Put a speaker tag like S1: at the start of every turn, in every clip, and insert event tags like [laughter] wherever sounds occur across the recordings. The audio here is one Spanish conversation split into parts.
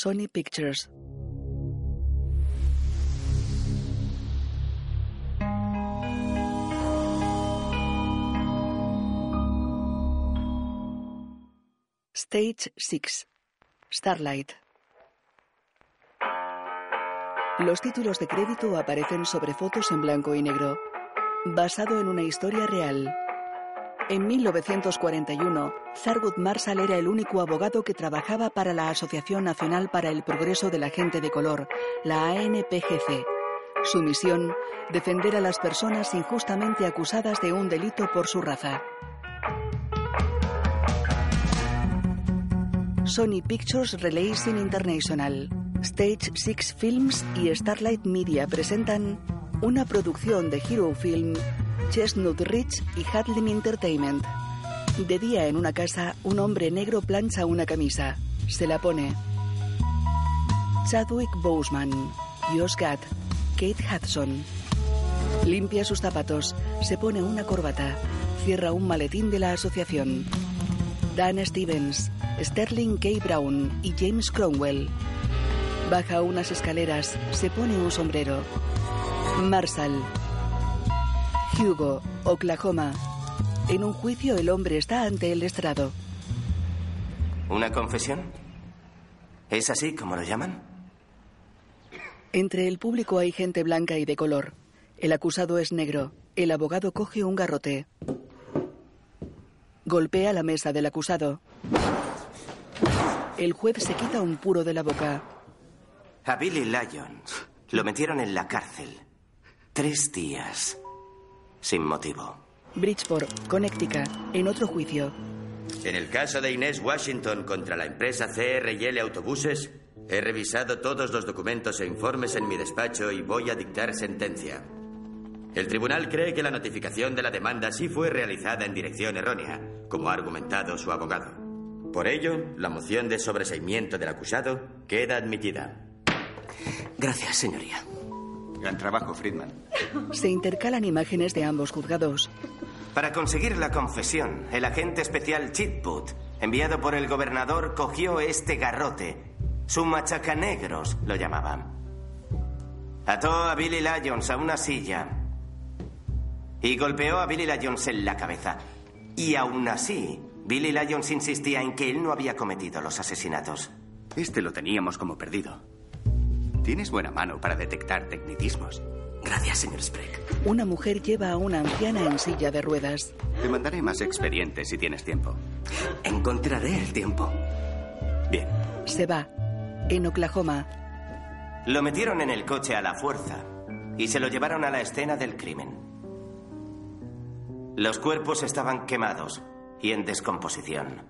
S1: Sony Pictures. Stage 6. Starlight. Los títulos de crédito aparecen sobre fotos en blanco y negro, basado en una historia real. En 1941, Thurgood Marshall era el único abogado que trabajaba para la Asociación Nacional para el Progreso de la Gente de Color, la ANPGC. Su misión, defender a las personas injustamente acusadas de un delito por su raza. Sony Pictures Relation International, Stage Six Films y Starlight Media presentan una producción de Hero Film, Chestnut Ridge y Hadlin Entertainment. De día en una casa, un hombre negro plancha una camisa. Se la pone. Chadwick Boseman, Josh Gad, Kate Hudson. Limpia sus zapatos, se pone una corbata, cierra un maletín de la asociación. Dan Stevens, Sterling K. Brown y James Cromwell. Baja unas escaleras, se pone un sombrero. Marshall. Hugo, Oklahoma. En un juicio el hombre está ante el estrado.
S2: ¿Una confesión? ¿Es así como lo llaman?
S1: Entre el público hay gente blanca y de color. El acusado es negro. El abogado coge un garrote. Golpea la mesa del acusado. El juez se quita un puro de la boca.
S2: A Billy Lyons lo metieron en la cárcel. Tres días. Sin motivo.
S1: Bridgeport, Connecticut, en otro juicio.
S3: En el caso de Inés Washington contra la empresa CRL Autobuses, he revisado todos los documentos e informes en mi despacho y voy a dictar sentencia. El tribunal cree que la notificación de la demanda sí fue realizada en dirección errónea, como ha argumentado su abogado. Por ello, la moción de sobreseimiento del acusado queda admitida.
S2: Gracias, [laughs] señoría.
S3: Gran trabajo, Friedman.
S1: Se intercalan imágenes de ambos juzgados.
S2: Para conseguir la confesión, el agente especial Chitput, enviado por el gobernador, cogió este garrote. Su machacanegros lo llamaban. Ató a Billy Lyons a una silla y golpeó a Billy Lyons en la cabeza. Y aún así, Billy Lyons insistía en que él no había cometido los asesinatos.
S3: Este lo teníamos como perdido. Tienes buena mano para detectar tecnicismos.
S2: Gracias, señor Sprague.
S1: Una mujer lleva a una anciana en silla de ruedas.
S3: Te mandaré más expedientes si tienes tiempo.
S2: Encontraré el tiempo.
S3: Bien.
S1: Se va. En Oklahoma.
S2: Lo metieron en el coche a la fuerza y se lo llevaron a la escena del crimen. Los cuerpos estaban quemados, y en descomposición.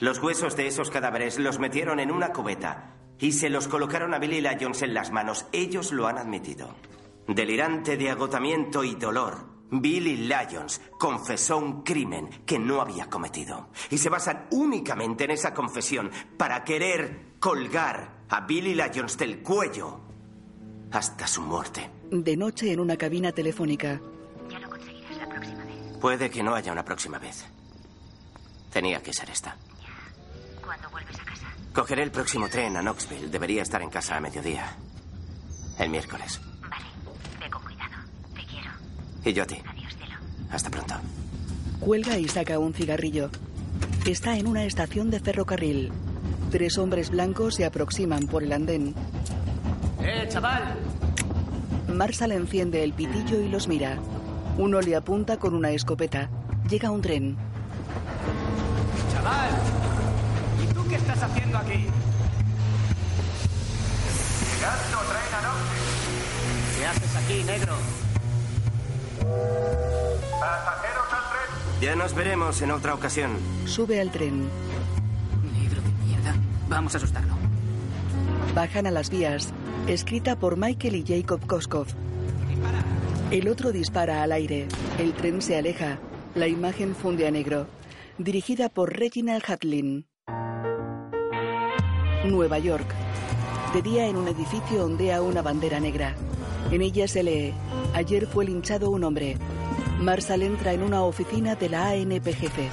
S2: Los huesos de esos cadáveres los metieron en una cubeta y se los colocaron a Billy Lyons en las manos. Ellos lo han admitido. Delirante de agotamiento y dolor, Billy Lyons confesó un crimen que no había cometido. Y se basan únicamente en esa confesión para querer colgar a Billy Lyons del cuello hasta su muerte.
S1: De noche en una cabina telefónica.
S4: Ya lo conseguirás la próxima vez.
S2: Puede que no haya una próxima vez. Tenía que ser esta.
S4: Ya. ¿Cuándo vuelves a casa?
S2: Cogeré el próximo tren a Knoxville. Debería estar en casa a mediodía. El miércoles.
S4: Vale. Ve con cuidado. Te quiero.
S2: Y yo a ti.
S4: Adiós, cielo.
S2: Hasta pronto.
S1: Cuelga y saca un cigarrillo. Está en una estación de ferrocarril. Tres hombres blancos se aproximan por el andén.
S5: ¡Eh, chaval!
S1: Marshall enciende el pitillo y los mira. Uno le apunta con una escopeta. Llega un tren.
S5: ¿Y tú qué estás haciendo aquí?
S6: Llegando, traen a Knoxville.
S5: ¿Qué haces aquí, negro?
S6: Pasajeros al tren.
S2: Ya nos veremos en otra ocasión.
S1: Sube al tren.
S5: Negro de mierda. Vamos a asustarlo.
S1: Bajan a las vías. Escrita por Michael y Jacob Koskov.
S5: Dispara.
S1: El otro dispara al aire. El tren se aleja. La imagen funde a negro dirigida por Reginald Hatlin. Nueva York. De día en un edificio ondea una bandera negra. En ella se lee, ayer fue linchado un hombre. Marshall entra en una oficina de la ANPGC.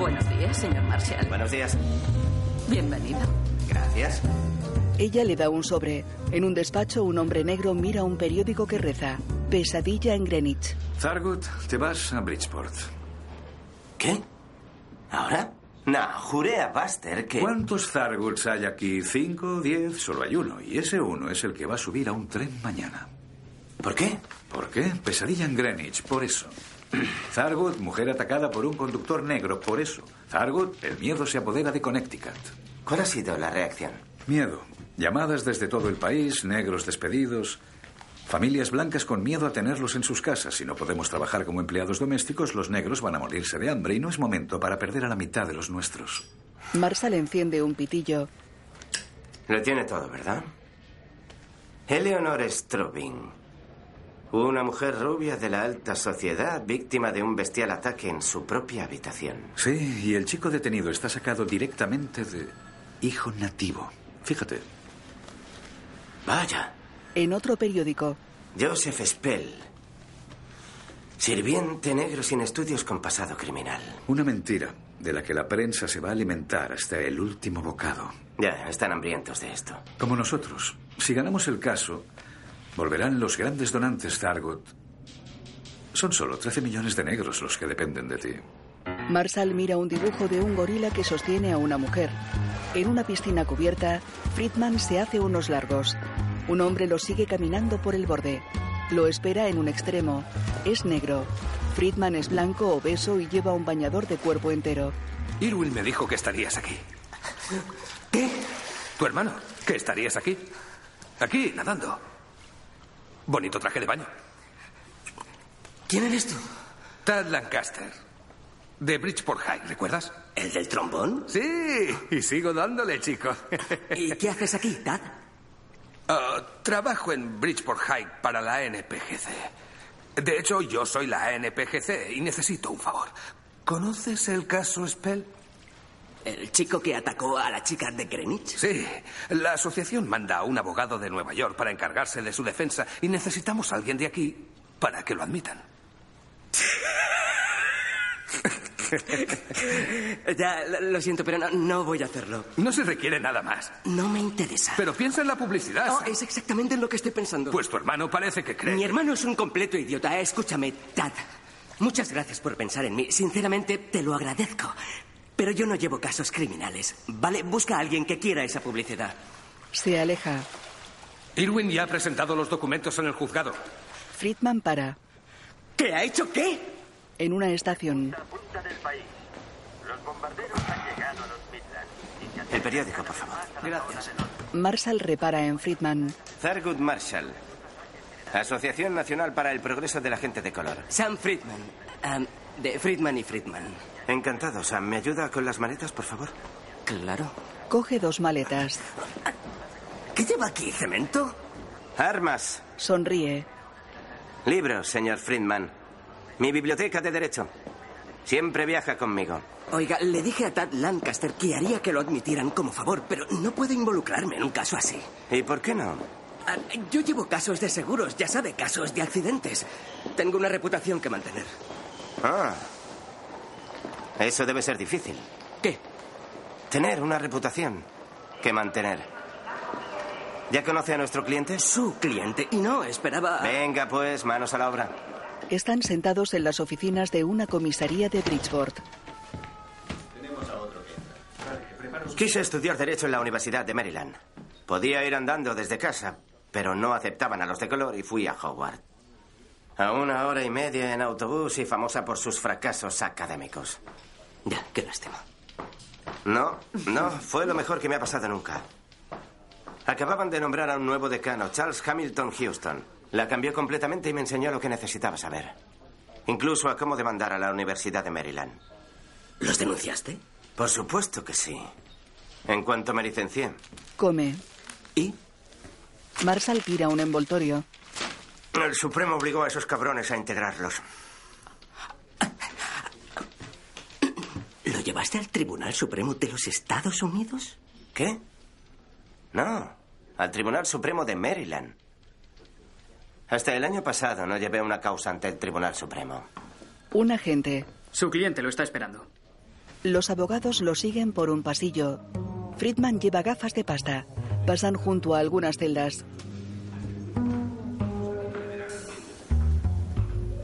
S7: Buenos días, señor Marshall.
S2: Buenos días.
S7: Bienvenido.
S2: Gracias.
S1: Ella le da un sobre. En un despacho, un hombre negro mira un periódico que reza. Pesadilla en Greenwich.
S8: Fargut, te vas a Bridgeport.
S2: ¿Qué? ¿Ahora? No, juré a Buster que...
S8: ¿Cuántos Zarguts hay aquí? ¿Cinco? ¿Diez? Solo hay uno. Y ese uno es el que va a subir a un tren mañana.
S2: ¿Por qué?
S8: ¿Por qué? Pesadilla en Greenwich,
S2: [clears throat]
S8: por eso. Zargut, mujer atacada por un conductor negro, por eso. Zargut, el miedo se apodera de Connecticut.
S2: ¿Cuál ha sido la reacción?
S8: Miedo. Llamadas desde todo el país, negros despedidos. Familias blancas con miedo a tenerlos en sus casas. Si no podemos trabajar como empleados domésticos, los negros van a morirse de hambre y no es momento para perder a la mitad de los nuestros.
S1: Marshall enciende un pitillo.
S2: Lo tiene todo, ¿verdad? Eleanor Strobing. Una mujer rubia de la alta sociedad, víctima de un bestial ataque en su propia habitación.
S8: Sí, y el chico detenido está sacado directamente de hijo nativo. Fíjate.
S2: Vaya.
S1: En otro periódico.
S2: Joseph Spell. Sirviente negro sin estudios con pasado criminal.
S8: Una mentira de la que la prensa se va a alimentar hasta el último bocado.
S2: Ya, están hambrientos de esto.
S8: Como nosotros. Si ganamos el caso, Volverán los grandes donantes, Targot. Son solo 13 millones de negros los que dependen de ti.
S1: Marshall mira un dibujo de un gorila que sostiene a una mujer. En una piscina cubierta, Friedman se hace unos largos. Un hombre lo sigue caminando por el borde. Lo espera en un extremo. Es negro. Friedman es blanco, obeso y lleva un bañador de cuerpo entero.
S9: Irwin me dijo que estarías aquí.
S2: ¿Qué?
S9: Tu hermano, que estarías aquí. Aquí, nadando. Bonito traje de baño.
S2: ¿Quién eres tú?
S9: Tad Lancaster, de Bridgeport High, ¿recuerdas?
S2: ¿El del trombón?
S9: Sí, y sigo dándole, chico.
S2: ¿Y qué haces aquí, Tad?
S9: Uh, trabajo en Bridgeport High para la NPGC. De hecho, yo soy la NPGC y necesito un favor. ¿Conoces el caso Spell?
S2: ¿El chico que atacó a la chica de Greenwich?
S9: Sí. La asociación manda a un abogado de Nueva York para encargarse de su defensa y necesitamos a alguien de aquí para que lo admitan.
S2: ya, lo siento, pero no, no, voy a hacerlo.
S9: No se requiere nada más.
S2: No me interesa.
S9: Pero piensa en la publicidad.
S2: No, es exactamente en lo que estoy pensando.
S9: Pues tu hermano parece que cree.
S2: Mi hermano es un completo idiota. Escúchame, Tad. Muchas gracias por pensar en mí. Sinceramente, te lo agradezco. Pero yo no llevo casos criminales. Vale, busca a alguien que quiera esa publicidad.
S1: Se aleja.
S9: Irwin ya ha presentado los documentos en el juzgado.
S1: Friedman para.
S2: ¿Qué ha hecho qué?
S1: En una estación.
S2: El periódico, por favor.
S5: Gracias.
S1: Marshall repara en Friedman.
S2: Thurgood Marshall. Asociación Nacional para el Progreso de la Gente de Color.
S10: Sam Friedman. Um, de Friedman y Friedman.
S2: Encantado, Sam. ¿Me ayuda con las maletas, por favor?
S10: Claro.
S1: Coge dos maletas.
S2: ¿Qué lleva aquí? ¿Cemento? Armas.
S1: Sonríe.
S2: Libros, señor Friedman. Mi biblioteca de derecho. Siempre viaja conmigo.
S10: Oiga, le dije a Tad Lancaster que haría que lo admitieran como favor, pero no puedo involucrarme en un caso así.
S2: ¿Y por qué no?
S10: Ah, yo llevo casos de seguros, ya sabe, casos de accidentes. Tengo una reputación que mantener.
S2: Ah, eso debe ser difícil.
S10: ¿Qué?
S2: Tener una reputación que mantener. ¿Ya conoce a nuestro cliente?
S10: Su cliente. Y no, esperaba...
S2: Venga, pues, manos a la obra.
S1: Están sentados en las oficinas de una comisaría de Bridgeport.
S11: Tenemos a otro cliente.
S2: Pues Quise estudiar Derecho en la Universidad de Maryland. Podía ir andando desde casa, pero no aceptaban a los de color y fui a Howard. A una hora y media en autobús y famosa por sus fracasos académicos.
S10: Ya, qué lástima.
S2: No, no, fue lo mejor que me ha pasado nunca. Acababan de nombrar a un nuevo decano, Charles Hamilton Houston. La cambió completamente y me enseñó lo que necesitaba saber. Incluso a cómo demandar a la Universidad de Maryland.
S10: ¿Los denunciaste?
S2: Por supuesto que sí. En cuanto me licencié.
S1: Come.
S2: ¿Y?
S1: Marshall tira un envoltorio.
S2: El Supremo obligó a esos cabrones a integrarlos.
S10: ¿Lo llevaste al Tribunal Supremo de los Estados Unidos?
S2: ¿Qué? No, al Tribunal Supremo de Maryland. Hasta el año pasado no llevé una causa ante el Tribunal Supremo.
S1: Un agente.
S5: Su cliente lo está esperando.
S1: Los abogados lo siguen por un pasillo. Friedman lleva gafas de pasta. Pasan junto a algunas celdas.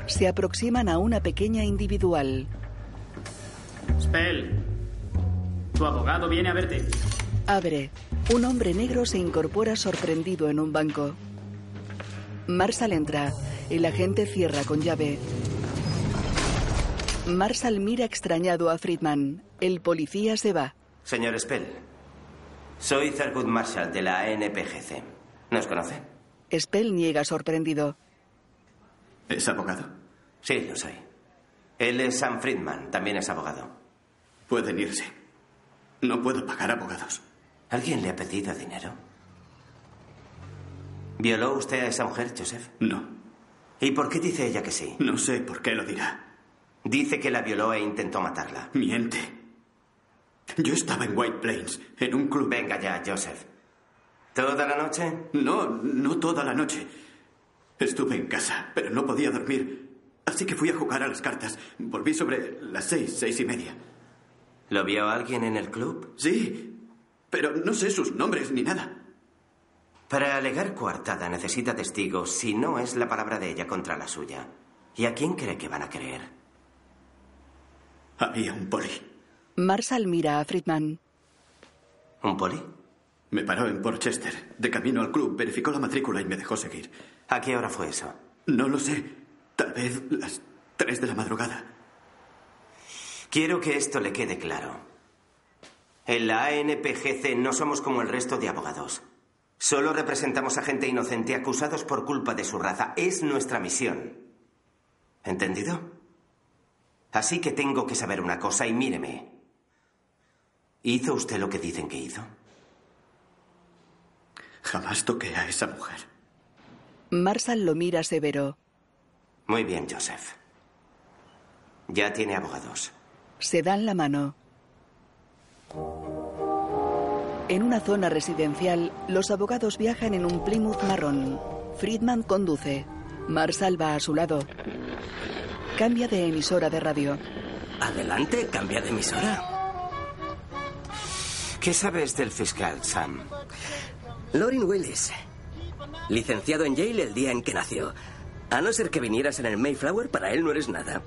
S1: Se aproximan a una pequeña individual.
S12: Spell, tu abogado viene a verte.
S1: Abre. Un hombre negro se incorpora sorprendido en un banco. Marsal entra. El agente cierra con llave. Marsal mira extrañado a Friedman. El policía se va.
S2: Señor Spell, soy Thurgood Marshall de la ANPGC. ¿Nos conoce?
S1: Spell niega sorprendido.
S2: ¿Es abogado? Sí, lo soy. Él es Sam Friedman, también es abogado.
S13: Pueden irse. No puedo pagar abogados.
S2: ¿Alguien le ha pedido dinero? ¿Violó usted a esa mujer, Joseph?
S13: No.
S2: ¿Y por qué dice ella que sí?
S13: No sé por qué lo dirá.
S2: Dice que la violó e intentó matarla.
S13: Miente. Yo estaba en White Plains, en un club.
S2: Venga ya, Joseph. ¿Toda la noche?
S13: No, no toda la noche. Estuve en casa, pero no podía dormir. Así que fui a jugar a las cartas. Volví sobre las seis, seis y media.
S2: ¿Lo vio alguien en el club?
S13: Sí, pero no sé sus nombres ni nada.
S2: Para alegar coartada necesita testigos si no es la palabra de ella contra la suya. ¿Y a quién cree que van a creer?
S13: Había un poli.
S1: Marshall mira a Friedman.
S2: ¿Un poli?
S13: Me paró en Porchester. De camino al club, verificó la matrícula y me dejó seguir.
S2: ¿A qué hora fue eso?
S13: No lo sé. Tal vez las tres de la madrugada.
S2: Quiero que esto le quede claro. En la ANPGC no somos como el resto de abogados. Solo representamos a gente inocente acusados por culpa de su raza. Es nuestra misión. ¿Entendido? Así que tengo que saber una cosa y míreme. ¿Hizo usted lo que dicen que hizo?
S13: Jamás toqué a esa mujer.
S1: Marshall lo mira severo.
S2: Muy bien, Joseph. Ya tiene abogados.
S1: Se dan la mano. En una zona residencial, los abogados viajan en un Plymouth marrón. Friedman conduce. Marshall va a su lado. Cambia de emisora de radio.
S2: Adelante, cambia de emisora. ¿Qué sabes del fiscal, Sam?
S10: Lorin Willis, licenciado en Yale el día en que nació. A no ser que vinieras en el Mayflower, para él no eres nada.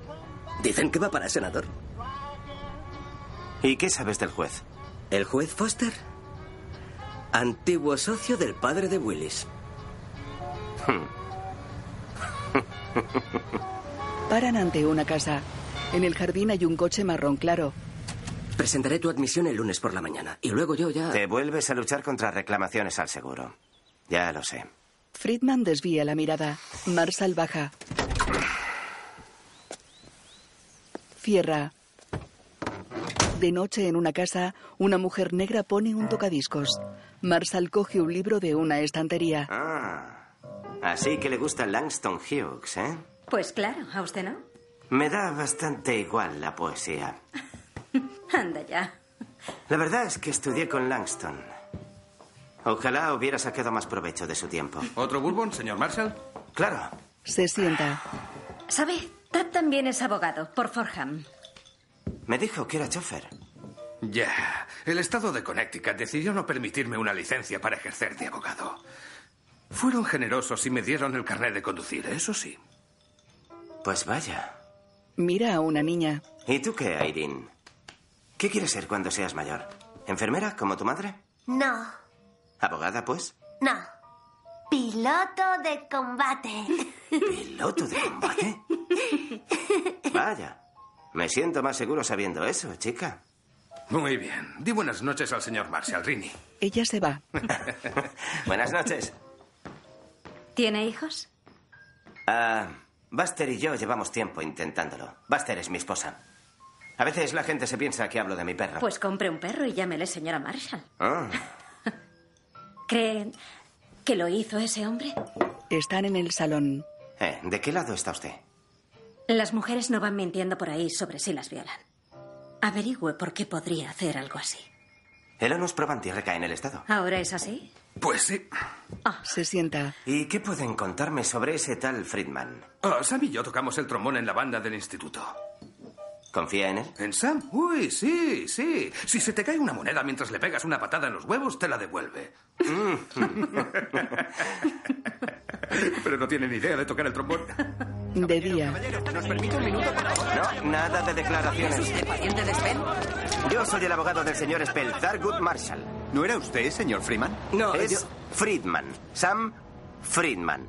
S10: Dicen que va para senador.
S2: ¿Y qué sabes del juez?
S10: El juez Foster, antiguo socio del padre de Willis.
S1: Paran ante una casa. En el jardín hay un coche marrón claro.
S10: Presentaré tu admisión el lunes por la mañana. Y luego yo ya...
S2: Te vuelves a luchar contra reclamaciones al seguro. Ya lo sé.
S1: Friedman desvía la mirada. Marshall baja. Cierra. De noche en una casa, una mujer negra pone un tocadiscos. Marshall coge un libro de una estantería.
S2: Ah, así que le gusta Langston Hughes, ¿eh?
S7: Pues claro, a usted no.
S2: Me da bastante igual la poesía.
S7: Anda ya.
S2: La verdad es que estudié con Langston. Ojalá hubiera sacado más provecho de su tiempo.
S9: ¿Otro bourbon, señor Marshall?
S2: Claro.
S1: Se sienta.
S7: ¿Sabe? Tad también es abogado, por Forham.
S2: Me dijo que era chofer.
S9: Ya. Yeah. El estado de Connecticut decidió no permitirme una licencia para ejercer de abogado. Fueron generosos y me dieron el carnet de conducir, eso sí.
S2: Pues vaya.
S1: Mira a una niña.
S2: ¿Y tú qué, Irene? ¿Qué quieres ser cuando seas mayor? ¿Enfermera, como tu madre?
S14: [laughs] No.
S2: ¿Abogada, pues?
S14: No. Piloto de combate.
S2: ¿Piloto de combate? Vaya. Me siento más seguro sabiendo eso, chica. [laughs]
S9: Muy bien. Di buenas noches al señor Marshall Rini.
S1: Ella se va.
S2: buenas noches.
S7: ¿Tiene hijos?
S2: Ah, Buster y yo llevamos tiempo intentándolo. Buster es mi esposa. A veces la gente se piensa que hablo de mi
S1: Ah.
S2: perro.
S7: Pues compre un perro y llámele señora Marshall.
S2: Ah.
S7: ¿Creen que lo hizo ese hombre?
S1: Están en el salón.
S2: Eh, ¿De qué lado está usted?
S7: Las mujeres no van mintiendo por ahí sobre si las violan. Averigüe por qué podría hacer algo así.
S2: El onus probandi recae en el Estado.
S7: ¿Ahora es así? Ah.
S9: Pues sí.
S1: Oh. Se sienta.
S2: ¿Y qué pueden contarme sobre ese tal Friedman?
S9: Oh, Sam y yo tocamos el trombón en la banda del instituto.
S2: ¿Confía en él?
S9: ¿En Sam? Uy, sí, sí. Si se te cae una moneda mientras le pegas una patada en los huevos, te la devuelve. Mm. [laughs] Pero no tiene ni idea de tocar el trombón.
S1: De día,
S2: ¿Nos permite un minuto, por favor? No, nada de declaraciones.
S15: ¿Es usted pariente de Sven?
S2: Yo soy el abogado del señor Spell, Thurgood Marshall. ¿No era usted, señor Freeman? No, es
S15: yo-
S2: Friedman. Sam Friedman.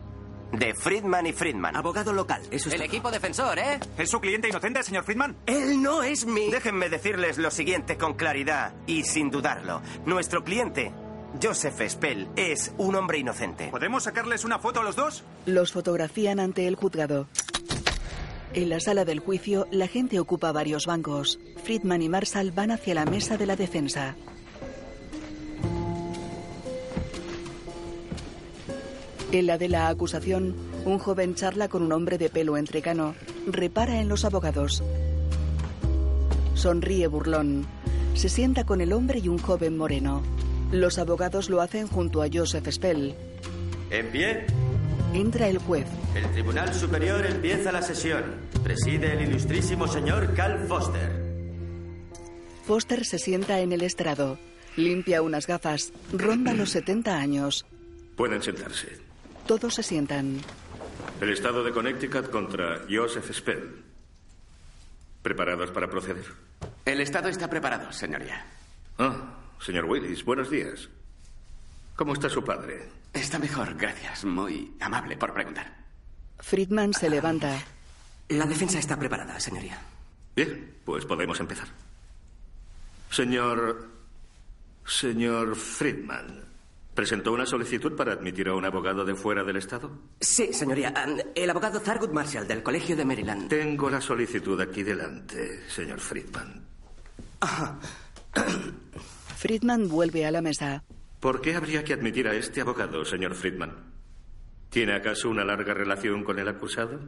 S2: De Friedman y Friedman. Abogado local, eso
S15: [laughs] El equipo defensor, ¿eh?
S2: ¿Es su cliente inocente, señor Friedman? Él no es mi. Déjenme decirles lo siguiente con claridad y sin dudarlo. Nuestro cliente, Joseph Spell, es un hombre inocente. ¿Podemos sacarles una foto a los dos?
S1: los fotografían ante el juzgado. En la sala del juicio, la gente ocupa varios bancos. Friedman y Marshall van hacia la mesa de la defensa. En la de la acusación, un joven charla con un hombre de pelo entrecano. Repara en los abogados. Sonríe burlón. Se sienta con el hombre y un joven moreno. Los abogados lo hacen junto a Joseph Spell.
S3: En pie,
S1: Entra el juez.
S3: el Tribunal Superior empieza la sesión. Preside el ilustrísimo señor Cal Foster.
S1: Foster se sienta en el estrado, limpia unas gafas, ronda los 70 años.
S16: Pueden sentarse.
S1: Todos se sientan.
S16: El estado de Connecticut contra Joseph Spell. ¿Preparados para proceder?
S17: El Estado está preparado, señoría.
S16: Ah, señor Willis, buenos días. ¿Cómo está su padre?
S17: Está mejor, gracias. Muy amable por preguntar.
S1: Friedman se levanta.
S17: La defensa está preparada, señoría.
S16: Bien, pues podemos empezar. Señor. Señor Friedman, ¿presentó una solicitud para admitir a un abogado de fuera del estado?
S17: Sí, señoría. Am, El abogado Thurgood Marshall del Colegio de Maryland.
S16: Tengo la solicitud aquí delante, señor Friedman.
S1: Friedman vuelve a la mesa.
S16: ¿Por qué habría que admitir a este abogado, señor Friedman? ¿Tiene acaso una larga relación con el acusado?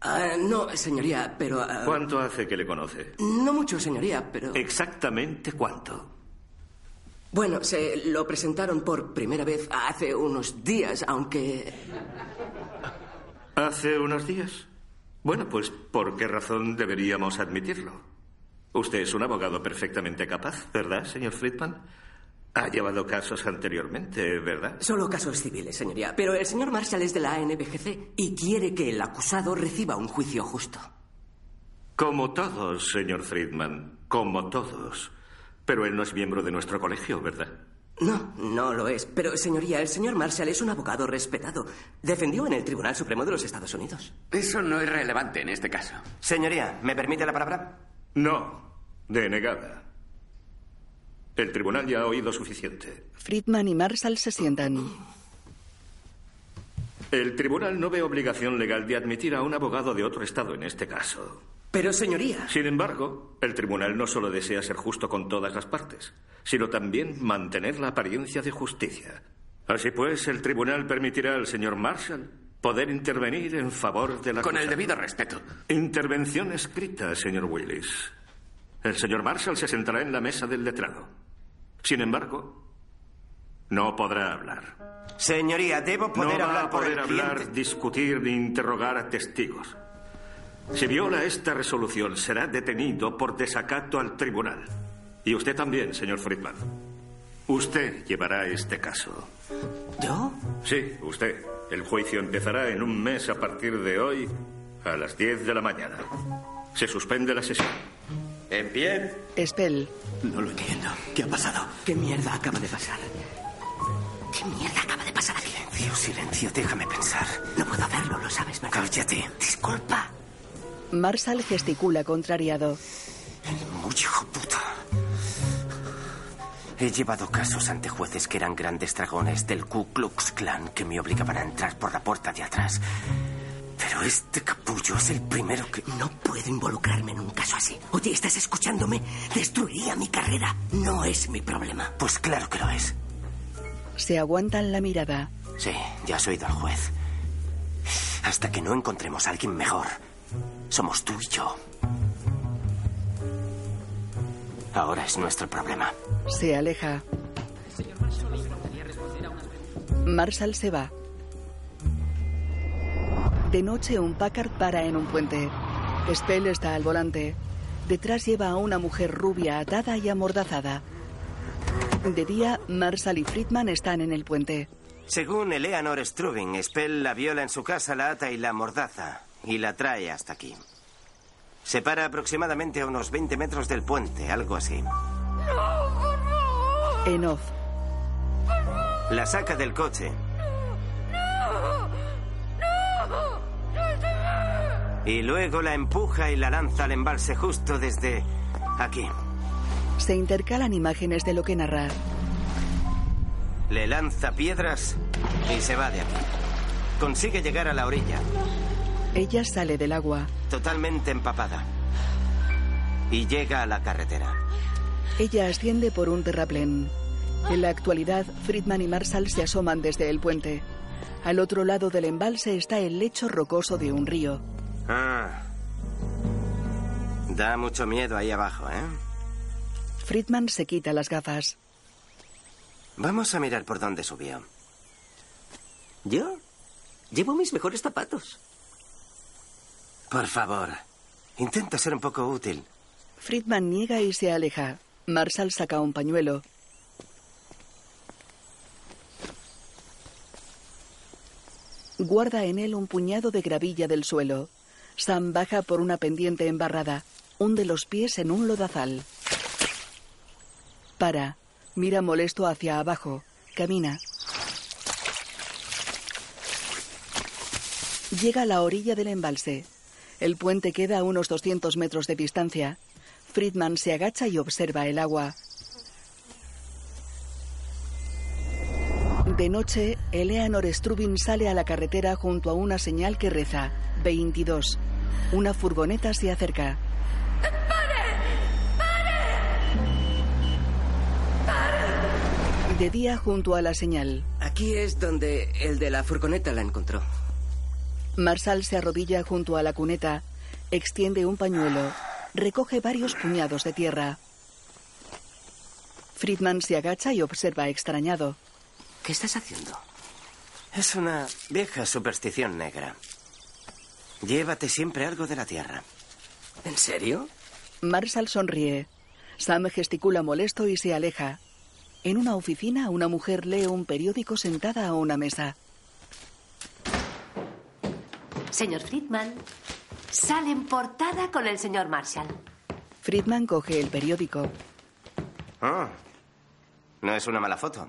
S17: Ah, no, señoría, pero... ah,
S16: ¿Cuánto hace que le conoce?
S17: No mucho, señoría, pero...
S16: Exactamente cuánto.
S17: Bueno, se lo presentaron por primera vez hace unos días, aunque...
S16: Hace unos días. Bueno, pues ¿por qué razón deberíamos admitirlo? Usted es un abogado perfectamente capaz, ¿verdad, señor Friedman? Ha llevado casos anteriormente, ¿verdad?
S17: Solo casos civiles, señoría. Pero el señor Marshall es de la ANBGC y quiere que el acusado reciba un juicio justo.
S16: Como todos, señor Friedman, como todos. Pero él no es miembro de nuestro colegio, ¿verdad?
S17: No, no lo es. Pero, señoría, el señor Marshall es un abogado respetado. Defendió en el Tribunal Supremo de los Estados Unidos.
S16: Eso no es relevante en este caso.
S2: Señoría, ¿me permite la palabra?
S16: No, denegada. El tribunal ya ha oído suficiente.
S1: Friedman y Marshall se sientan.
S16: El tribunal no ve obligación legal de admitir a un abogado de otro estado en este caso.
S17: Pero, señoría.
S16: Sin embargo, el tribunal no solo desea ser justo con todas las partes, sino también mantener la apariencia de justicia. Así pues, el tribunal permitirá al señor Marshall poder intervenir en favor de la.
S17: Con el debido
S16: respeto. Intervención escrita, señor Willis. El señor Marshall se sentará en la mesa del letrado. Sin embargo, no podrá hablar.
S2: Señoría, debo poder
S16: no va
S2: hablar
S16: a
S2: por
S16: poder
S2: el
S16: hablar,
S2: cliente.
S16: discutir ni interrogar a testigos. Si viola esta resolución, será detenido por desacato al tribunal. Y usted también, señor Friedman. Usted llevará este caso.
S17: ¿Yo?
S16: Sí, usted. El juicio empezará en un mes a partir de hoy a las 10 de la mañana. Se suspende la sesión. En pie.
S1: Spell.
S16: No lo entiendo. ¿Qué ha pasado?
S17: ¿Qué mierda acaba de pasar?
S15: ¿Qué mierda acaba de pasar aquí?
S2: Silencio, silencio, déjame pensar.
S17: No puedo hacerlo, lo sabes, ¿verdad?
S2: Cállate. Disculpa.
S1: Marshall gesticula contrariado.
S2: Muy hijo puta. He llevado casos ante jueces que eran grandes dragones del Ku Klux Klan que me obligaban a entrar por la puerta de atrás. Pero este capullo es el primero que...
S17: No puedo involucrarme en un caso así. Oye, ¿estás escuchándome? Destruiría mi carrera. No es mi problema.
S2: Pues claro que lo es.
S1: Se aguantan la mirada.
S2: Sí, ya has oído al juez. Hasta que no encontremos a alguien mejor, somos tú y yo. Ahora es nuestro problema.
S1: Se aleja. Marshall se va. De noche, un Packard para en un puente. Spell está al volante. Detrás lleva a una mujer rubia atada y amordazada. De día, Marshall y Friedman están en el puente.
S2: Según Eleanor Strubing, Spell la viola en su casa, la ata y la mordaza, y la trae hasta aquí. Se para aproximadamente a unos 20 metros del puente, algo así.
S1: En off,
S2: La saca del coche y luego la empuja y la lanza al embalse justo desde aquí.
S1: se intercalan imágenes de lo que narra.
S2: Le lanza piedras y se va de aquí. Consigue llegar a la orilla,
S1: Ella sale del agua.
S2: totalmente empapada, y llega a la carretera.
S1: Ella asciende por un terraplén. En la actualidad, Friedman y Marshall se asoman desde el puente. Al otro lado del embalse está el lecho rocoso de un río.
S2: Ah. Da mucho miedo ahí abajo, ¿eh?
S1: Friedman se quita las gafas.
S2: Vamos a mirar por dónde subió.
S17: ¿Yo? Llevo mis mejores zapatos.
S2: Por favor, intenta ser un poco útil.
S1: Friedman niega y se aleja. Marshall saca un pañuelo. Guarda en él un puñado de gravilla del suelo. Sam baja por una pendiente embarrada. Hunde los pies en un lodazal. Para. Mira molesto hacia abajo. Camina. Llega a la orilla del embalse. El puente queda a unos 200 metros de distancia. Friedman se agacha y observa el agua. De noche, Eleanor Strubin sale a la carretera junto a una señal que reza 22. Una furgoneta se acerca. De día junto a la señal,
S17: Aquí es donde el de la furgoneta la encontró.
S1: Marsal se arrodilla junto a la cuneta, extiende un pañuelo, recoge varios puñados de tierra. Friedman se agacha y observa extrañado.
S17: ¿Qué estás haciendo?
S2: Es una vieja superstición negra. Llévate siempre algo de la tierra.
S17: ¿En serio?
S1: Marsal sonríe. Sam gesticula molesto y se aleja. En una oficina, una mujer lee un periódico sentada a una mesa.
S18: Señor Friedman, sale en portada con el señor Marshall.
S1: Friedman coge el periódico.
S2: Ah, no es una mala foto.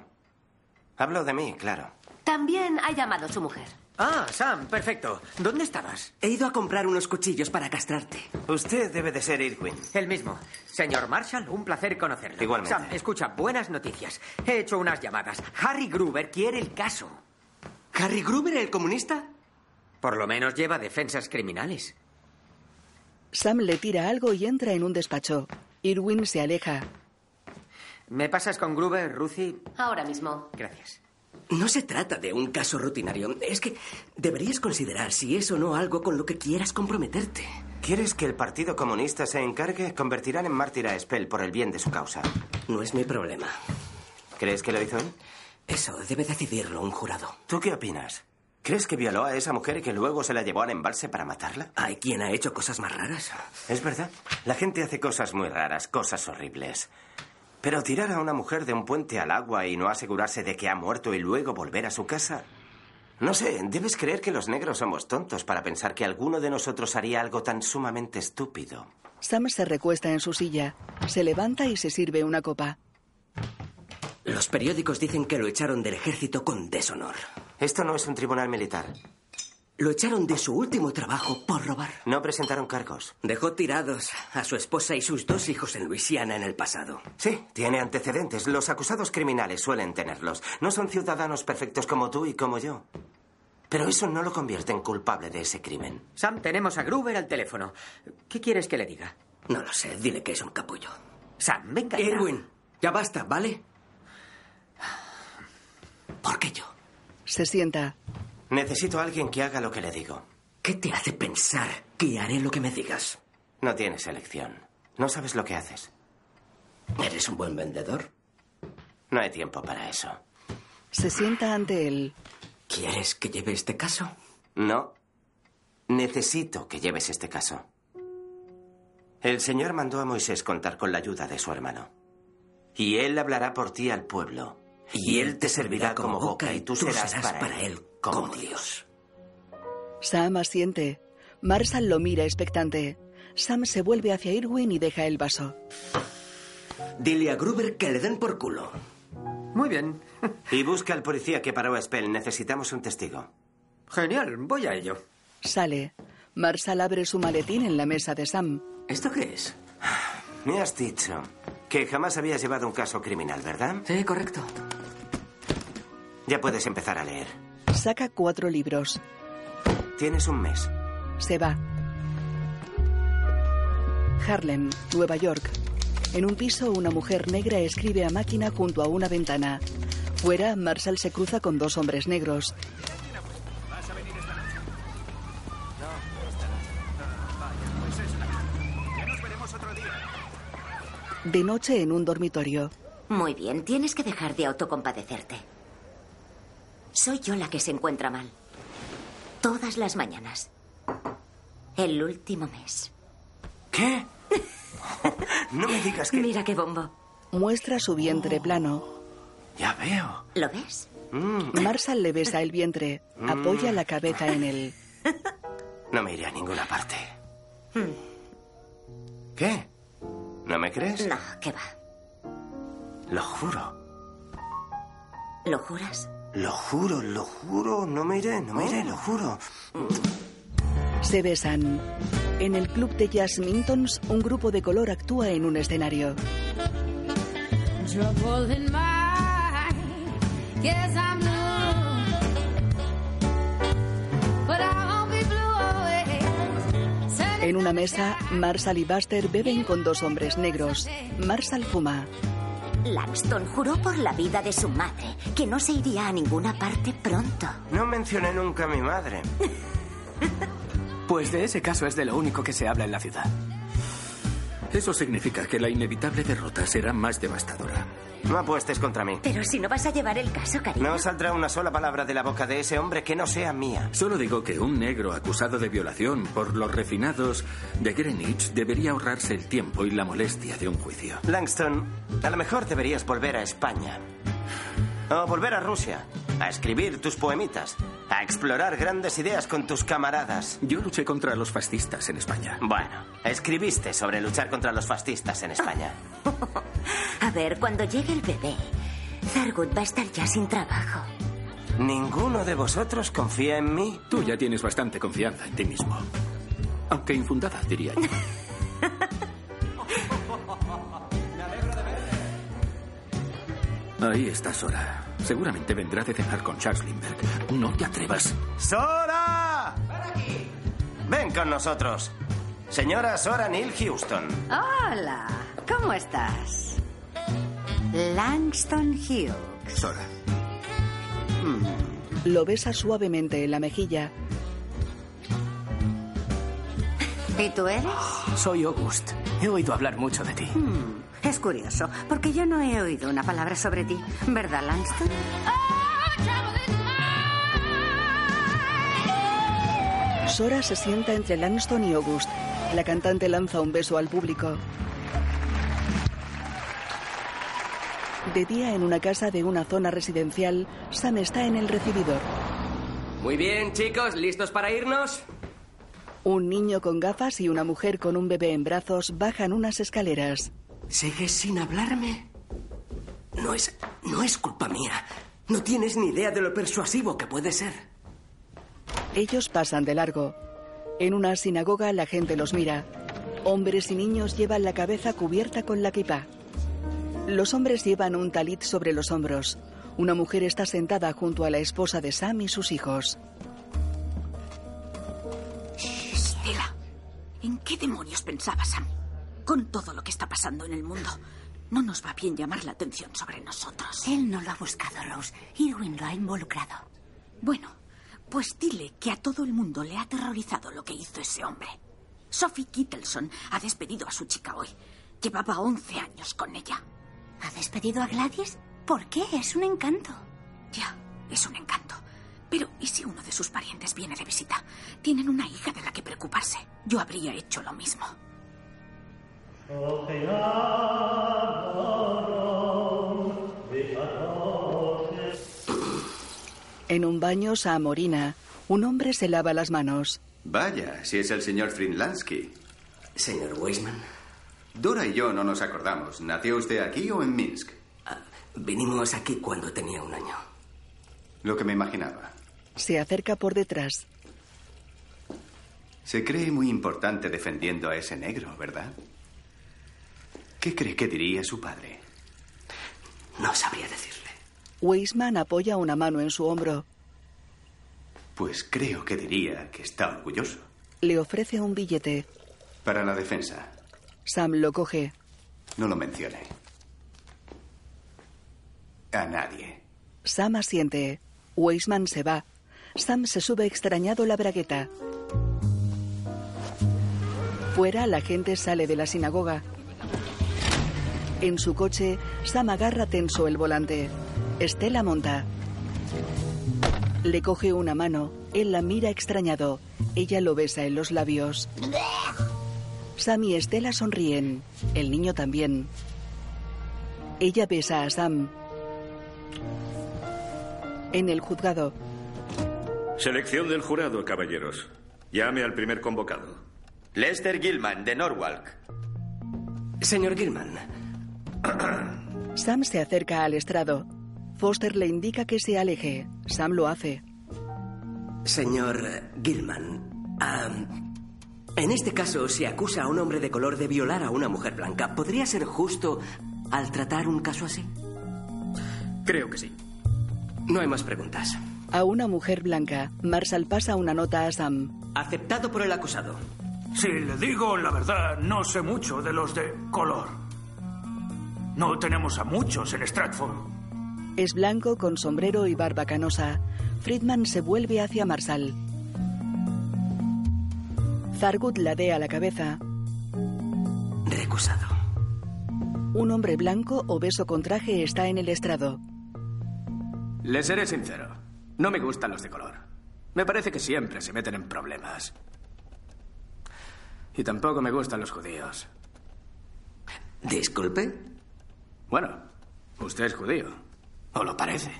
S2: Hablo de mí, claro.
S18: También ha llamado su mujer.
S17: Ah, Sam, perfecto. ¿Dónde estabas? He ido a comprar unos cuchillos para castrarte.
S2: Usted debe de ser Irwin.
S19: El mismo. Señor Marshall, un placer conocerlo.
S2: Igualmente.
S19: Sam, escucha, buenas noticias. He hecho unas llamadas. Harry Gruber quiere el caso.
S17: ¿Harry Gruber, el comunista?
S19: Por lo menos lleva defensas criminales.
S1: Sam le tira algo y entra en un despacho. Irwin se aleja.
S19: ¿Me pasas con Gruber, Ruthie?
S18: Ahora mismo.
S19: Gracias.
S17: No se trata de un caso rutinario. Es que deberías considerar si es o no algo con lo que quieras comprometerte.
S2: ¿Quieres que el Partido Comunista se encargue? Convertirán en mártir a Spell por el bien de su causa.
S17: No es mi problema.
S2: ¿Crees que lo hizo él?
S17: Eso debe decidirlo un jurado.
S2: ¿Tú qué opinas? ¿Crees que violó a esa mujer y que luego se la llevó al embalse para matarla?
S17: Hay quien ha hecho cosas más raras.
S2: Es verdad. La gente hace cosas muy raras, cosas horribles. Pero tirar a una mujer de un puente al agua y no asegurarse de que ha muerto y luego volver a su casa. No sé, debes creer que los negros somos tontos para pensar que alguno de nosotros haría algo tan sumamente estúpido.
S1: Sam se recuesta en su silla, se levanta y se sirve una copa.
S17: Los periódicos dicen que lo echaron del ejército con deshonor.
S2: Esto no es un tribunal militar.
S17: Lo echaron de su último trabajo por robar.
S2: No presentaron cargos.
S17: Dejó tirados a su esposa y sus dos hijos en Luisiana en el pasado.
S2: Sí, tiene antecedentes. Los acusados criminales suelen tenerlos. No son ciudadanos perfectos como tú y como yo. Pero eso no lo convierte en culpable de ese crimen.
S19: Sam, tenemos a Gruber al teléfono. ¿Qué quieres que le diga?
S17: No lo sé, dile que es un capullo.
S19: Sam, venga. ya.
S17: Erwin, ya basta, ¿vale? ¿Por qué yo?
S1: Se sienta.
S2: Necesito a alguien que haga lo que le digo.
S17: ¿Qué te hace pensar que haré lo que me digas?
S2: No tienes elección. No sabes lo que haces.
S17: ¿Eres un buen vendedor?
S2: No hay tiempo para eso.
S1: Se sienta ante él.
S17: ¿Quieres que lleve este caso?
S2: No. Necesito que lleves este caso. El Señor mandó a Moisés contar con la ayuda de su hermano. Y él hablará por ti al pueblo. Y, él te servirá como boca y tú serás para él como Dios.
S1: Sam asiente. Marshall lo mira expectante. Sam se vuelve hacia Irwin y deja el vaso.
S10: Dile a Gruber que le den por culo.
S19: Muy bien.
S2: Y busca al policía que paró a Spell. Necesitamos un testigo.
S19: Genial, voy a ello.
S1: Sale. Marshall abre su maletín en la mesa de Sam.
S10: ¿Esto qué es?
S2: Me has dicho que jamás habías llevado un caso criminal, ¿verdad?
S19: Sí, correcto.
S2: Ya puedes empezar a leer.
S1: Saca cuatro libros.
S2: Tienes un mes.
S1: Se va. Harlem, Nueva York. En un piso, una mujer negra escribe a máquina junto a una ventana. Fuera, Marshall se cruza con dos hombres negros. De noche en un dormitorio.
S20: Muy bien, tienes que dejar de autocompadecerte. Soy yo la que se encuentra mal. Todas las mañanas. El último mes.
S2: ¿Qué? [laughs] no me digas que...
S20: Mira qué bombo.
S1: Muestra su vientre plano.
S2: Ya veo.
S20: ¿Lo ves?
S2: Mm.
S1: Marshall le besa el vientre. Apoya la cabeza en él.
S2: No me iré a ninguna parte.
S20: Hmm.
S2: ¿Qué? ¿No me crees?
S20: No, qué va.
S2: Lo juro.
S20: ¿Lo juras? Oh.
S2: Lo juro, lo juro. No me iré, no me iré, lo juro.
S1: Se besan. En el club de jazz Mintons, un grupo de color actúa en un escenario.
S21: Trouble in my mind. Yes, I'm blue. But I won't be
S22: [laughs]
S21: blue always. Turn
S1: En una mesa, Marshall y Buster beben con dos hombres negros. Marshall fuma.
S20: Langston juró por la vida de su madre que no se iría a ninguna parte pronto.
S2: No mencioné nunca a mi
S20: [laughs]
S2: madre.
S23: Pues de ese caso es de lo único que se habla en la ciudad.
S9: Eso significa que la inevitable derrota será más devastadora.
S2: No apuestes contra mí.
S20: Pero si no vas a llevar el caso, cariño.
S2: No saldrá una sola palabra de la boca de ese hombre que no sea mía.
S9: Solo digo que un negro acusado de violación por los refinados de Greenwich debería ahorrarse el tiempo y la molestia de un juicio.
S2: Langston, a lo mejor deberías volver a España. O volver a Rusia. A escribir tus poemitas. A explorar grandes ideas con tus camaradas.
S9: Yo luché contra los fascistas en España.
S2: Bueno, escribiste sobre luchar contra los fascistas en España.
S20: A ver, cuando llegue el bebé, Zargut va a estar ya sin trabajo.
S2: ¿Ninguno de vosotros confía en mí?
S9: Tú ya tienes bastante confianza en ti mismo. Aunque infundada, diría [laughs] yo. Ahí está Sora. Seguramente vendrá de cenar con Charles Lindbergh. No te atrevas.
S2: ¡Sora! Ven con nosotros. Señora Sora Neil Houston.
S24: Hola, ¿cómo estás? Langston Hughes.
S9: Sora.
S23: Hmm.
S1: Lo besa suavemente en la mejilla.
S24: ¿Y tú eres?
S23: Soy August. He oído hablar mucho de ti.
S24: Hmm, es curioso, porque yo no he oído una palabra sobre ti. ¿Verdad, Langston?
S1: Sora se sienta entre Langston y August. La cantante lanza un beso al público. De día en una casa de una zona residencial, Sam está en el recibidor.
S17: Muy bien, chicos, ¿listos para irnos?
S1: Un niño con gafas y una mujer con un bebé en brazos bajan unas escaleras.
S17: ¿Sigues sin hablarme?
S10: No es. No es culpa mía. No tienes ni idea de lo persuasivo que puede ser.
S1: Ellos pasan de largo. En una sinagoga la gente los mira. Hombres y niños llevan la cabeza cubierta con la kipá. Los hombres llevan un talit sobre los hombros. Una mujer está sentada junto a la esposa de Sam y sus hijos.
S25: Estela, ¿en qué demonios pensaba Sam? Con todo lo que está pasando en el mundo, no nos va bien llamar la atención sobre nosotros.
S24: Él no lo ha buscado, Rose. Irwin lo ha involucrado.
S25: Bueno, pues dile que a todo el mundo le ha aterrorizado lo que hizo ese hombre. Sophie Kittleson ha despedido a su chica hoy. Llevaba 11 años con ella.
S24: ¿Ha despedido a Gladys? ¿Por qué? Es un encanto.
S25: Ya, es un encanto. Pero, ¿y si uno de sus parientes viene de visita? Tienen una hija de la que preocuparse. Yo habría hecho lo mismo.
S1: En un baño, Sam orina. Un hombre se lava las manos.
S13: Vaya, si es el señor Frinlansky.
S10: Señor Weisman.
S13: Dora y yo no nos acordamos. ¿Nació usted aquí o en Minsk?
S2: Ah,
S10: Vinimos aquí cuando tenía un año.
S13: Lo que me imaginaba.
S1: Se acerca por detrás.
S13: Se cree muy importante defendiendo a ese negro, ¿verdad? ¿Qué cree que diría su padre?
S10: No sabría decirle.
S1: Weisman apoya una mano en su hombro.
S13: Pues creo que diría que está orgulloso.
S1: Le ofrece un billete.
S13: Para la defensa.
S1: Sam lo coge.
S13: No lo mencione. A nadie.
S1: Sam asiente. Weisman se va. Sam se sube extrañado la bragueta. Fuera, la gente sale de la sinagoga. En su coche, Sam agarra tenso el volante. Estela monta. Le coge una mano, él la mira extrañado. Ella lo besa en los labios. Sam y Estela sonríen. El niño también. Ella besa a Sam. En el juzgado,
S16: Selección del jurado, caballeros. Llame al primer convocado.
S3: Lester Gilman, de Norwalk.
S10: Señor Gilman.
S1: Sam se acerca al estrado. Foster le indica que se aleje. Sam lo hace.
S10: Señor Gilman. ah, en este caso se acusa a un hombre de color de violar a una mujer blanca. ¿Podría ser justo al tratar un caso así?
S19: Creo que sí.
S10: No hay más preguntas.
S1: A una mujer blanca, Marshall pasa una nota a Sam.
S10: Aceptado por el acusado.
S4: Si le digo la verdad, no sé mucho de los de color. No tenemos a muchos en Stratford.
S1: Es blanco con sombrero y barba canosa. Friedman se vuelve hacia Marshall. Zargut ladea la cabeza.
S10: Recusado.
S1: Un hombre blanco, obeso con traje, está en el estrado.
S23: Le seré sincero. No me gustan los de color. Me parece que siempre se meten en problemas. Y tampoco me gustan los judíos.
S10: Disculpe.
S23: Bueno, usted es judío. ¿O lo parece?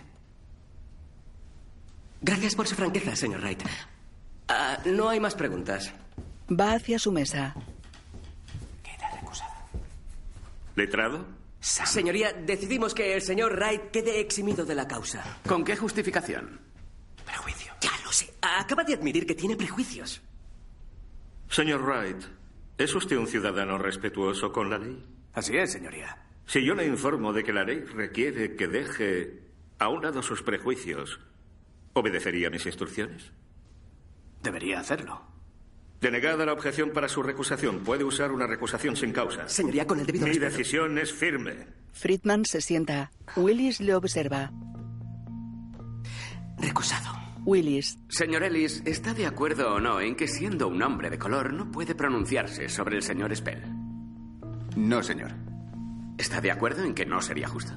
S10: Gracias por su franqueza, señor Wright. Ah, no hay más preguntas.
S1: Va hacia su mesa.
S16: ¿Letrado?
S10: Señoría, decidimos que el señor Wright quede eximido de la causa.
S23: ¿Con qué justificación?
S10: Prejuicio. Ya lo sé. Acaba de admitir que tiene prejuicios.
S16: Señor Wright, ¿es usted un ciudadano respetuoso con la ley?
S23: Así es, señoría.
S16: Si yo le informo de que la ley requiere que deje a un lado sus prejuicios, ¿obedecería mis instrucciones?
S23: Debería hacerlo.
S16: Denegada la objeción para su recusación. Puede usar una recusación sin causa.
S10: Señoría, con el debido
S16: Mi
S10: respeto.
S16: decisión es firme.
S1: Friedman se sienta. Willis le observa.
S10: Recusado.
S1: Willis.
S6: Señor Ellis, ¿está de acuerdo o no en que siendo un hombre de color no puede pronunciarse sobre el señor Spell?
S13: No, señor.
S6: ¿Está de acuerdo en que no sería justo?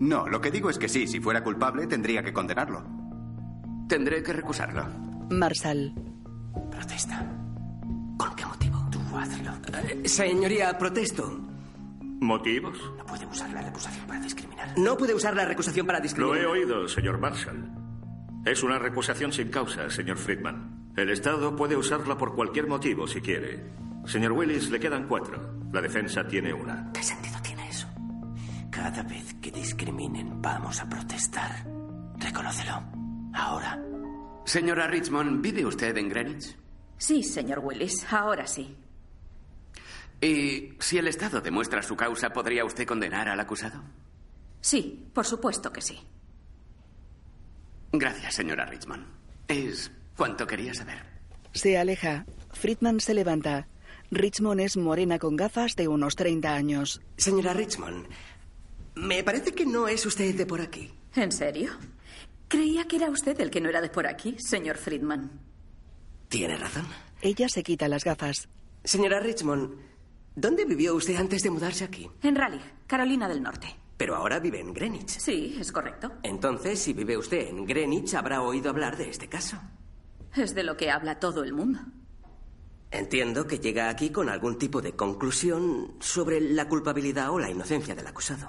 S13: No, lo que digo es que sí, si fuera culpable tendría que condenarlo.
S6: Tendré que recusarlo.
S1: Marshall.
S6: Protesta.
S10: ¿Con qué motivo?
S6: Tú hazlo.
S10: Eh, Señoría, protesto.
S16: ¿Motivos?
S6: No puede usar la recusación para discriminar.
S10: No puede usar la recusación para
S16: Lo
S10: discriminar.
S16: he oído, señor Marshall. Es una recusación sin causa, señor Friedman. El Estado puede usarla por cualquier motivo si quiere. Señor Willis, le quedan cuatro. La defensa tiene una.
S6: ¿Qué sentido tiene eso? Cada vez que discriminen, vamos a protestar. Reconócelo. Ahora. Señora Richmond, ¿vive usted en Greenwich?
S18: Sí, señor Willis, ahora sí.
S6: Y si el Estado demuestra su causa, ¿podría usted condenar al acusado?
S18: Sí, por supuesto que sí.
S6: Gracias, señora Richmond. Es cuanto quería saber.
S1: Se aleja. Friedman se levanta. Richmond es morena con gafas de unos 30 años.
S10: Señora Richmond, me parece que no es usted de por aquí.
S18: ¿En serio? Creía que era usted el que no era de por aquí, señor Friedman.
S10: Tiene razón.
S1: Ella se quita las gafas.
S10: Señora Richmond, ¿dónde vivió usted antes de mudarse aquí?
S18: En Raleigh, Carolina del Norte.
S10: Pero ahora vive en Greenwich.
S18: Sí, es correcto.
S10: Entonces, si vive usted en Greenwich, habrá oído hablar de este caso.
S18: Es de lo que habla todo el mundo.
S10: Entiendo que llega aquí con algún tipo de conclusión sobre la culpabilidad o la inocencia del acusado.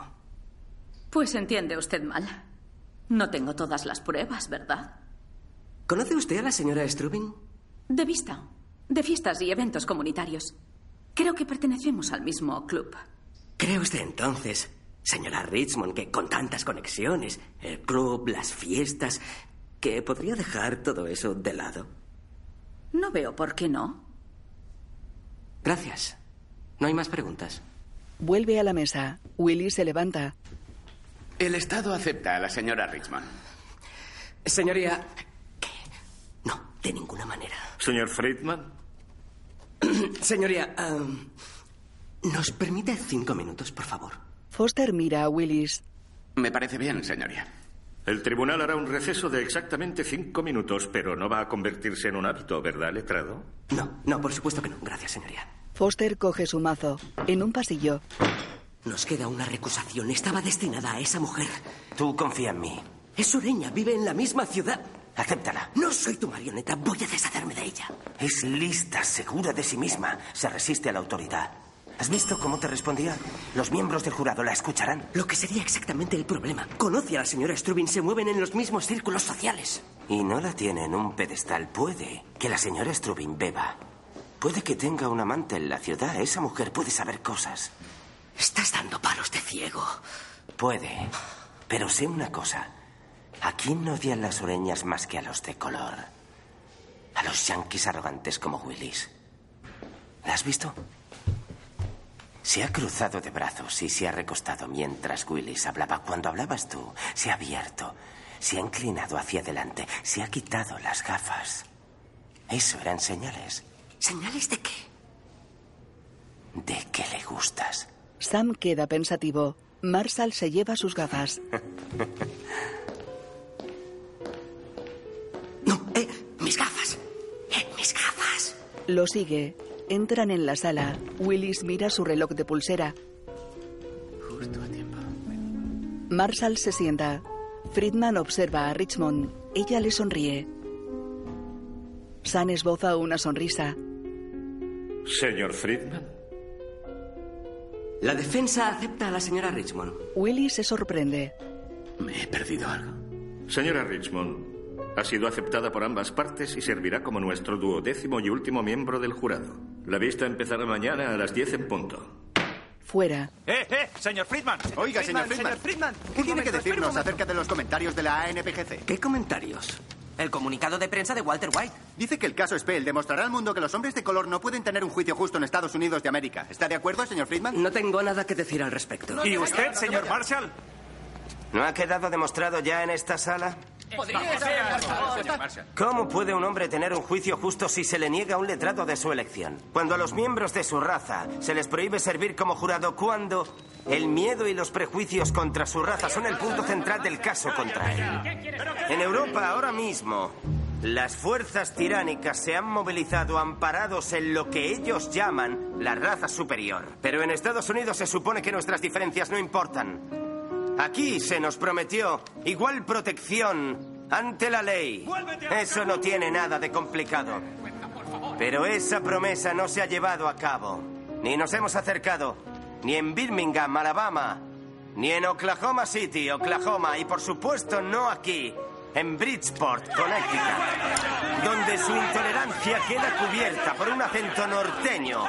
S5: Pues entiende usted mal. No tengo todas las pruebas, ¿verdad?
S10: ¿Conoce usted a la señora Strubin?
S5: De vista, de fiestas y eventos comunitarios. Creo que pertenecemos al mismo club.
S10: ¿Cree usted entonces, señora Richmond, que con tantas conexiones, el club, las fiestas, que podría dejar todo eso de lado?
S5: No veo por qué no.
S10: Gracias. No hay más preguntas.
S1: Vuelve a la mesa. Willy se levanta.
S6: El Estado acepta a la señora Richmond.
S10: Señoría... No, de ninguna manera.
S16: Señor Friedman,
S10: [clears throat] Señoría, am, ¿nos permite cinco minutos, por favor?
S1: Foster mira a Willis.
S6: Me parece bien, señoría.
S16: el tribunal hará un receso de exactamente cinco minutos, pero no va a convertirse en un hábito, ¿verdad, letrado?
S10: No, no, por supuesto que no. Gracias, señoría.
S1: Foster coge su mazo. En un pasillo,
S10: Nos queda una recusación. Estaba destinada a esa mujer.
S2: Tú confía en mí.
S10: Es sureña, vive en la misma ciudad.
S2: Acéptala.
S10: No soy tu marioneta, voy a deshacerme de ella.
S2: Es lista, segura de sí misma. Se resiste a la autoridad. ¿Has visto cómo te respondía? Los miembros del jurado la escucharán.
S10: Lo que sería exactamente el problema. Conoce a la señora Strubin, se mueven en los mismos círculos sociales.
S2: Y no la tiene en un pedestal. Puede que la señora Strubin beba. Puede que tenga un amante en la ciudad. Esa mujer puede saber cosas.
S10: Estás dando palos de ciego.
S2: Puede. Pero sé una cosa. ¿A quién odian las oreñas más que a los de color? A los yanquis arrogantes como Willis. ¿La has visto? Se ha cruzado de brazos y se ha recostado mientras Willis hablaba. Cuando hablabas tú, se ha abierto, se ha inclinado hacia adelante, se ha quitado las gafas. Eso eran señales
S10: ¿Señales de qué?
S2: de que le gustas.
S1: Sam queda pensativo. Marshall se lleva sus gafas.
S10: Mis gafas. Eh, mis gafas.
S1: Lo sigue. Entran en la sala. Willis mira su reloj de pulsera.
S6: Justo a tiempo.
S1: Marshall se sienta. Friedman observa a Richmond. Ella le sonríe. Sam esboza una sonrisa.
S16: Señor Friedman,
S10: La defensa acepta a la señora Richmond.
S1: Willy se sorprende.
S6: Me he perdido algo.
S16: Señora Richmond, ha sido aceptada por ambas partes y servirá como nuestro duodécimo y último miembro del jurado. La vista empezará mañana a las 10 en punto.
S1: Fuera.
S8: ¡Eh, eh! ¡Señor Friedman!
S13: [laughs] Oiga, señor Friedman. ¿Qué tiene que decirnos acerca de los comentarios de la ANPGC?
S10: ¿Qué comentarios?
S15: El comunicado de prensa de Walter White.
S13: Dice que el caso Spell demostrará al mundo que los hombres de color no pueden tener un juicio justo en Estados Unidos de América. ¿Está de acuerdo, señor Friedman?
S10: No tengo nada que decir al respecto.
S8: ¿Y usted, señor Marshall?
S2: ¿No ha quedado demostrado ya en esta sala? ¿Cómo puede un hombre tener un juicio justo si se le niega un letrado de su elección? Cuando a los miembros de su raza se les prohíbe servir como jurado, cuando el miedo y los prejuicios contra su raza son el punto central del caso contra él. En Europa ahora mismo, las fuerzas tiránicas se han movilizado amparados en lo que ellos llaman la raza superior. Pero en Estados Unidos se supone que nuestras diferencias no importan. Aquí se nos prometió igual protección ante la ley. Eso no tiene nada de complicado. Pero esa promesa no se ha llevado a cabo. Ni nos hemos acercado, ni en Birmingham, Alabama, ni en Oklahoma City, Oklahoma, y por supuesto no aquí, en Bridgeport, Connecticut, donde su intolerancia queda cubierta por un acento norteño.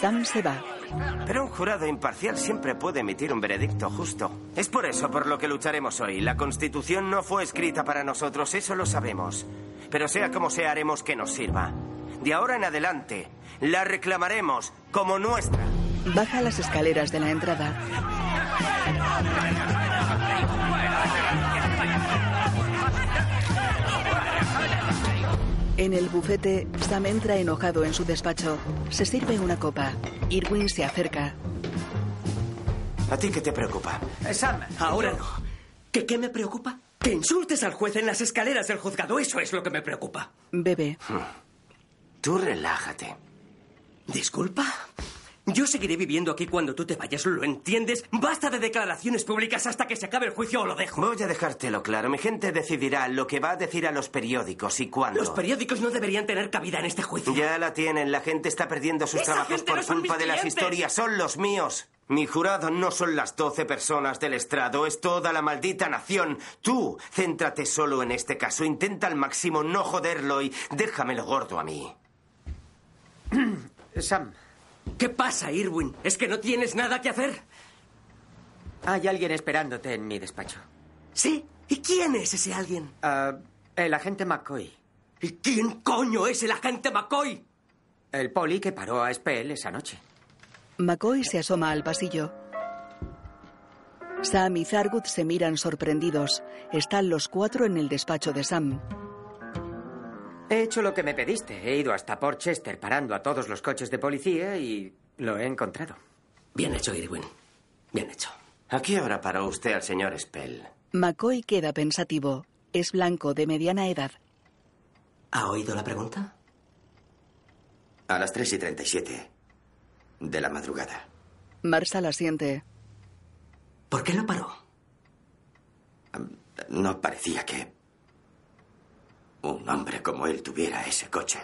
S1: Sam se va.
S2: Pero un jurado imparcial siempre puede emitir un veredicto justo. Es por eso por lo que lucharemos hoy. La Constitución no fue escrita para nosotros, eso lo sabemos. Pero sea como sea, haremos que nos sirva. De ahora en adelante, la reclamaremos como nuestra.
S1: Baja las escaleras de la entrada. En el bufete, Sam entra enojado en su despacho. Se sirve una copa. Irwin se acerca.
S2: ¿A ti qué te preocupa?
S10: Sam. Ahora no. ¿Que qué me preocupa? Que insultes al juez en las escaleras del juzgado. Eso es lo que me preocupa.
S1: Bebe.
S2: Tú Hmm. relájate.
S10: ¿Disculpa? Yo seguiré viviendo aquí cuando tú te vayas, ¿lo entiendes? Basta de declaraciones públicas hasta que se acabe el juicio o lo dejo.
S2: Voy a dejártelo claro. Mi gente decidirá lo que va a decir a los periódicos y cuándo.
S10: Los periódicos no deberían tener cabida en
S15: [clears throat]
S10: este juicio.
S2: Ya la tienen. La gente está perdiendo sus
S10: Esa
S2: trabajos
S10: gente
S2: por
S10: no son
S2: culpa
S10: mis
S2: de las
S10: clientes.
S2: historias. Son los míos. Mi jurado no son las 12 personas del estrado, es toda la maldita nación. Tú, céntrate solo en este caso, intenta al máximo no joderlo y déjamelo gordo a mí.
S10: Sam. ¿Qué pasa, Irwin? ¿Es que no tienes nada que hacer?
S15: Hay alguien esperándote en mi despacho.
S10: ¿Sí? ¿Y quién es ese alguien?
S15: Ah, el agente McCoy.
S10: ¿Y quién coño es el agente McCoy?
S15: El poli que paró a Spell esa noche.
S1: McCoy se asoma al pasillo. Sam y Zargut se miran sorprendidos. Están los cuatro en el despacho de Sam.
S15: He hecho lo que me pediste. He ido hasta Port Chester parando a todos los coches de policía y lo he encontrado.
S10: Bien hecho, Irwin. Bien hecho.
S2: ¿A qué hora paró usted al señor Spell?
S1: McCoy queda pensativo. Es blanco, de mediana edad.
S10: ¿Ha oído la pregunta?
S3: A las 3 y 37 de la madrugada.
S1: Marshall asiente.
S10: ¿Por qué lo paró?
S3: No parecía que un hombre como él tuviera ese coche.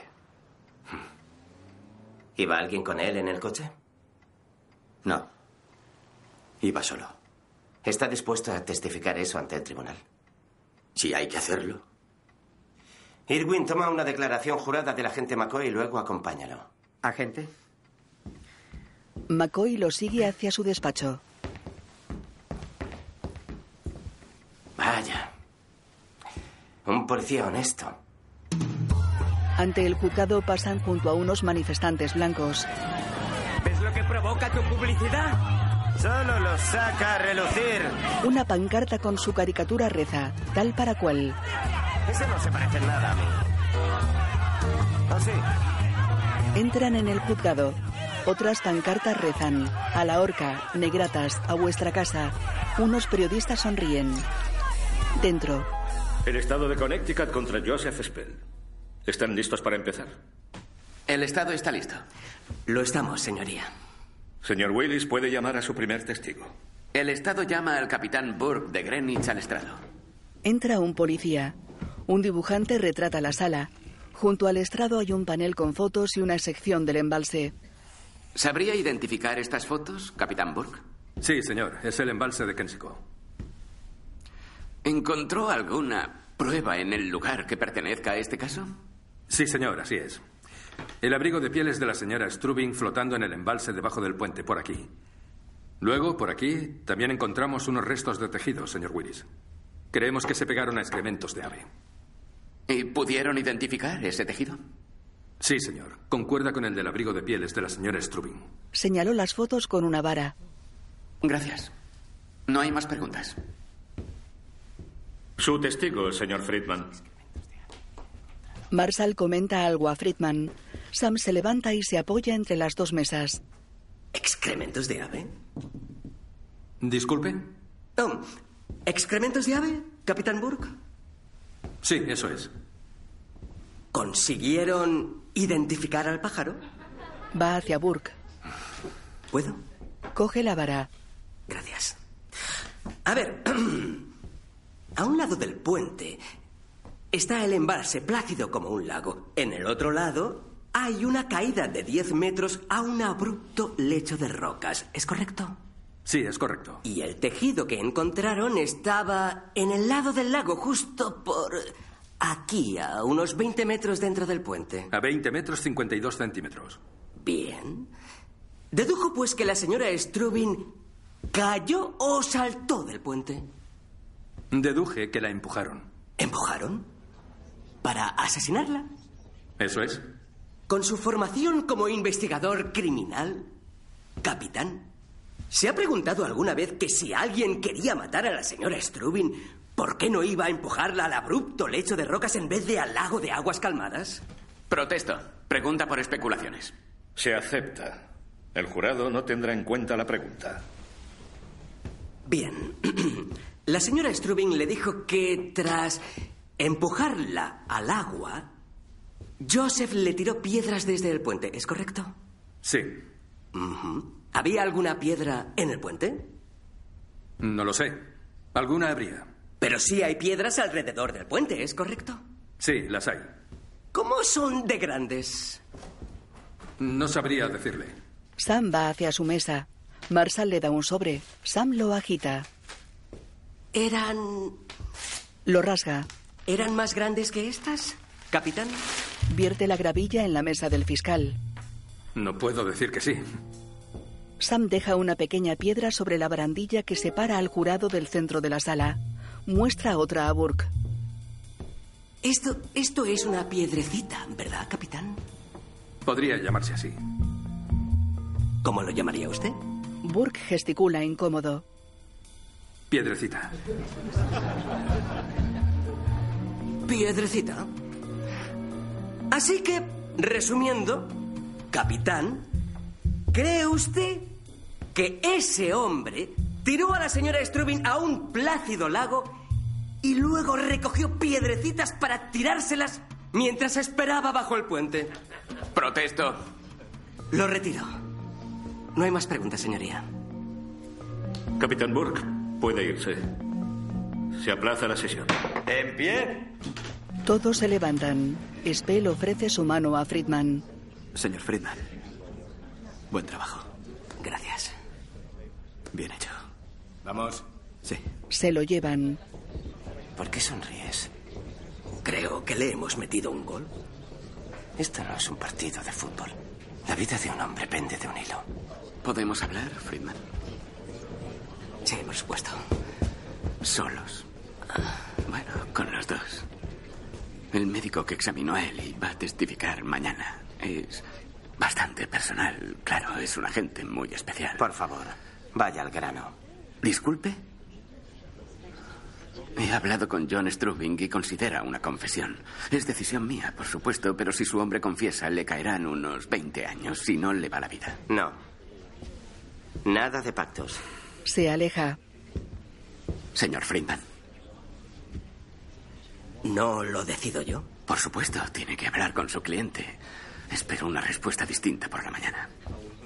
S2: Hmm. ¿Iba alguien con él en el coche?
S3: No. Iba solo.
S2: ¿Está dispuesto a testificar eso ante el tribunal?
S3: Si hay que hacerlo.
S2: Irwin, toma una declaración jurada del agente McCoy y luego acompáñalo.
S15: ¿Agente?
S1: McCoy lo sigue hacia su despacho.
S2: Vaya. Un policía honesto.
S1: Ante el juzgado pasan junto a unos manifestantes blancos.
S19: ¿Ves lo que provoca tu publicidad?
S2: Solo los saca a relucir.
S1: Una pancarta con su caricatura reza, tal para cual.
S2: Ese no se parece en nada a mí.
S10: ¿Ah,
S2: ¿O sí?
S1: Entran en el juzgado. Otras pancartas rezan. A la horca, negratas, a vuestra casa. Unos periodistas sonríen. Dentro,
S16: El estado de Connecticut contra Joseph Spell. ¿Están listos para empezar?
S6: El Estado está listo.
S10: Lo estamos, señoría.
S16: Señor Willis puede llamar a su primer testigo.
S6: El Estado llama al capitán Burke de Greenwich al estrado.
S1: entra un policía. Un dibujante retrata la sala. Junto al estrado hay un panel con fotos y una sección del embalse.
S6: ¿Sabría identificar estas fotos, capitán Burke?
S9: Sí, señor. Es el embalse de Kensico.
S6: ¿Encontró alguna prueba en el lugar que pertenezca a este caso?
S9: Sí, señor, así es. El abrigo de pieles de la señora Strubing flotando en el embalse debajo del puente, por aquí. Luego, por aquí, también encontramos unos restos de tejido, señor Willis. Creemos que se pegaron a excrementos de ave.
S6: ¿Y pudieron identificar ese tejido?
S9: Sí, señor. Concuerda con el del abrigo de pieles de la señora Strubing.
S1: Señaló las fotos con una vara.
S6: Gracias. No hay más preguntas.
S16: Su testigo, señor Friedman.
S1: Marshall comenta algo a Friedman. Sam se levanta y se apoya entre las dos mesas.
S10: ¿Excrementos de ave?
S9: Disculpe.
S10: Oh, ¿Excrementos de ave, Capitán Burke?
S9: Sí, eso es.
S10: ¿Consiguieron identificar al pájaro?
S1: Va hacia Burke.
S10: ¿Puedo?
S1: Coge la vara.
S10: Gracias. A ver, [clears throat] a un lado del puente está el embalse plácido como un lago. En el otro lado hay una caída de 10 metros a un abrupto lecho de rocas. ¿Es correcto?
S9: Sí, es correcto.
S10: Y el tejido que encontraron estaba en el lado del lago, justo por aquí, a unos 20 metros dentro del puente.
S9: A 20 metros 52 centímetros.
S10: Bien. Dedujo pues que la señora Strubin cayó o saltó del puente.
S9: Deduje que la empujaron.
S10: ¿Empujaron? ¿Para asesinarla?
S9: ¿Eso es?
S10: Con su formación como investigador criminal, capitán, ¿se ha preguntado alguna vez que si alguien quería matar a la señora Strubin, ¿por qué no iba a empujarla al abrupto lecho de rocas en vez de al lago de aguas calmadas?
S6: Protesto. Pregunta por especulaciones.
S16: Se acepta. El jurado no tendrá en cuenta la pregunta.
S10: Bien. [clears throat] La señora Strubing le dijo que tras empujarla al agua, Joseph le tiró piedras desde el puente, ¿es correcto?
S9: Sí.
S10: Ujú. ¿Había alguna piedra en el puente?
S9: No lo sé. Alguna habría.
S10: Pero sí hay piedras alrededor del puente, ¿es correcto?
S9: Sí, las hay.
S10: ¿Cómo son de grandes?
S9: No sabría decirle.
S1: Sam va hacia su mesa. Marshall le da un sobre. Sam lo agita.
S10: ¿Eran.
S1: Lo rasga.
S10: eran más grandes que estas? Capitán.
S1: Vierte la gravilla en la mesa del fiscal.
S9: No puedo decir que sí.
S1: Sam deja una pequeña piedra sobre la barandilla que separa al jurado del centro de la sala. Muestra otra a Burke.
S10: Esto, esto es una piedrecita, ¿verdad, capitán?
S9: Podría llamarse así.
S10: ¿Cómo lo llamaría usted?
S1: Burke gesticula incómodo.
S9: Piedrecita.
S10: Piedrecita. Así que, resumiendo, capitán, ¿cree usted que ese hombre tiró a la señora Strubin a un plácido lago y luego recogió piedrecitas para tirárselas mientras esperaba bajo el puente?
S26: Protesto.
S10: Lo retiro. No hay más preguntas, señoría.
S16: Capitán Burke, puede irse. Se aplaza la sesión.
S27: ¿En pie?
S1: Todos se levantan. Spell ofrece su mano a Friedman.
S21: Señor Friedman, buen trabajo.
S10: Gracias.
S21: Bien hecho.
S26: Vamos.
S21: Sí.
S1: Se lo llevan.
S10: ¿Por qué sonríes? Creo que le hemos metido un gol. Esto no es un partido de fútbol. La vida de un hombre pende de un hilo.
S6: ¿Podemos hablar, Friedman?
S10: Sí, por supuesto.
S6: Solos. Bueno, con los dos. El médico que examinó a Eli va a testificar mañana. Es bastante personal. Claro, es un agente muy especial.
S2: Por favor, vaya al grano.
S6: Disculpe. He hablado con John Strubing y considera una confesión. Es decisión mía, por supuesto, pero si su hombre confiesa, le caerán unos 20 años. Si no, le va la vida.
S2: No. Nada de pactos.
S1: Se aleja.
S6: Señor Friedman.
S10: ¿No lo decido yo?
S6: Por supuesto, tiene que hablar con su cliente. Espero una respuesta distinta por la mañana.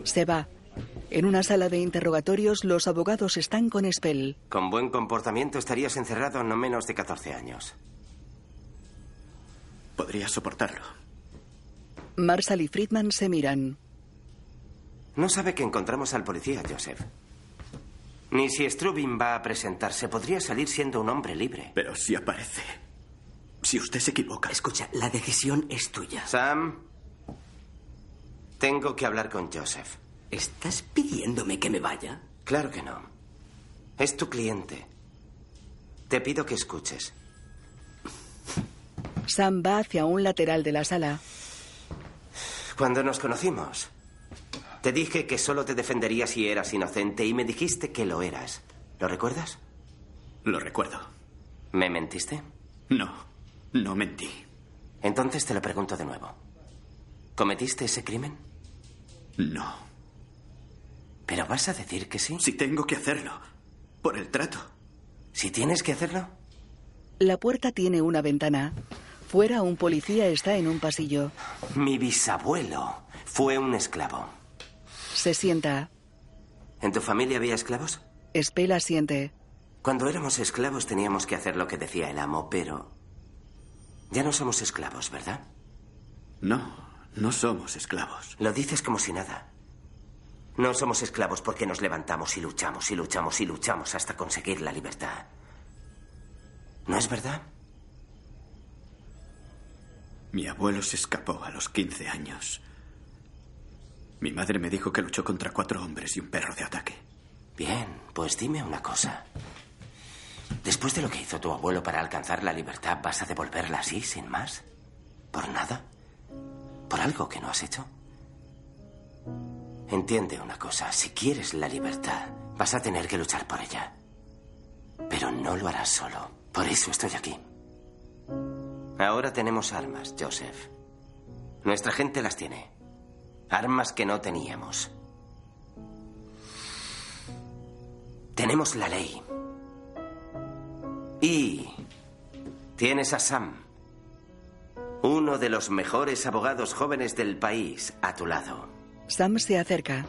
S1: Se va. En una sala de interrogatorios, los abogados están con Spell.
S2: Con buen comportamiento estarías encerrado no menos de 14 años.
S21: Podría soportarlo.
S1: Marshall y Friedman se miran.
S2: No sabe que encontramos al policía, Joseph. Ni si Strubin va a presentarse, podría salir siendo un hombre libre.
S21: Pero si aparece. Si usted se equivoca.
S10: Escucha, la decisión es tuya.
S2: Sam, tengo que hablar con Joseph.
S10: ¿Estás pidiéndome que me vaya?
S2: Claro que no. Es tu cliente. Te pido que escuches.
S1: Sam va hacia un lateral de la sala.
S2: Cuando nos conocimos, te dije que solo te defendería si eras inocente y me dijiste que lo eras. ¿Lo recuerdas?
S21: Lo recuerdo.
S2: ¿Me mentiste?
S21: No, no mentí.
S2: Entonces te lo pregunto de nuevo. ¿Cometiste ese crimen?
S21: No.
S2: ¿Pero vas a decir que sí?
S21: Si tengo que hacerlo. Por el trato.
S2: ¿Si tienes que hacerlo?
S1: La puerta tiene una ventana. Fuera, un policía está en un pasillo.
S2: Mi bisabuelo fue un esclavo.
S1: Se sienta.
S2: ¿En tu familia había esclavos?
S1: Spell asiente.
S2: Cuando éramos esclavos teníamos que hacer lo que decía el amo, pero... Ya no somos esclavos, ¿verdad?
S21: No, no somos esclavos.
S2: Lo dices como si nada. No somos esclavos porque nos levantamos y luchamos y luchamos y luchamos hasta conseguir la libertad. ¿No es verdad?
S21: Mi abuelo se escapó a los 15 años. Mi madre me dijo que luchó contra cuatro hombres y un perro de ataque.
S2: Bien, pues dime una cosa. Después de lo que hizo tu abuelo para alcanzar la libertad, ¿vas a devolverla así, sin más? ¿Por nada? ¿Por algo que no has hecho? Entiende una cosa, si quieres la libertad, vas a tener que luchar por ella. Pero no lo harás solo. Por eso estoy aquí. Ahora tenemos armas, Joseph. Nuestra gente las tiene. Armas que no teníamos. Tenemos la ley. Y tienes a Sam, uno de los mejores abogados jóvenes del país, a tu lado.
S1: Sam se acerca.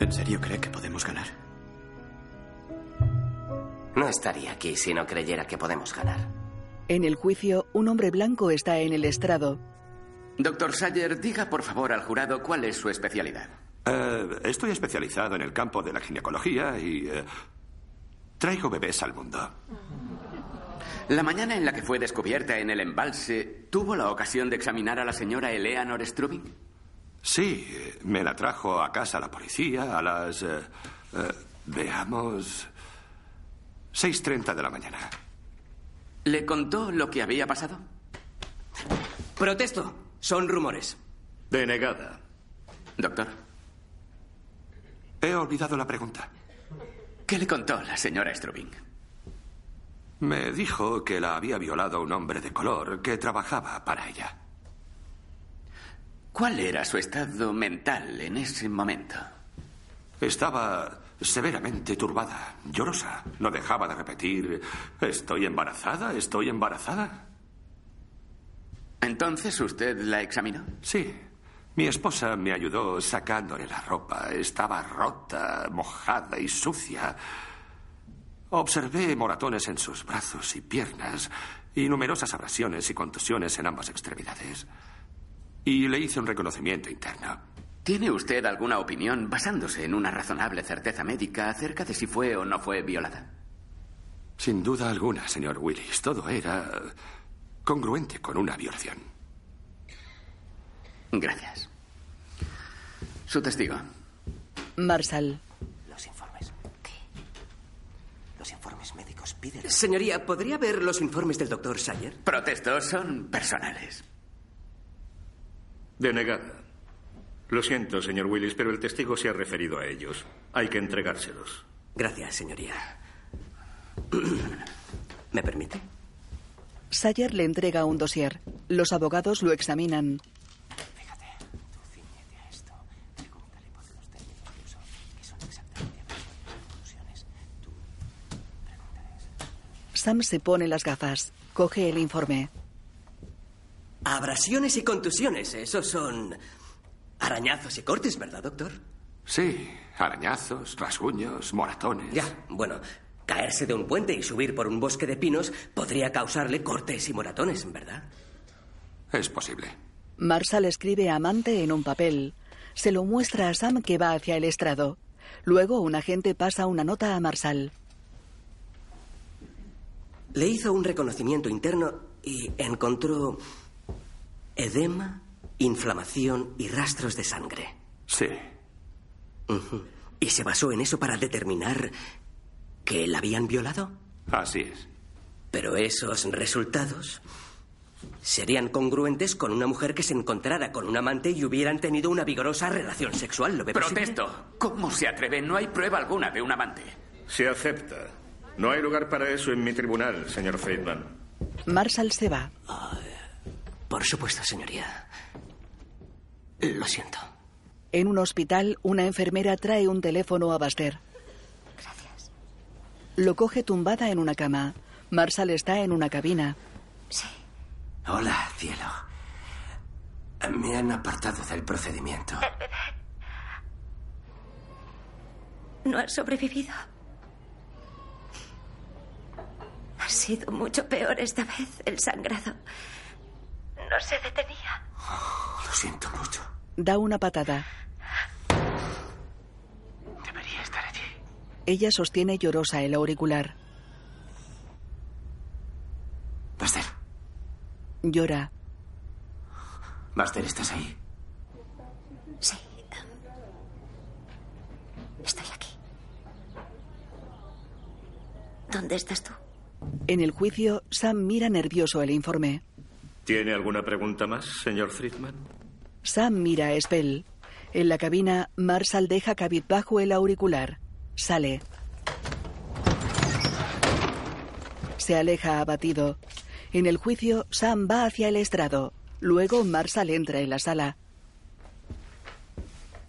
S28: ¿En serio cree que podemos ganar?
S2: No estaría aquí si no creyera que podemos ganar.
S1: En el juicio, un hombre blanco está en el estrado.
S6: Doctor Sayer, diga por favor al jurado cuál es su especialidad.
S7: Eh, estoy especializado en el campo de la ginecología y eh, traigo bebés al mundo.
S6: La mañana en la que fue descubierta en el embalse, ¿tuvo la ocasión de examinar a la señora Eleanor Strubing?
S7: Sí, eh, me la trajo a casa la policía a las... eh, eh, veamos... 6.30 de la mañana.
S6: ¿Le contó lo que había pasado?
S10: Protesto. Son rumores.
S16: Denegada.
S6: Doctor,
S7: He olvidado la pregunta.
S6: ¿qué le contó la señora Strubing?
S7: Me dijo que la había violado un hombre de color que trabajaba para ella.
S6: ¿Cuál era su estado mental en ese momento?
S7: Estaba severamente turbada, llorosa. No dejaba de repetir, estoy embarazada, estoy embarazada.
S6: ¿Entonces usted la examinó?
S7: Sí. Mi esposa me ayudó sacándole la ropa. Estaba rota, mojada y sucia. Observé moratones en sus brazos y piernas y numerosas abrasiones y contusiones en ambas extremidades. Y le hice un reconocimiento interno.
S6: ¿Tiene usted alguna opinión basándose en una razonable certeza médica acerca de si fue o no fue violada?
S7: Sin duda alguna, señor Willis, todo era congruente con una violación.
S6: Gracias. Su testigo.
S1: Marshall.
S10: Los informes.
S6: Los informes médicos piden.
S10: Señoría, ¿podría ver los informes del doctor Sayer?
S6: Protestos son personales.
S16: Denegada. Lo siento, señor Willis, pero el testigo se ha referido a ellos. Hay que entregárselos.
S10: Gracias, señoría. ¿Me permite?
S1: Sayer le entrega un dossier. Los abogados lo examinan. Sam se pone las gafas. Coge el informe.
S10: Abrasiones y contusiones. Esos son arañazos y cortes, ¿verdad, doctor?
S7: Sí, arañazos, rasguños, moratones.
S10: Ya, bueno. Caerse de un puente y subir por un bosque de pinos podría causarle cortes y moratones, ¿verdad?
S7: Es posible.
S1: Marshall escribe amante en un papel. Se lo muestra a Sam que va hacia el estrado. Luego un agente pasa una nota a Marshall.
S10: Le hizo un reconocimiento interno y encontró edema, inflamación y rastros de sangre.
S7: Sí.
S10: Ujú. ¿Y se basó en eso para determinar que la habían violado?
S7: Así es.
S10: Pero esos resultados serían congruentes con una mujer que se encontrara con un amante y hubieran tenido una vigorosa relación sexual. ¿Lo ve posible?
S6: Protesto. ¿Cómo se atreve? No hay prueba alguna de un amante.
S16: Se acepta. No hay lugar para eso en mi tribunal, señor Friedman.
S1: Marshall se va.
S10: Por supuesto, señoría. Lo siento.
S1: En un hospital, una enfermera trae un teléfono a Baster. Gracias. Lo coge tumbada en una cama. Marshall está en una cabina.
S2: Hola, cielo. Me han apartado del procedimiento.
S20: No has sobrevivido. Ha sido mucho peor esta vez el sangrado. No se detenía.
S2: Lo siento mucho.
S1: Da una patada.
S2: Debería estar allí.
S1: Ella sostiene llorosa el auricular.
S2: Buster,
S1: Llora.
S2: Buster, ¿estás ahí?
S20: Sí. Estoy aquí. ¿Dónde estás tú?
S1: En el juicio, Sam mira nervioso el informe.
S16: ¿Tiene alguna pregunta más, señor Friedman?
S1: Sam mira a Spell. En la cabina, Marshall deja cabizbajo el auricular. Sale. Se aleja abatido. En el juicio, Sam va hacia el estrado. Luego, Marshall entra en la sala.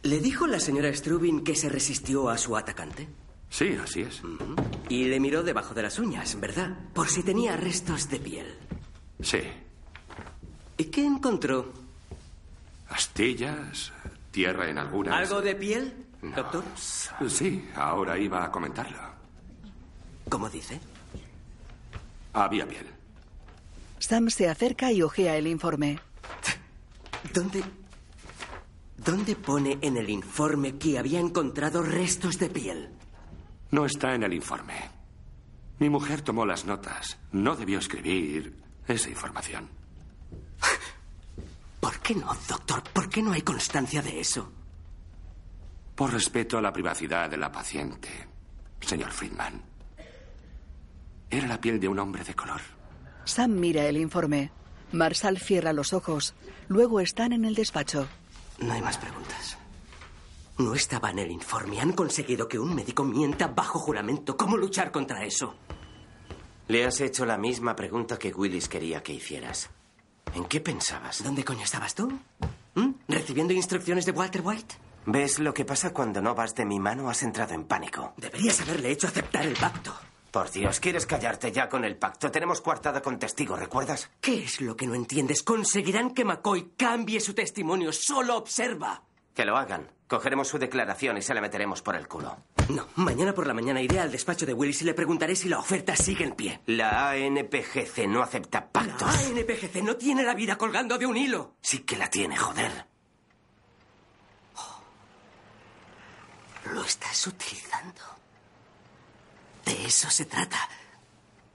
S10: ¿Le dijo la señora Strubin que se resistió a su atacante?
S7: Sí, así es.
S10: Y le miró debajo de las uñas, ¿verdad? Por si tenía restos de piel.
S7: Sí.
S10: ¿Y qué encontró?
S7: Astillas, tierra en algunas.
S10: ¿Algo de piel? ¿Doctor?
S7: Sí, ahora iba a comentarlo.
S10: ¿Cómo dice?
S7: Había piel.
S1: Sam se acerca y ojea el informe.
S10: ¿Dónde. ¿Dónde pone en el informe que había encontrado restos de piel?
S7: No está en el informe. Mi mujer tomó las notas. No debió escribir esa información.
S10: ¿Por qué no, doctor? ¿Por qué no hay constancia de eso?
S7: Por respeto a la privacidad de la paciente, señor Friedman. Era la piel de un hombre de color.
S1: Sam mira el informe. Marsal cierra los ojos. Luego están en el despacho.
S10: No hay más preguntas. No estaba en el informe. Han conseguido que un médico mienta bajo juramento. ¿Cómo luchar contra eso?
S2: Le has hecho la misma pregunta que Willis quería que hicieras. ¿En qué pensabas?
S10: ¿Dónde coño estabas tú? ¿Mm? ¿Recibiendo instrucciones de Walter White?
S2: ¿Ves lo que pasa cuando no vas de mi mano? Has entrado en pánico.
S10: Deberías haberle hecho aceptar el pacto.
S2: Por Dios, ¿quieres callarte ya con el pacto? Tenemos coartada con testigos, ¿recuerdas?
S10: ¿Qué es lo que no entiendes? Conseguirán que McCoy cambie su testimonio. Solo observa.
S2: Que lo hagan. Cogeremos su declaración y se la meteremos por el culo.
S10: No, mañana por la mañana iré al despacho de Willis y le preguntaré si la oferta sigue en pie.
S2: La ANPGC no acepta pactos.
S10: La ANPGC no tiene la vida colgando de un hilo.
S2: Sí que la tiene, joder.
S10: Oh. Lo estás utilizando. De eso se trata.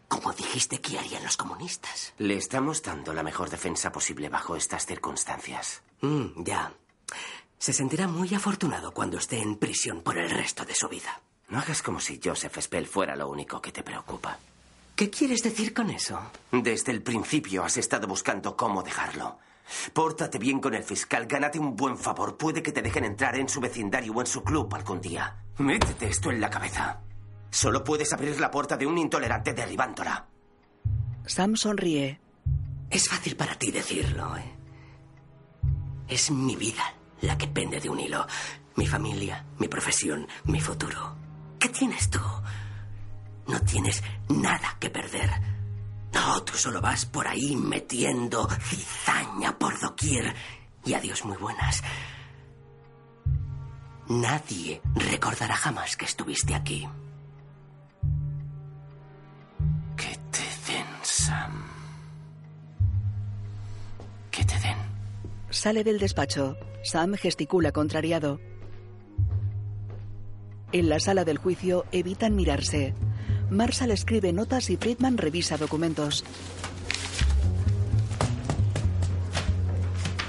S10: Como dijiste que harían los comunistas.
S2: Le estamos dando la mejor defensa posible bajo estas circunstancias.
S10: Mm, ya. Se sentirá muy afortunado cuando esté en prisión por el resto de su vida.
S2: No hagas como si Joseph Spell fuera lo único que te preocupa.
S10: ¿Qué quieres decir con eso?
S2: Desde el principio has estado buscando cómo dejarlo. Pórtate bien con el fiscal, gánate un buen favor. Puede que te dejen entrar en su vecindario o en su club algún día. Métete esto en la cabeza. Solo puedes abrir la puerta de un intolerante derribándola.
S1: Sam sonríe.
S10: Es fácil para ti decirlo, ¿eh? Es mi vida la que pende de un hilo. Mi familia, mi profesión, mi futuro. ¿Qué tienes tú? No tienes nada que perder. No, tú solo vas por ahí metiendo cizaña por doquier. Y adiós muy buenas. Nadie recordará jamás que estuviste aquí.
S2: Que te den, Sam. Que te den.
S1: Sale del despacho. Sam gesticula contrariado. En la sala del juicio evitan mirarse. Marshall escribe notas y Friedman revisa documentos.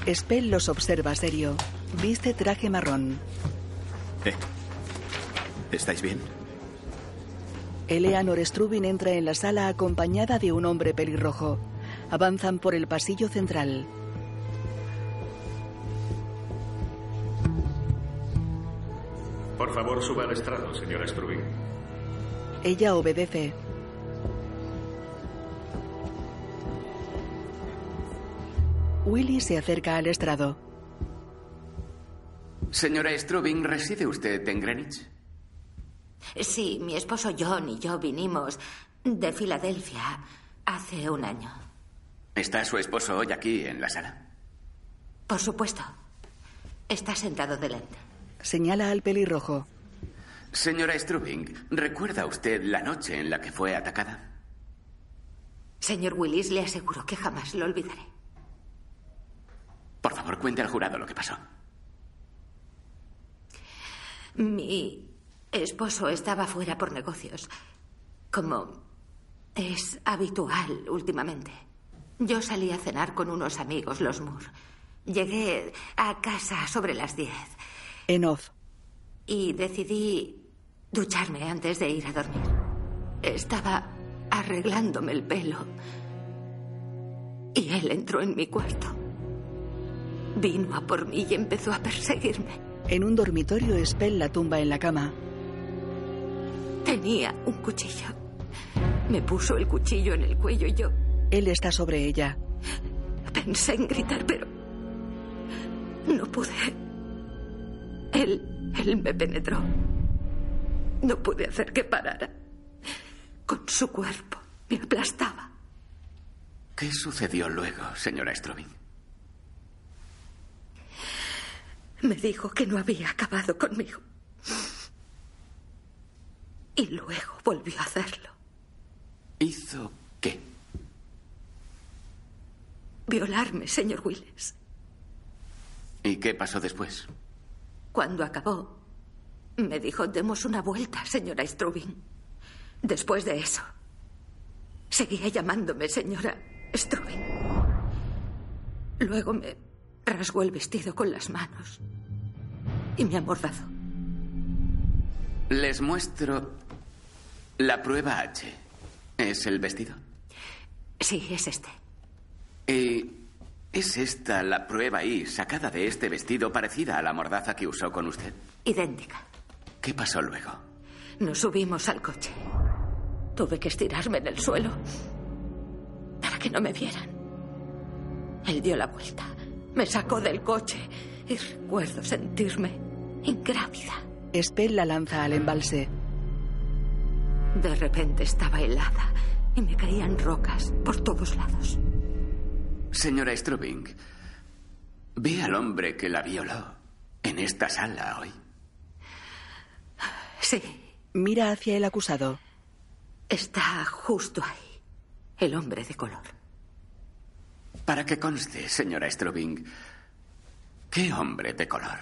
S1: Spell los observa serio. Viste traje marrón.
S11: ¿Eh? ¿Estáis bien?
S1: Eleanor Strubin entra en la sala acompañada de un hombre pelirrojo. Avanzan por el pasillo central.
S16: Por favor, suba al estrado, señora Strubin.
S1: Ella obedece. Willy se acerca al estrado.
S6: Señora Strubin, ¿reside usted en Greenwich?
S20: Sí, mi esposo John y yo vinimos de Filadelfia hace un año.
S6: ¿Está su esposo hoy aquí en la sala?
S20: Por supuesto. Está sentado delante.
S1: Señala al pelirrojo.
S6: Señora Strubing, ¿recuerda usted la noche en la que fue atacada?
S20: Señor Willis, le aseguro que jamás lo olvidaré.
S6: Por favor, cuente al jurado lo que pasó.
S20: Mi esposo estaba fuera por negocios, como es habitual últimamente. Yo salí a cenar con unos amigos, los Moore. Llegué a casa sobre las diez.
S1: En off.
S20: Y decidí ducharme antes de ir a dormir. Estaba arreglándome el pelo. Y él entró en mi cuarto. Vino a por mí y empezó a perseguirme.
S1: En un dormitorio, Spell la tumba en la cama.
S20: Tenía un cuchillo. Me puso el cuchillo en el cuello y yo.
S1: Él está sobre ella.
S20: Pensé en gritar, pero. No pude. Él. Él me penetró. No pude hacer que parara. Con su cuerpo. Me aplastaba.
S6: ¿Qué sucedió luego, señora Strobin?
S20: Me dijo que no había acabado conmigo. Y luego volvió a hacerlo.
S6: ¿Hizo qué?
S20: Violarme, señor Willis.
S6: ¿Y qué pasó después?
S20: Cuando acabó, me dijo, demos una vuelta, señora Strubing. Después de eso, seguía llamándome señora Strubing. Luego me rasgó el vestido con las manos y me amordazó.
S6: Les muestro la prueba H. ¿Es el vestido?
S20: Sí, es este.
S6: ¿Y Eh, es esta la prueba I sacada de este vestido parecida a la mordaza que usó con usted?
S20: Idéntica.
S6: ¿Qué pasó luego?
S20: Nos subimos al coche. Tuve que estirarme en el suelo para que no me vieran. Él dio la vuelta, me sacó del coche y recuerdo sentirme ingrávida.
S1: Spell la lanza al embalse.
S20: De repente estaba helada y me caían rocas por todos lados.
S6: Señora Strubing, ve al hombre que la violó en esta sala hoy.
S20: Sí.
S1: Mira hacia el acusado.
S20: Está justo ahí, el hombre de color.
S6: Para que conste, señora Strubing, ¿qué hombre de color?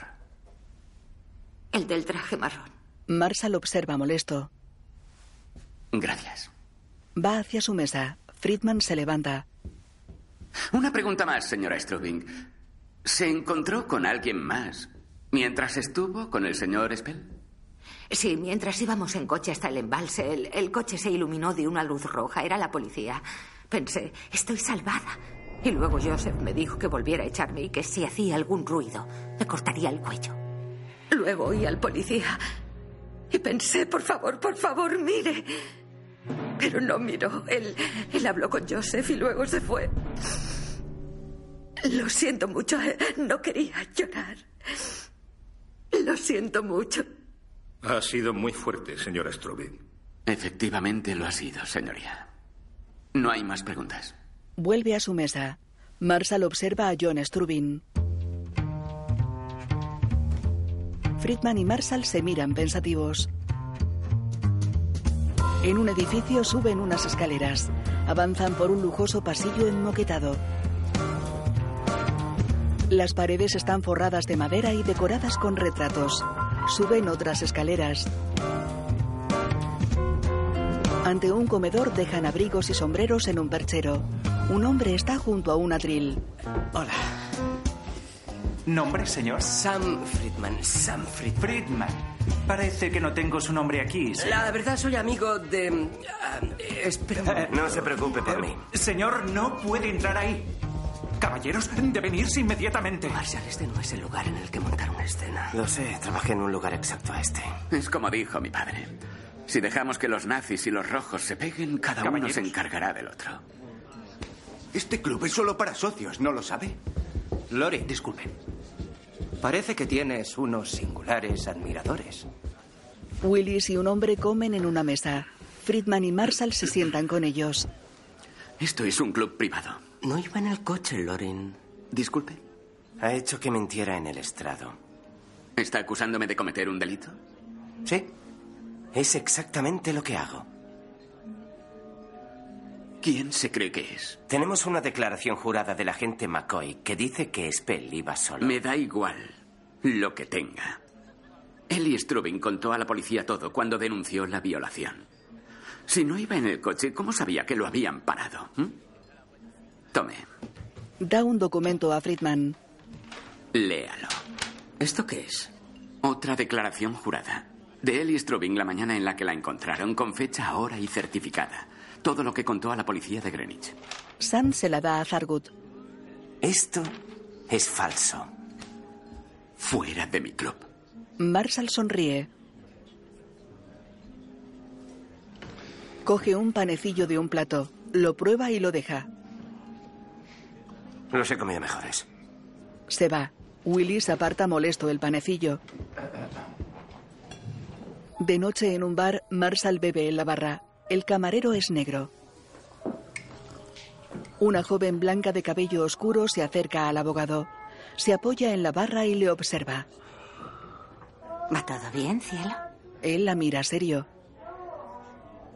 S20: El del traje marrón.
S1: Marshall observa molesto.
S6: Gracias.
S1: Va hacia su mesa. Friedman se levanta.
S6: Una pregunta más, señora Strubing. ¿Se encontró con alguien más mientras estuvo con el señor Spell?
S20: Sí, mientras íbamos en coche hasta el embalse, el, el coche se iluminó de una luz roja. Era la policía. Pensé, estoy salvada. Y luego Joseph me dijo que volviera a echarme y que si hacía algún ruido, me cortaría el cuello. Luego oí al policía y pensé, por favor, por favor, mire. Pero no miró. Él, él habló con Joseph y luego se fue. Lo siento mucho. eh, No quería llorar. Lo siento mucho.
S16: Ha sido muy fuerte, señora Strobin.
S6: Efectivamente lo ha sido, señoría. No hay más preguntas.
S1: Vuelve a su mesa. Marshall observa a John Strubin. Friedman y Marshall se miran pensativos. En un edificio suben unas escaleras. Avanzan por un lujoso pasillo enmoquetado. Las paredes están forradas de madera y decoradas con retratos. Suben otras escaleras. Ante un comedor dejan abrigos y sombreros en un perchero. Un hombre está junto a un atril.
S12: Hola. ¿Nombre, señor?
S17: Sam Friedman. Sam Friedman.
S12: Friedman. Parece que no tengo su nombre aquí. señor.
S17: La verdad soy amigo de... ah, espera un momento.
S2: Eh, No se preocupe
S17: Eh,
S2: por mí.
S12: Señor, no puede entrar ahí. Caballeros, deben irse inmediatamente.
S17: Marshall, este no es el lugar en el que montar una escena.
S2: Lo sé, trabajé en un lugar exacto a este.
S6: Es como dijo mi padre. Si dejamos que los nazis y los rojos se peguen, cada uno se encargará del otro.
S14: Este club es solo para socios, ¿no lo sabe?
S17: Lori, disculpe. Parece que tienes unos singulares admiradores.
S1: Willis y un hombre comen en una mesa. Friedman y Marshall se sientan con ellos.
S6: Esto es un club privado.
S17: No iba en el coche, Lorin.
S6: Disculpe.
S2: Ha hecho que mintiera en el estrado.
S6: ¿Está acusándome de cometer un delito?
S2: Sí. Es exactamente lo que hago.
S6: ¿Quién se cree que es?
S2: Tenemos una declaración jurada del agente McCoy que dice que Spell iba solo.
S6: Me da igual lo que tenga. Ellie Strubin contó a la policía todo cuando denunció la violación. Si no iba en el coche, ¿cómo sabía que lo habían parado? ¿Mm? Tome,
S1: Da un documento a Friedman.
S6: léalo.
S17: ¿Esto qué es?
S6: Otra declaración jurada. De Ellie Strubing la mañana en la que la encontraron, con fecha, hora y certificada. Todo lo que contó a la policía de Greenwich.
S1: Sam se la da a Fargut.
S2: Esto es falso.
S6: Fuera de mi club.
S1: Marshall sonríe. Coge un panecillo de un plato, lo prueba y lo deja.
S2: Los he comido mejores.
S1: Se va. Willis aparta molesto el panecillo. De noche en un bar, Marshall bebe en la barra. El camarero es negro. Una joven blanca de cabello oscuro se acerca al abogado. Se apoya en la barra y le observa.
S24: ¿Va todo bien, cielo?
S1: Él la mira serio.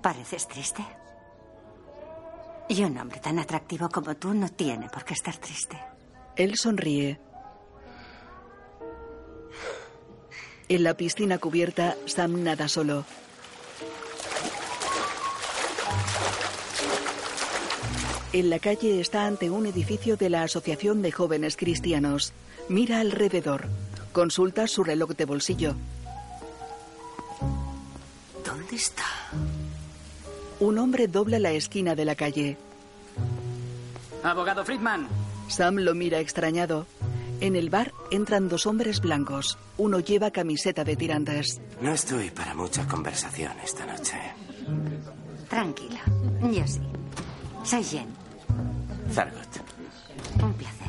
S20: Pareces triste. Y un hombre tan atractivo como tú no tiene por qué estar triste.
S1: Él sonríe. En la piscina cubierta, Sam nada solo. En la calle está ante un edificio de la Asociación de Jóvenes Cristianos. Mira alrededor. Consulta su reloj de bolsillo.
S20: ¿Dónde está?
S1: Un hombre dobla la esquina de la calle.
S10: Abogado Friedman.
S1: Sam lo mira extrañado. En el bar entran dos hombres blancos. Uno lleva camiseta de tirantes.
S2: No estoy para mucha conversación esta noche.
S20: Tranquila. Yo sí. Soy Jen.
S2: Zargot.
S20: Un placer.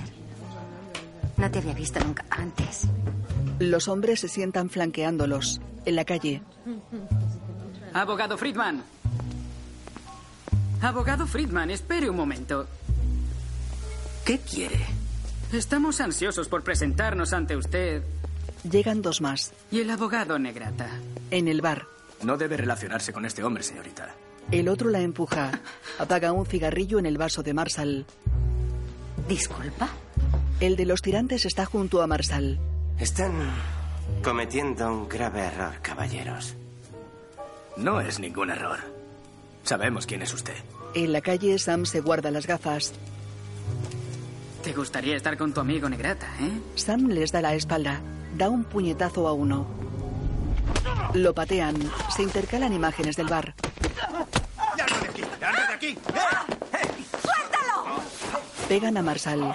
S20: No te había visto nunca antes.
S1: Los hombres se sientan flanqueándolos en la calle.
S10: Abogado Friedman. Abogado Friedman, espere un momento.
S22: ¿Qué quiere?
S10: Estamos ansiosos por presentarnos ante usted.
S1: Llegan dos más.
S10: Y el abogado Negrata.
S1: En el bar.
S21: No debe relacionarse con este hombre, señorita.
S1: El otro la
S10: [laughs]
S1: empuja. Apaga un cigarrillo en el vaso de Marsal.
S20: ¿Disculpa?
S1: El de los tirantes está junto a Marsal.
S2: Están cometiendo un grave error, caballeros.
S21: No es ningún error. Sabemos quién es usted.
S1: En la calle, Sam se guarda las gafas.
S10: Te gustaría estar con tu amigo Negrata, ¿eh?
S1: Sam les da la espalda. Da un puñetazo a uno. Lo patean. Se intercalan imágenes del bar.
S18: ¡Lárgate aquí! ¡Lárgate aquí! ¡Eh! ¡Eh!
S20: ¡Suéltalo!
S1: Pegan a Marsal.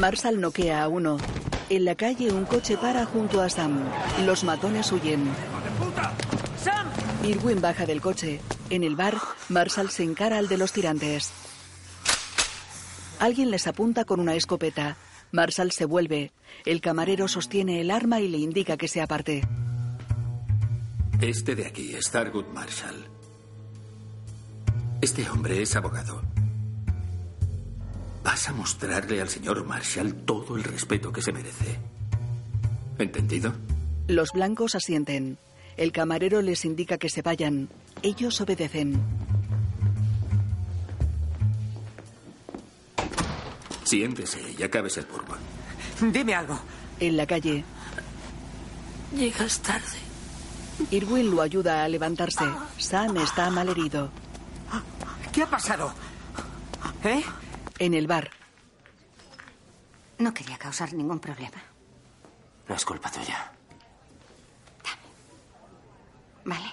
S1: Marsal noquea a uno. En la calle un coche para junto a Sam. Los matones huyen.
S10: ¡Sam!
S1: Irwin baja del coche. En el bar, Marsal se encara al de los tirantes. Alguien les apunta con una escopeta. Marsal se vuelve. El camarero sostiene el arma y le indica que se aparte.
S9: Este de aquí es Thurgood Marshall. Este hombre es abogado. Vas a mostrarle al señor Marshall todo el respeto que se merece. ¿Entendido?
S1: Los blancos asienten. El camarero les indica que se vayan. Ellos obedecen.
S9: Siéntese y acabes el bourbon.
S29: Dime algo.
S1: En la calle.
S20: Llegas tarde.
S1: Irwin lo ayuda a levantarse. Sam está malherido.
S29: ¿Qué ha pasado? ¿Eh?
S1: En el bar.
S20: No quería causar ningún problema.
S2: No es culpa tuya.
S20: Dame. Vale.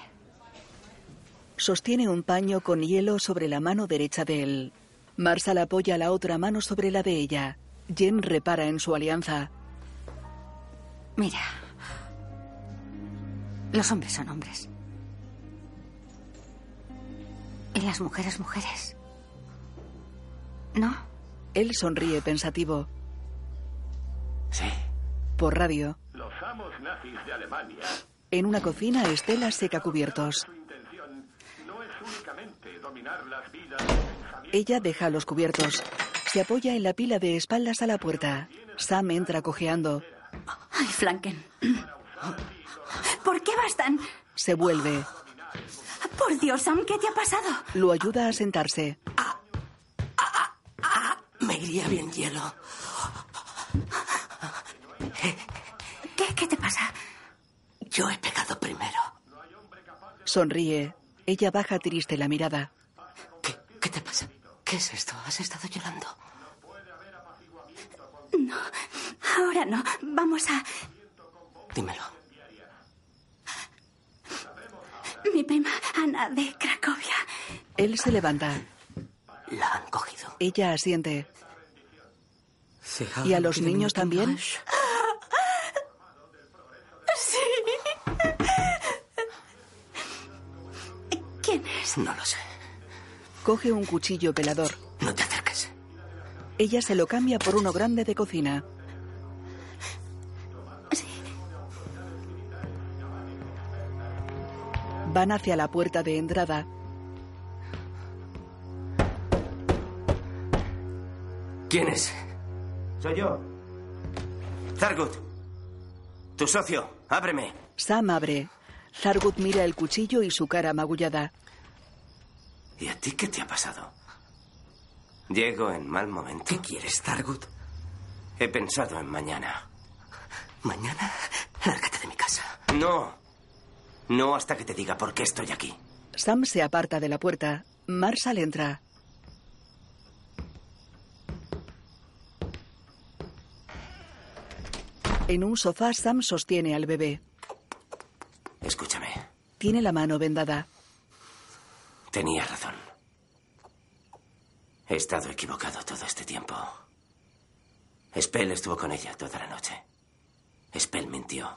S1: Sostiene un paño con hielo sobre la mano derecha de él. Marsal apoya la otra mano sobre la de ella. Jen repara en su alianza.
S20: Mira. Los hombres son hombres. Y las mujeres, mujeres. ¿No?
S1: Él sonríe pensativo.
S2: Sí.
S1: Por radio.
S7: Los amos nazis de Alemania.
S1: En una cocina, Estela seca cubiertos.
S7: No es únicamente dominar las vidas.
S1: Ella deja los cubiertos. Se apoya en la pila de espaldas a la puerta. Sam entra cojeando.
S30: Ay, Franken. ¿Por qué bastan?
S1: Se vuelve.
S30: Por Dios, Sam, ¿qué te ha pasado?
S1: Lo ayuda a sentarse.
S20: Ah, ah, ah,
S22: me iría bien hielo.
S30: ¿Qué, ¿Qué te pasa?
S22: Yo he pegado primero.
S1: Sonríe. Ella baja triste la mirada.
S22: ¿Qué, qué te pasa? ¿Qué es esto? ¿Has estado llorando?
S30: No, ahora no. Vamos a...
S22: Dímelo.
S30: Mi prima Ana de Cracovia.
S1: Él se levanta.
S22: La han cogido.
S1: Ella asiente. ¿Y a los niños también?
S30: Sí. ¿Quién es?
S22: No lo sé.
S1: Coge un cuchillo pelador.
S22: No te acerques.
S1: Ella se lo cambia por uno grande de cocina.
S30: Sí.
S1: Van hacia la puerta de entrada.
S2: ¿Quién es? Soy yo. Zargut. Tu socio. Ábreme.
S1: Sam abre. Zargut mira el cuchillo y su cara magullada.
S2: ¿Y a ti qué te ha pasado? Llego en mal momento.
S17: ¿Qué quieres, Targut?
S2: He pensado en mañana.
S17: Mañana, lárgate de mi casa.
S2: No. No hasta que te diga por qué estoy aquí.
S1: Sam se aparta de la puerta. Marshall entra. En un sofá, Sam sostiene al bebé.
S2: Escúchame.
S1: Tiene la mano vendada.
S2: Tenía razón. He estado equivocado todo este tiempo. Spell estuvo con ella toda la noche. Spell mintió.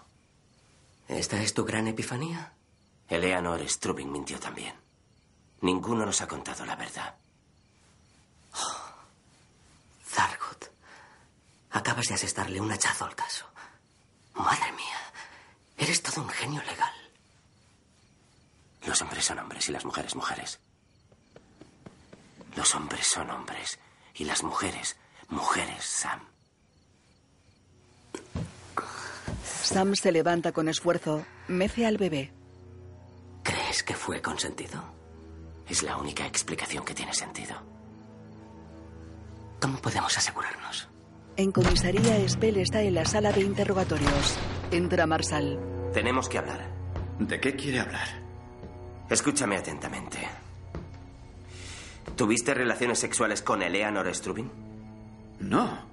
S17: ¿Esta es tu gran epifanía?
S2: Eleanor Strubing mintió también. Ninguno nos ha contado la verdad.
S17: Oh. Zargot, acabas de asestarle un hachazo al caso. Madre mía, eres todo un genio legal.
S2: Los hombres son hombres y las mujeres mujeres. Los hombres son hombres y las mujeres mujeres, Sam.
S1: Sam se levanta con esfuerzo, mece al bebé.
S17: ¿Crees que fue consentido?
S2: Es la única explicación que tiene sentido.
S17: ¿Cómo podemos asegurarnos?
S1: En comisaría, Espel está en la sala de interrogatorios. Entra Marsal.
S2: Tenemos que hablar.
S11: ¿De qué quiere hablar?
S2: Escúchame atentamente. ¿Tuviste relaciones sexuales con Eleanor Strubin?
S11: No.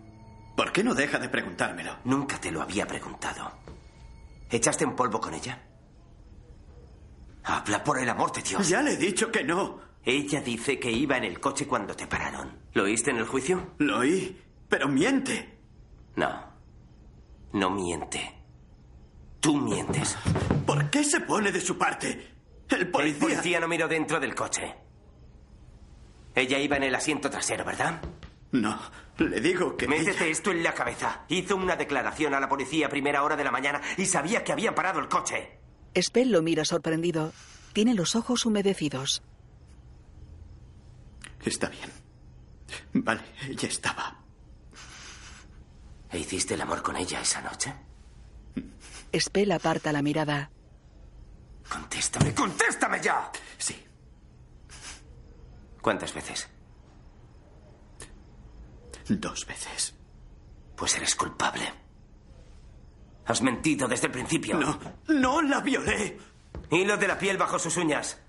S11: ¿Por qué no deja de preguntármelo?
S2: Nunca te lo había preguntado. ¿Echaste un polvo con ella? Habla por el amor de Dios.
S11: Ya le he dicho que no.
S2: Ella dice que iba en el coche cuando te pararon. ¿Lo oíste en el juicio?
S11: Lo oí, pero miente.
S2: No. No miente. Tú mientes.
S11: ¿Por qué se pone de su parte? El policía.
S2: El policía no miró dentro del coche. Ella iba en el asiento trasero, ¿verdad?
S11: No, le digo que.
S2: Métete ella... esto en la cabeza. Hizo una declaración a la policía a primera hora de la mañana y sabía que había parado el coche.
S1: Spell lo mira sorprendido. Tiene los ojos humedecidos.
S11: Está bien. Vale, ella estaba.
S2: ¿E hiciste el amor con ella esa noche?
S1: Spell aparta la mirada.
S2: Contéstame, contéstame ya.
S11: Sí.
S2: ¿Cuántas veces?
S11: Dos veces.
S2: Pues eres culpable. Has mentido desde el principio.
S11: No, no la violé.
S2: Hilo de la piel bajo sus uñas.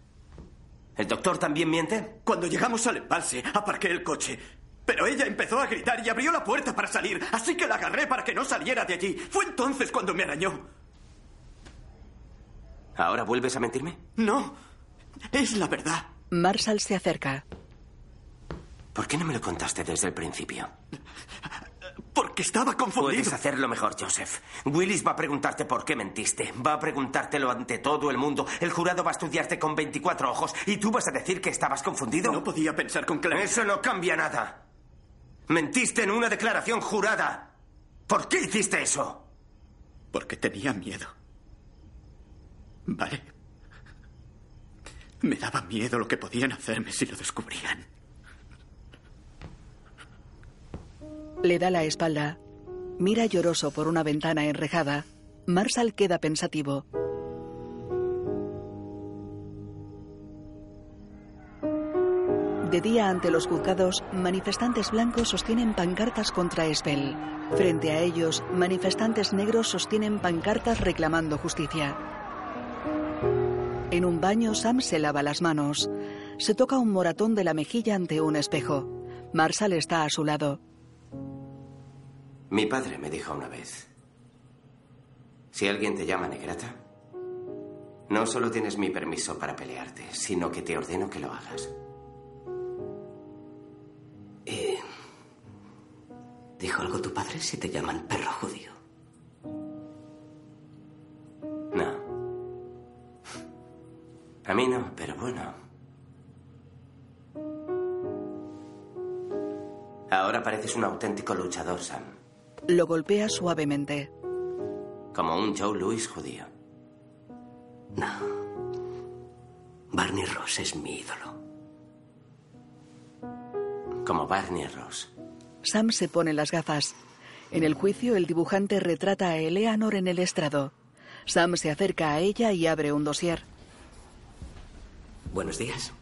S2: ¿El doctor también miente?
S11: Cuando llegamos al embalse, aparqué el coche. Pero ella empezó a gritar y abrió la puerta para salir, así que la agarré para que no saliera de allí. Fue entonces cuando me arañó.
S2: ¿Ahora vuelves a mentirme?
S11: No, es la verdad.
S1: Marshall se acerca.
S2: ¿Por qué no me lo contaste desde el principio?
S11: Porque estaba confundido.
S2: Puedes hacerlo mejor, Joseph. Willis va a preguntarte por qué mentiste. Va a preguntártelo ante todo el mundo. El jurado va a estudiarte con 24 ojos y tú vas a decir que estabas confundido.
S11: No podía pensar con claridad.
S2: Eso no cambia nada. Mentiste en una declaración jurada. ¿Por qué hiciste eso?
S11: Porque tenía miedo. Vale. Me daba miedo lo que podían hacerme si lo descubrían.
S1: Le da la espalda. Mira lloroso por una ventana enrejada. Marshall queda pensativo. De día ante los juzgados, manifestantes blancos sostienen pancartas contra Spell. Frente a ellos, manifestantes negros sostienen pancartas reclamando justicia. En un baño, Sam se lava las manos. Se toca un moratón de la mejilla ante un espejo. Marshall está a su lado.
S2: Mi padre me dijo una vez, si alguien te llama negrata, no solo tienes mi permiso para pelearte, sino que te ordeno que lo hagas.
S17: Eh, ¿Dijo algo tu padre si te llaman perro judío?
S2: No. A mí no, pero bueno. Ahora pareces un auténtico luchador, Sam.
S1: Lo golpea suavemente.
S2: Como un Joe Louis judío.
S17: No. Barney Ross es mi ídolo.
S2: Como Barney Ross.
S1: Sam se pone las gafas. En el juicio, el dibujante retrata a Eleanor en el estrado. Sam se acerca a ella y abre un dossier.
S10: Buenos días.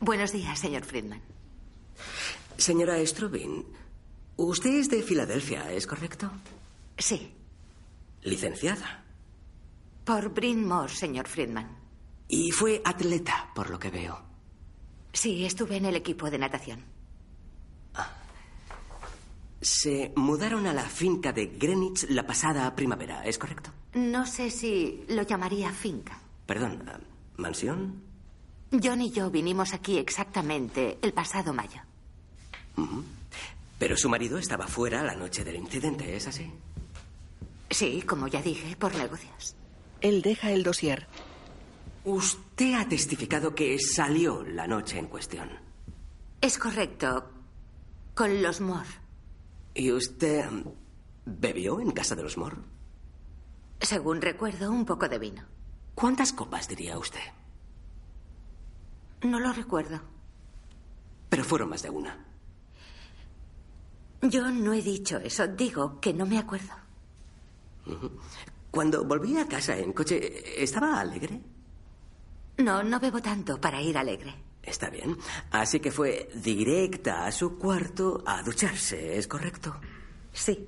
S20: Buenos días, señor Friedman.
S10: Señora Strubin, usted es de Filadelfia, ¿es correcto?
S20: Sí,
S10: Licenciada.
S20: por Bryn Mawr, señor Friedman.
S10: Y fue atleta, por lo que veo.
S20: Sí, estuve en el equipo de natación.
S10: Se mudaron a la finca de Greenwich la pasada primavera, ¿es correcto?
S20: No sé si lo llamaría finca.
S10: Perdón, ¿eh, ¿mansión?
S20: John y yo vinimos aquí exactamente el pasado mayo.
S10: Ujú. Pero su marido estaba fuera la noche del incidente, ¿es así?
S20: Sí, como ya dije, por negocios.
S1: Él deja el dossier.
S10: Usted ha testificado que salió la noche en cuestión.
S20: Es correcto. Con los Moore.
S10: ¿Y usted mm, bebió en casa de los Moore?
S20: Según recuerdo, un poco de vino.
S10: ¿Cuántas copas diría usted?
S20: No lo recuerdo.
S10: Pero fueron más de una.
S20: Yo no he dicho eso. Digo que no me acuerdo.
S10: Ujú. Cuando volví a casa en coche, ¿estaba alegre?
S20: No, no bebo tanto para ir alegre.
S10: Está bien. Así que fue directa a su cuarto a ducharse, ¿es correcto?
S20: Sí.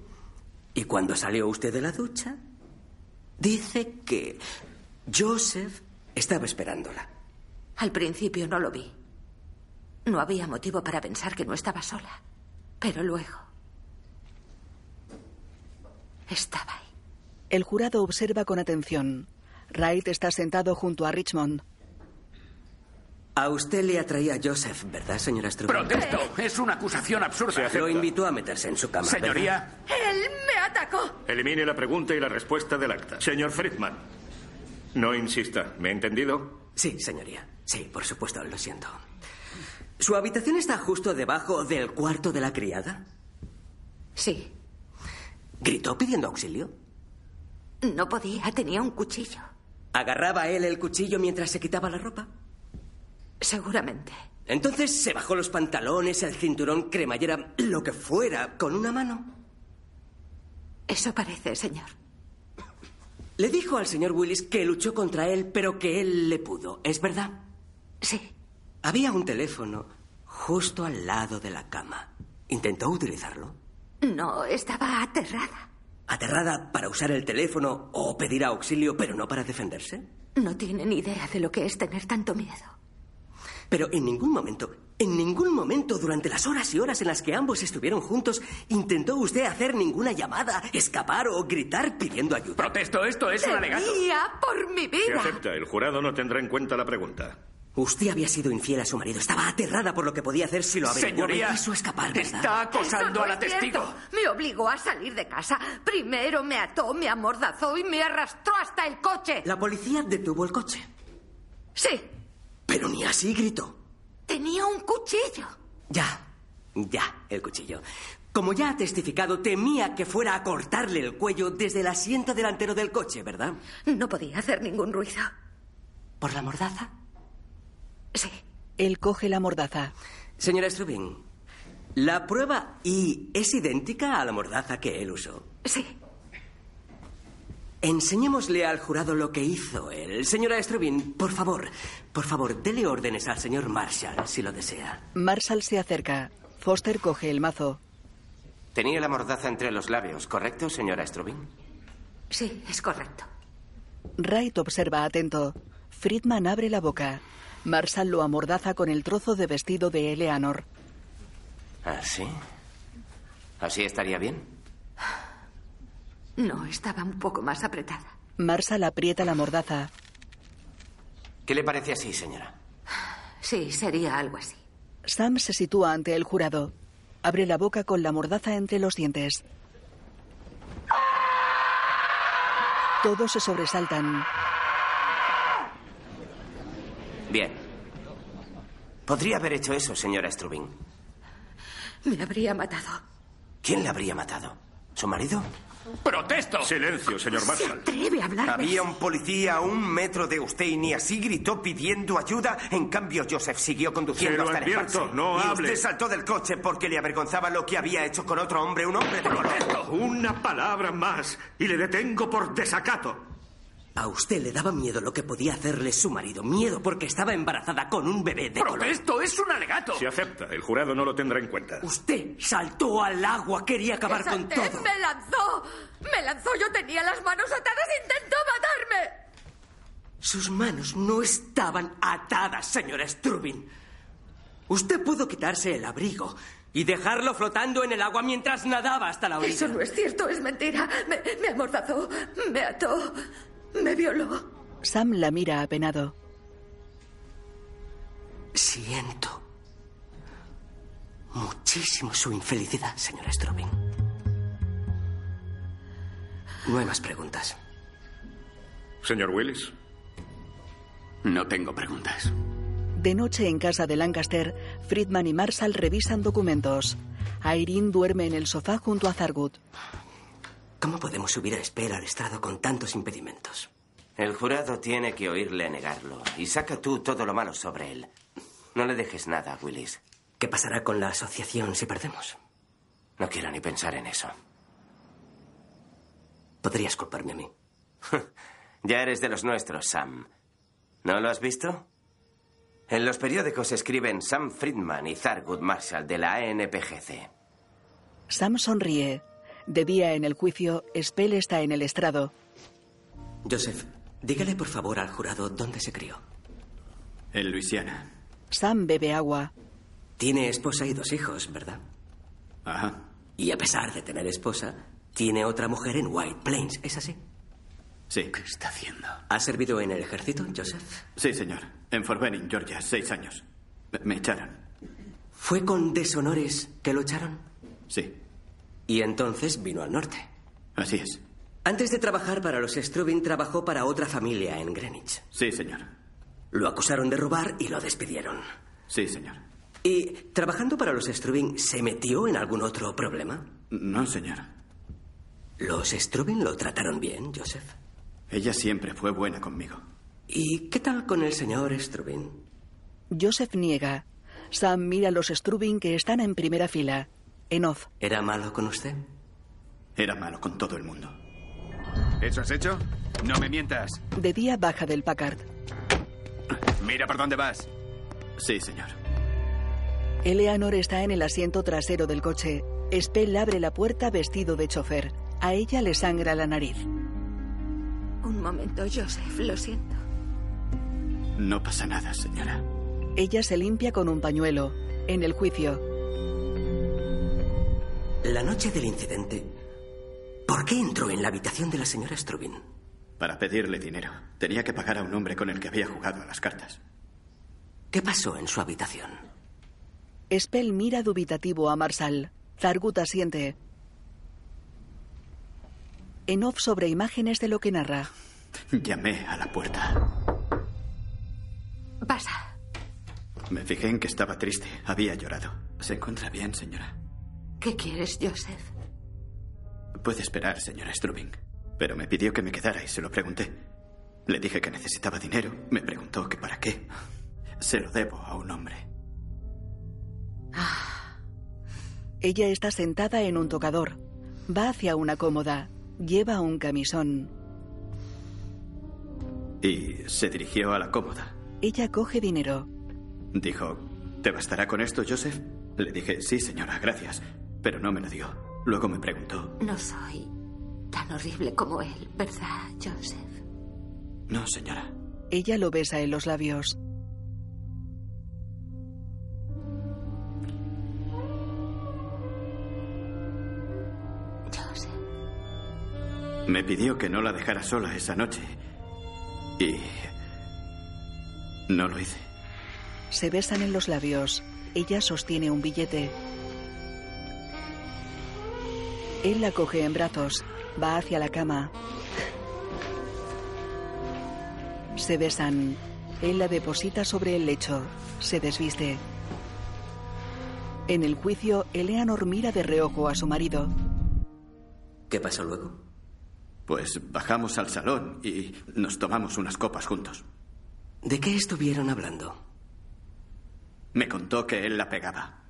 S10: Y cuando salió usted de la ducha, dice que Joseph estaba esperándola.
S20: Al principio no lo vi. No había motivo para pensar que no estaba sola. Pero luego. Estaba ahí.
S1: El jurado observa con atención. Wright está sentado junto a Richmond.
S10: A usted le atraía Joseph, ¿verdad, señora Strubin?
S12: Protesto. Es una acusación absurda.
S10: Lo invitó a meterse en su cama. ¿verdad?
S16: Señoría.
S24: Él me atacó.
S16: Elimine la pregunta y la respuesta del acta. Señor Friedman, no insista. ¿Me ha entendido?
S10: Sí, señoría. Sí, por supuesto, lo siento. ¿Su habitación está justo debajo del cuarto de la criada?
S20: Sí.
S10: ¿Gritó pidiendo auxilio?
S20: No podía, tenía un cuchillo.
S10: ¿Agarraba él el cuchillo mientras se quitaba la ropa?
S20: Seguramente.
S10: Entonces se bajó los pantalones, el cinturón, cremallera, lo que fuera, con una mano.
S20: Eso parece, señor.
S10: Le dijo al señor Willis que luchó contra él, pero que él le pudo. ¿Es verdad?
S20: Sí.
S10: Había un teléfono justo al lado de la cama. ¿Intentó utilizarlo?
S20: No, estaba aterrada.
S10: ¿Aterrada para usar el teléfono o pedir auxilio, pero no para defenderse?
S20: No tiene ni idea de lo que es tener tanto miedo.
S10: Pero en ningún momento, en ningún momento durante las horas y horas en las que ambos estuvieron juntos, intentó usted hacer ninguna llamada, escapar o gritar pidiendo ayuda.
S12: Protesto, esto es un alegato.
S24: Temía por mi
S16: Se
S24: vida.
S16: acepta. El jurado no tendrá en cuenta la pregunta.
S10: Usted había sido infiel a su marido. Estaba aterrada por lo que podía hacer si lo averiguaba y
S12: Señoría,
S10: quiso escapar, ¿verdad?
S12: está acosando
S24: Eso no
S12: a la
S24: es
S12: testigo.
S24: cierto. Me obligó a salir de casa. Primero me ató, me amordazó y me arrastró hasta el coche.
S10: La policía detuvo el coche.
S24: Sí,
S10: Pero ni así gritó.
S24: tenía un cuchillo.
S10: Ya, ya, el cuchillo. Como ya ha testificado, temía que fuera a cortarle el cuello desde el asiento delantero del coche, ¿verdad?
S20: No podía hacer ningún ruido.
S10: ¿Por la mordaza?
S20: Sí.
S1: Él coge la mordaza.
S10: Señora Strubin, la prueba I es idéntica a la mordaza que él usó.
S20: Sí.
S10: Enseñémosle al jurado lo que hizo él. Señora Strubin, por favor, por favor, dele órdenes al señor Marshall si lo desea.
S1: Marshall se acerca. Foster coge el mazo.
S2: Tenía la mordaza entre los labios, ¿correcto, señora Strubin?
S20: Sí, es correcto.
S1: Wright observa atento. Friedman abre la boca. Marshall lo amordaza con el trozo de vestido de Eleanor.
S2: ¿Así? Ah, ¿Así estaría bien?
S20: No, estaba un poco más apretada.
S1: Marshall aprieta la mordaza.
S2: ¿Qué le parece así, señora?
S20: Sí, sería algo así.
S1: Sam se sitúa ante el jurado. Abre la boca con la mordaza entre los dientes. Todos se sobresaltan.
S2: Bien. Podría haber hecho eso, señora Strubin.
S20: Me habría matado.
S2: ¿Quién la habría matado? ¿Su marido?
S23: ¡Protesto!
S16: Silencio, señor Marshall.
S24: Atreve a hablar.
S2: Había un policía a un metro de usted y ni así gritó pidiendo ayuda. En cambio, Joseph siguió
S16: Se
S2: conduciendo
S16: lo
S2: hasta el
S16: advierto,
S2: embalse.
S16: no
S2: y
S16: hable.
S2: usted saltó del coche porque le avergonzaba lo que había hecho con otro hombre, un hombre de valor.
S16: Una palabra más y le detengo por desacato.
S10: A usted le daba miedo lo que podía hacerle su marido. Miedo porque estaba embarazada con un bebé de color.
S23: ¡Protesto! ¡Es un alegato!
S16: Se acepta, el jurado no lo tendrá en cuenta.
S10: Usted saltó al agua, quería acabar
S24: Esa
S10: con
S24: Ted
S10: todo.
S24: me lanzó. Me lanzó. Yo tenía las manos atadas. Intentó matarme.
S10: Sus manos no estaban atadas, señora Strubin. Usted pudo quitarse el abrigo y dejarlo flotando en el agua mientras nadaba hasta la orilla.
S24: Eso no es cierto. Es mentira. Me, me amordazó. Me ató. Me violó.
S1: Sam la mira apenado.
S10: Siento muchísimo su infelicidad, señora Strobing. No hay más preguntas.
S16: Señor Willis.
S6: No tengo preguntas.
S1: De noche en casa de Lancaster, Friedman y Marshall revisan documentos. Irene duerme en el sofá junto a Zargut.
S10: ¿Cómo podemos subir a espera al estrado con tantos impedimentos?
S2: El jurado tiene que oírle negarlo. Y saca tú todo lo malo sobre él. No le dejes nada, Willis.
S10: ¿Qué pasará con la asociación si perdemos?
S2: No quiero ni pensar en eso.
S10: Podrías culparme a mí.
S2: [laughs] Ya eres de los nuestros, Sam. ¿No lo has visto? En los periódicos escriben Sam Friedman y Thurgood Marshall de la E ANPGC.
S1: Sam sonríe. De día en el juicio, Spell está en el estrado.
S10: Joseph, dígale por favor al jurado dónde se crió.
S21: En Luisiana.
S1: Sam bebe agua.
S10: Tiene esposa y dos hijos, ¿verdad?
S21: Ajá.
S10: Y a pesar de tener esposa, tiene otra mujer en White Plains, ¿es así? Ah,
S21: Sí.
S6: ¿Qué está haciendo?
S10: ¿Ha servido en el ejército, Joseph?
S21: Sí, señor. En Fort Benning, Georgia, seis años. Me echaron.
S10: ¿Fue con deshonores que lo echaron?
S21: Sí.
S10: Y entonces vino al norte.
S21: Así es.
S10: Antes de trabajar para los Strubin, trabajó para otra familia en Greenwich.
S21: Sí, señor.
S10: Lo acusaron de robar y lo despidieron.
S21: Sí, señor.
S10: ¿Y trabajando para los Strubin se metió en algún otro problema?
S21: No, señor.
S10: ¿Los Strubin lo trataron bien, Joseph?
S21: Ella siempre fue buena conmigo.
S10: ¿Y qué tal con el señor Strubin?
S1: Joseph niega. Sam mira a los Strubin que están en primera fila. En off.
S10: ¿Era malo con usted?
S21: Era malo con todo el mundo.
S12: ¿Eso has hecho? No me mientas.
S1: De día baja del Packard.
S12: Mira por dónde vas.
S21: Sí, señor.
S1: Eleanor está en el asiento trasero del coche. Spell abre la puerta vestido de chofer. A ella le sangra la nariz.
S24: Un momento, Joseph. Lo siento.
S21: No pasa nada, señora.
S1: Ella se limpia con un pañuelo. En el juicio,
S10: La noche del incidente, ¿por qué entró en la habitación de la señora Strubin?
S21: Para pedirle dinero. Tenía que pagar a un hombre con el que había jugado a las cartas.
S10: ¿Qué pasó en su habitación?
S1: Spell mira dubitativo a Marsal. Zargut asiente. En off sobre imágenes de lo que narra.
S21: Llamé a la puerta.
S24: Pasa.
S21: Me fijé en que estaba triste. Había llorado. ¿Se encuentra bien, señora?
S24: ¿Qué quieres, Joseph?
S21: Puede esperar, señora Strubing. Pero me pidió que me quedara y se lo pregunté. Le dije que necesitaba dinero. Me preguntó que para qué. Se lo debo a un hombre.
S1: Ah. Ella está sentada en un tocador. Va hacia una cómoda. Lleva un camisón.
S21: Y se dirigió a la cómoda.
S1: Ella coge dinero.
S21: Dijo, ¿te bastará con esto, Joseph? Le dije, sí, señora, gracias. Pero no me lo dio. Luego me preguntó,
S24: No soy tan horrible como él, ¿verdad, Joseph?
S21: no, señora.
S1: Ella lo besa en los labios.
S24: Joseph.
S21: Me pidió que no la dejara sola esa noche. Y... No lo hice.
S1: Se besan en los labios. Ella sostiene un billete. Él la coge en brazos. Va hacia la cama. Se besan. Él la deposita sobre el lecho. Se desviste. En el juicio, Eleanor mira de reojo a su marido.
S10: ¿Qué pasó luego?
S21: Pues bajamos al salón y nos tomamos unas copas juntos.
S10: ¿De qué estuvieron hablando?
S21: Me contó que él la pegaba.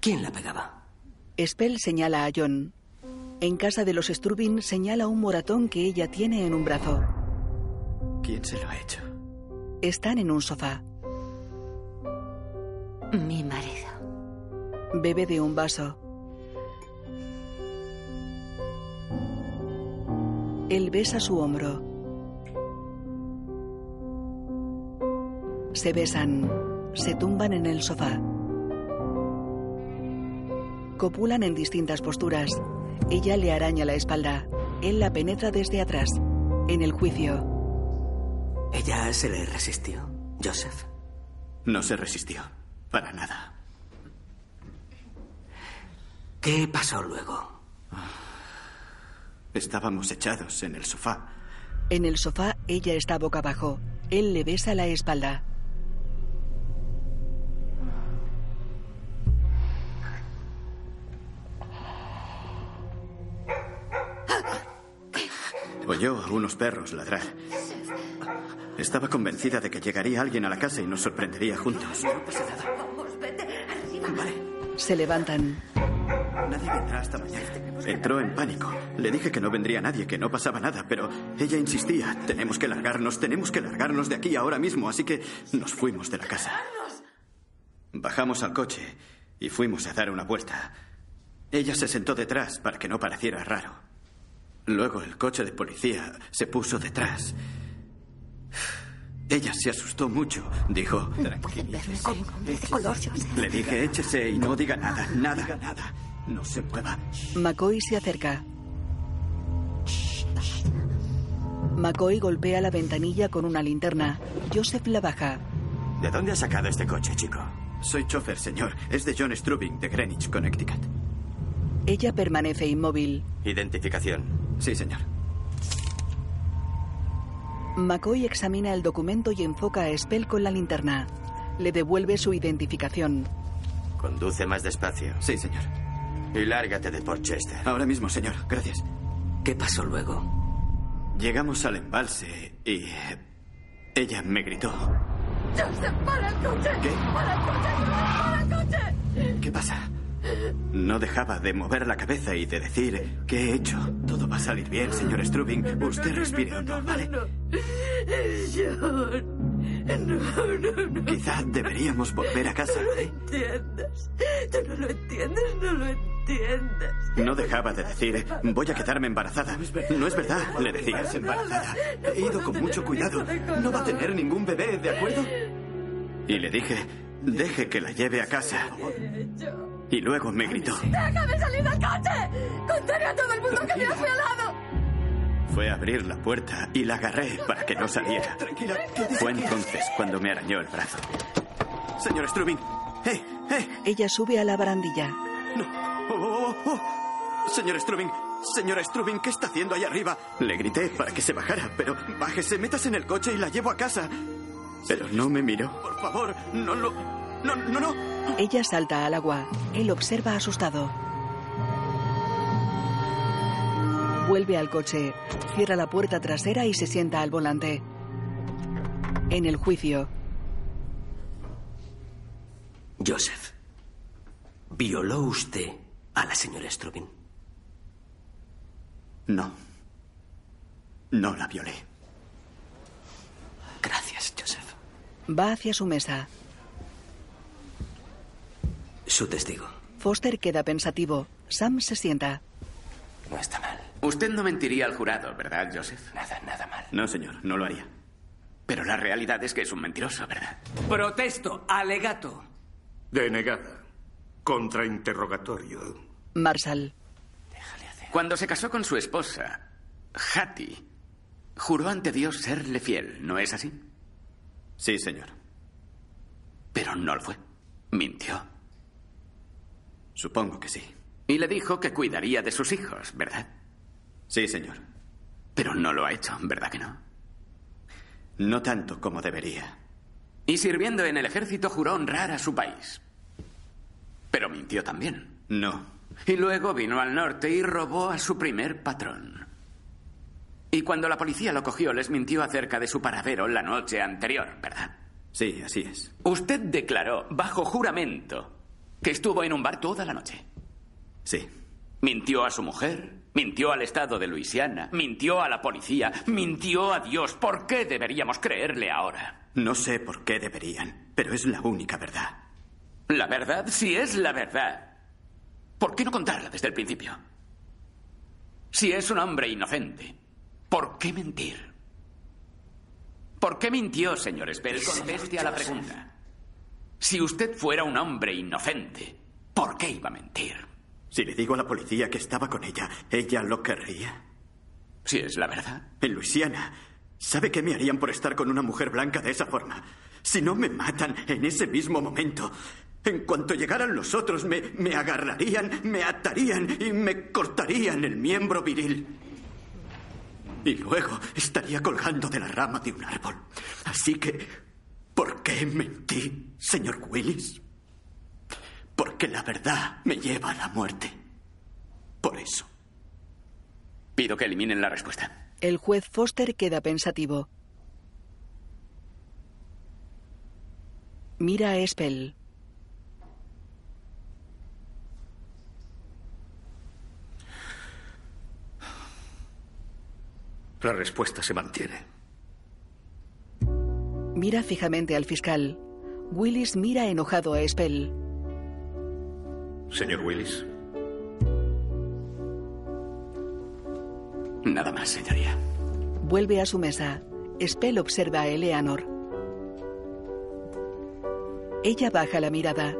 S10: ¿Quién la pegaba?
S1: Spell señala a John. En casa de los Strubin señala un moratón que ella tiene en un brazo.
S21: ¿Quién se lo ha hecho?
S1: Están en un sofá.
S24: Mi marido.
S1: Bebe de un vaso. Él besa su hombro. Se besan. Se tumban en el sofá. Copulan en distintas posturas. Ella le araña la espalda. Él la penetra desde atrás. En el juicio.
S10: ¿Ella se le resistió, Joseph?
S21: No se resistió. Para nada.
S10: ¿Qué pasó luego?
S21: Estábamos echados en el sofá.
S1: En el sofá ella está boca abajo. Él le besa la espalda.
S21: Oyó a unos perros ladrar. Estaba convencida de que llegaría alguien a la casa y nos sorprendería juntos.
S24: Vamos, vete arriba.
S1: Se levantan.
S21: Nadie vendrá hasta
S10: Este
S21: mañana. Entró en pánico. Le dije que no vendría nadie, que no pasaba nada, pero ella insistía. Tenemos que largarnos, tenemos que largarnos de aquí ahora mismo, así que nos fuimos de la casa. Bajamos al coche y fuimos a dar una vuelta. Ella se sentó detrás para que no pareciera raro. Luego el coche de policía se puso detrás. Ella se asustó mucho. Dijo,
S24: Verme como un hombre de este color, Joseph.
S21: le dije, échese y no diga nada, nada, nada. No se mueva.
S1: McCoy se acerca. McCoy golpea la ventanilla con una linterna. Joseph la baja.
S21: ¿De dónde ha sacado este coche, chico? Soy chofer, señor. Es de John Strubing, de Greenwich, Connecticut.
S1: Ella permanece inmóvil.
S21: Identificación. Sí, señor.
S1: McCoy examina el documento y enfoca a Spell con la linterna. Le devuelve su identificación.
S3: Conduce más despacio.
S21: Sí, señor.
S3: Y lárgate de Porchester.
S21: Ahora mismo, señor. Gracias.
S10: ¿Qué pasó luego?
S21: Llegamos al embalse y... eh, Ella me gritó.
S24: Joseph, para el coche. Para el coche. Para el coche.
S21: ¿Qué pasa? No dejaba de mover la cabeza y de decir, ¿qué he hecho? Todo va a salir bien, señor Strubing. Usted respire hondo, ¿vale?
S24: John. No, no, no.
S21: Quizá deberíamos volver a casa, ¿eh?
S24: entiendes. Tú no lo entiendes, no lo entiendes.
S21: No dejaba de decir, voy a quedarme embarazada. No es verdad, le decía. embarazada. He ido con mucho cuidado. No va a tener ningún bebé, ¿de acuerdo? Y le dije, deje que la lleve a casa. Y luego me gritó.
S24: ¡Déjame salir del coche! ¡Contaré a todo el mundo que me has violado!
S21: Fue a abrir la puerta y la agarré para que no saliera. Fue entonces cuando me arañó el brazo. Señor Strubin. ¡Eh! ¡Eh!
S1: Ella sube a la barandilla.
S21: ¡Oh, oh, oh, oh! Señor Strubin. Señora Strubin, ¿qué está haciendo ahí arriba? Le grité para que se bajara, pero bájese, metas en el coche y la llevo a casa. Pero no me miró. Por favor, no lo... No, no, no.
S1: Ella salta al agua. Él observa asustado. Vuelve al coche, cierra la puerta trasera y se sienta al volante. En el juicio,
S10: Joseph, ¿violó usted a la señora Strubin?
S21: No. No la violé.
S10: Gracias, Joseph.
S1: va hacia su mesa.
S10: Su testigo.
S1: Foster queda pensativo. Sam se sienta.
S10: No está mal.
S6: Usted no mentiría al jurado, ¿verdad, Joseph?
S10: Nada, nada mal.
S21: No, señor, no lo haría.
S6: Pero la realidad es que es un mentiroso, ¿verdad?
S5: Protesto, alegato.
S16: Denegada. Contrainterrogatorio.
S1: Marshall.
S6: Cuando se casó con su esposa, Hattie, juró ante Dios serle fiel, ¿no es así?
S21: Sí, señor.
S6: Pero no lo fue. Mintió.
S21: Supongo que sí.
S6: Y le dijo que cuidaría de sus hijos, ¿verdad?
S21: Sí, señor.
S6: Pero no lo ha hecho, ¿verdad que no?
S21: No tanto como debería.
S6: Y sirviendo en el ejército juró honrar a su país. Pero mintió también.
S21: No.
S6: Y luego vino al norte y robó a su primer patrón. Y cuando la policía lo cogió, les mintió acerca de su paradero la noche anterior, ¿verdad?
S21: Sí, así es.
S6: Usted declaró, bajo juramento, que estuvo en un bar toda la noche.
S21: Sí.
S6: Mintió a su mujer, mintió al Estado de Luisiana, mintió a la policía, mintió a Dios. ¿Por qué deberíamos creerle ahora?
S21: No sé por qué deberían, pero es la única verdad.
S6: La verdad, si es la verdad, ¿por qué no contarla desde el principio? Si es un hombre inocente, ¿por qué mentir? ¿Por qué mintió, señor Spell? Conteste a la pregunta. Si usted fuera un hombre inocente, ¿por qué iba a mentir?
S21: Si le digo a la policía que estaba con ella, ¿ella lo querría?
S6: Si es la verdad.
S21: En Luisiana, ¿sabe qué me harían por estar con una mujer blanca de esa forma? Si no me matan en ese mismo momento, en cuanto llegaran los otros, me, me agarrarían, me atarían y me cortarían el miembro viril. Y luego estaría colgando de la rama de un árbol. Así que, ¿por qué mentí, señor Willis? Porque la verdad me lleva a la muerte. Por eso.
S6: Pido que eliminen la respuesta.
S1: El juez Foster queda pensativo. Mira a Espel.
S16: La respuesta se mantiene.
S1: Mira fijamente al fiscal. Willis mira enojado a Espel.
S16: Señor Willis.
S6: Nada más, señoría.
S1: Vuelve a su mesa. Spell observa a Eleanor. Ella baja la mirada.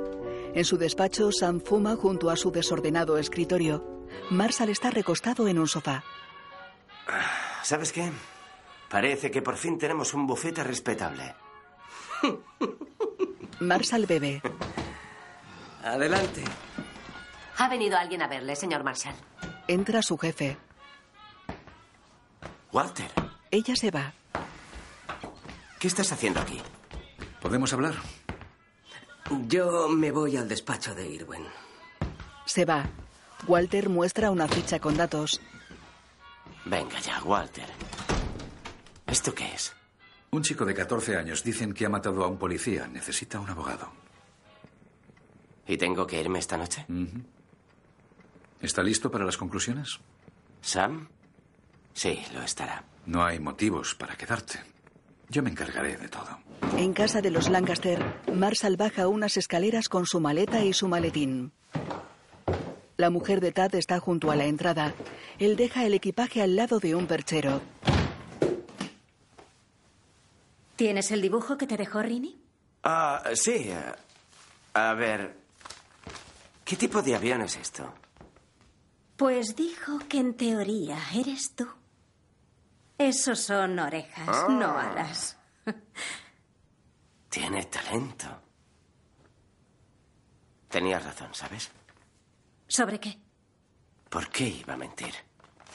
S1: En su despacho, Sam fuma junto a su desordenado escritorio. Marshall está recostado en un sofá.
S2: ¿Sabes qué? Parece que por fin tenemos un bufete respetable.
S1: Marshall bebe.
S10: Adelante.
S8: Ha venido alguien a verle, señor Marshall.
S1: Entra su jefe.
S2: Walter,
S1: Ella se va.
S2: ¿qué estás haciendo aquí?
S9: ¿Podemos hablar?
S10: Yo me voy al despacho de Irwin.
S1: Se va. Walter muestra una ficha con datos.
S2: Venga ya, Walter. ¿Esto qué es?
S9: Un chico de 14 años dicen que ha matado a un policía. Necesita un abogado.
S2: ¿Y tengo que irme esta noche?
S9: ¿Está listo para las conclusiones?
S2: ¿Sam? Sí, lo estará.
S9: No hay motivos para quedarte. Yo me encargaré de todo.
S1: En casa de los Lancaster, Marshall baja unas escaleras con su maleta y su maletín. La mujer de Tad está junto a la entrada. Él deja el equipaje al lado de un perchero.
S8: ¿Tienes el dibujo que te dejó Rini?
S2: Ah, sí. eh, A ver. ¿Qué tipo de avión es esto?
S8: Pues dijo que en teoría eres tú. Esos son orejas,
S2: Ah.
S8: no alas.
S2: Tiene talento. Tenías razón, ¿sabes?
S8: ¿Sobre qué?
S2: ¿Por qué iba a mentir?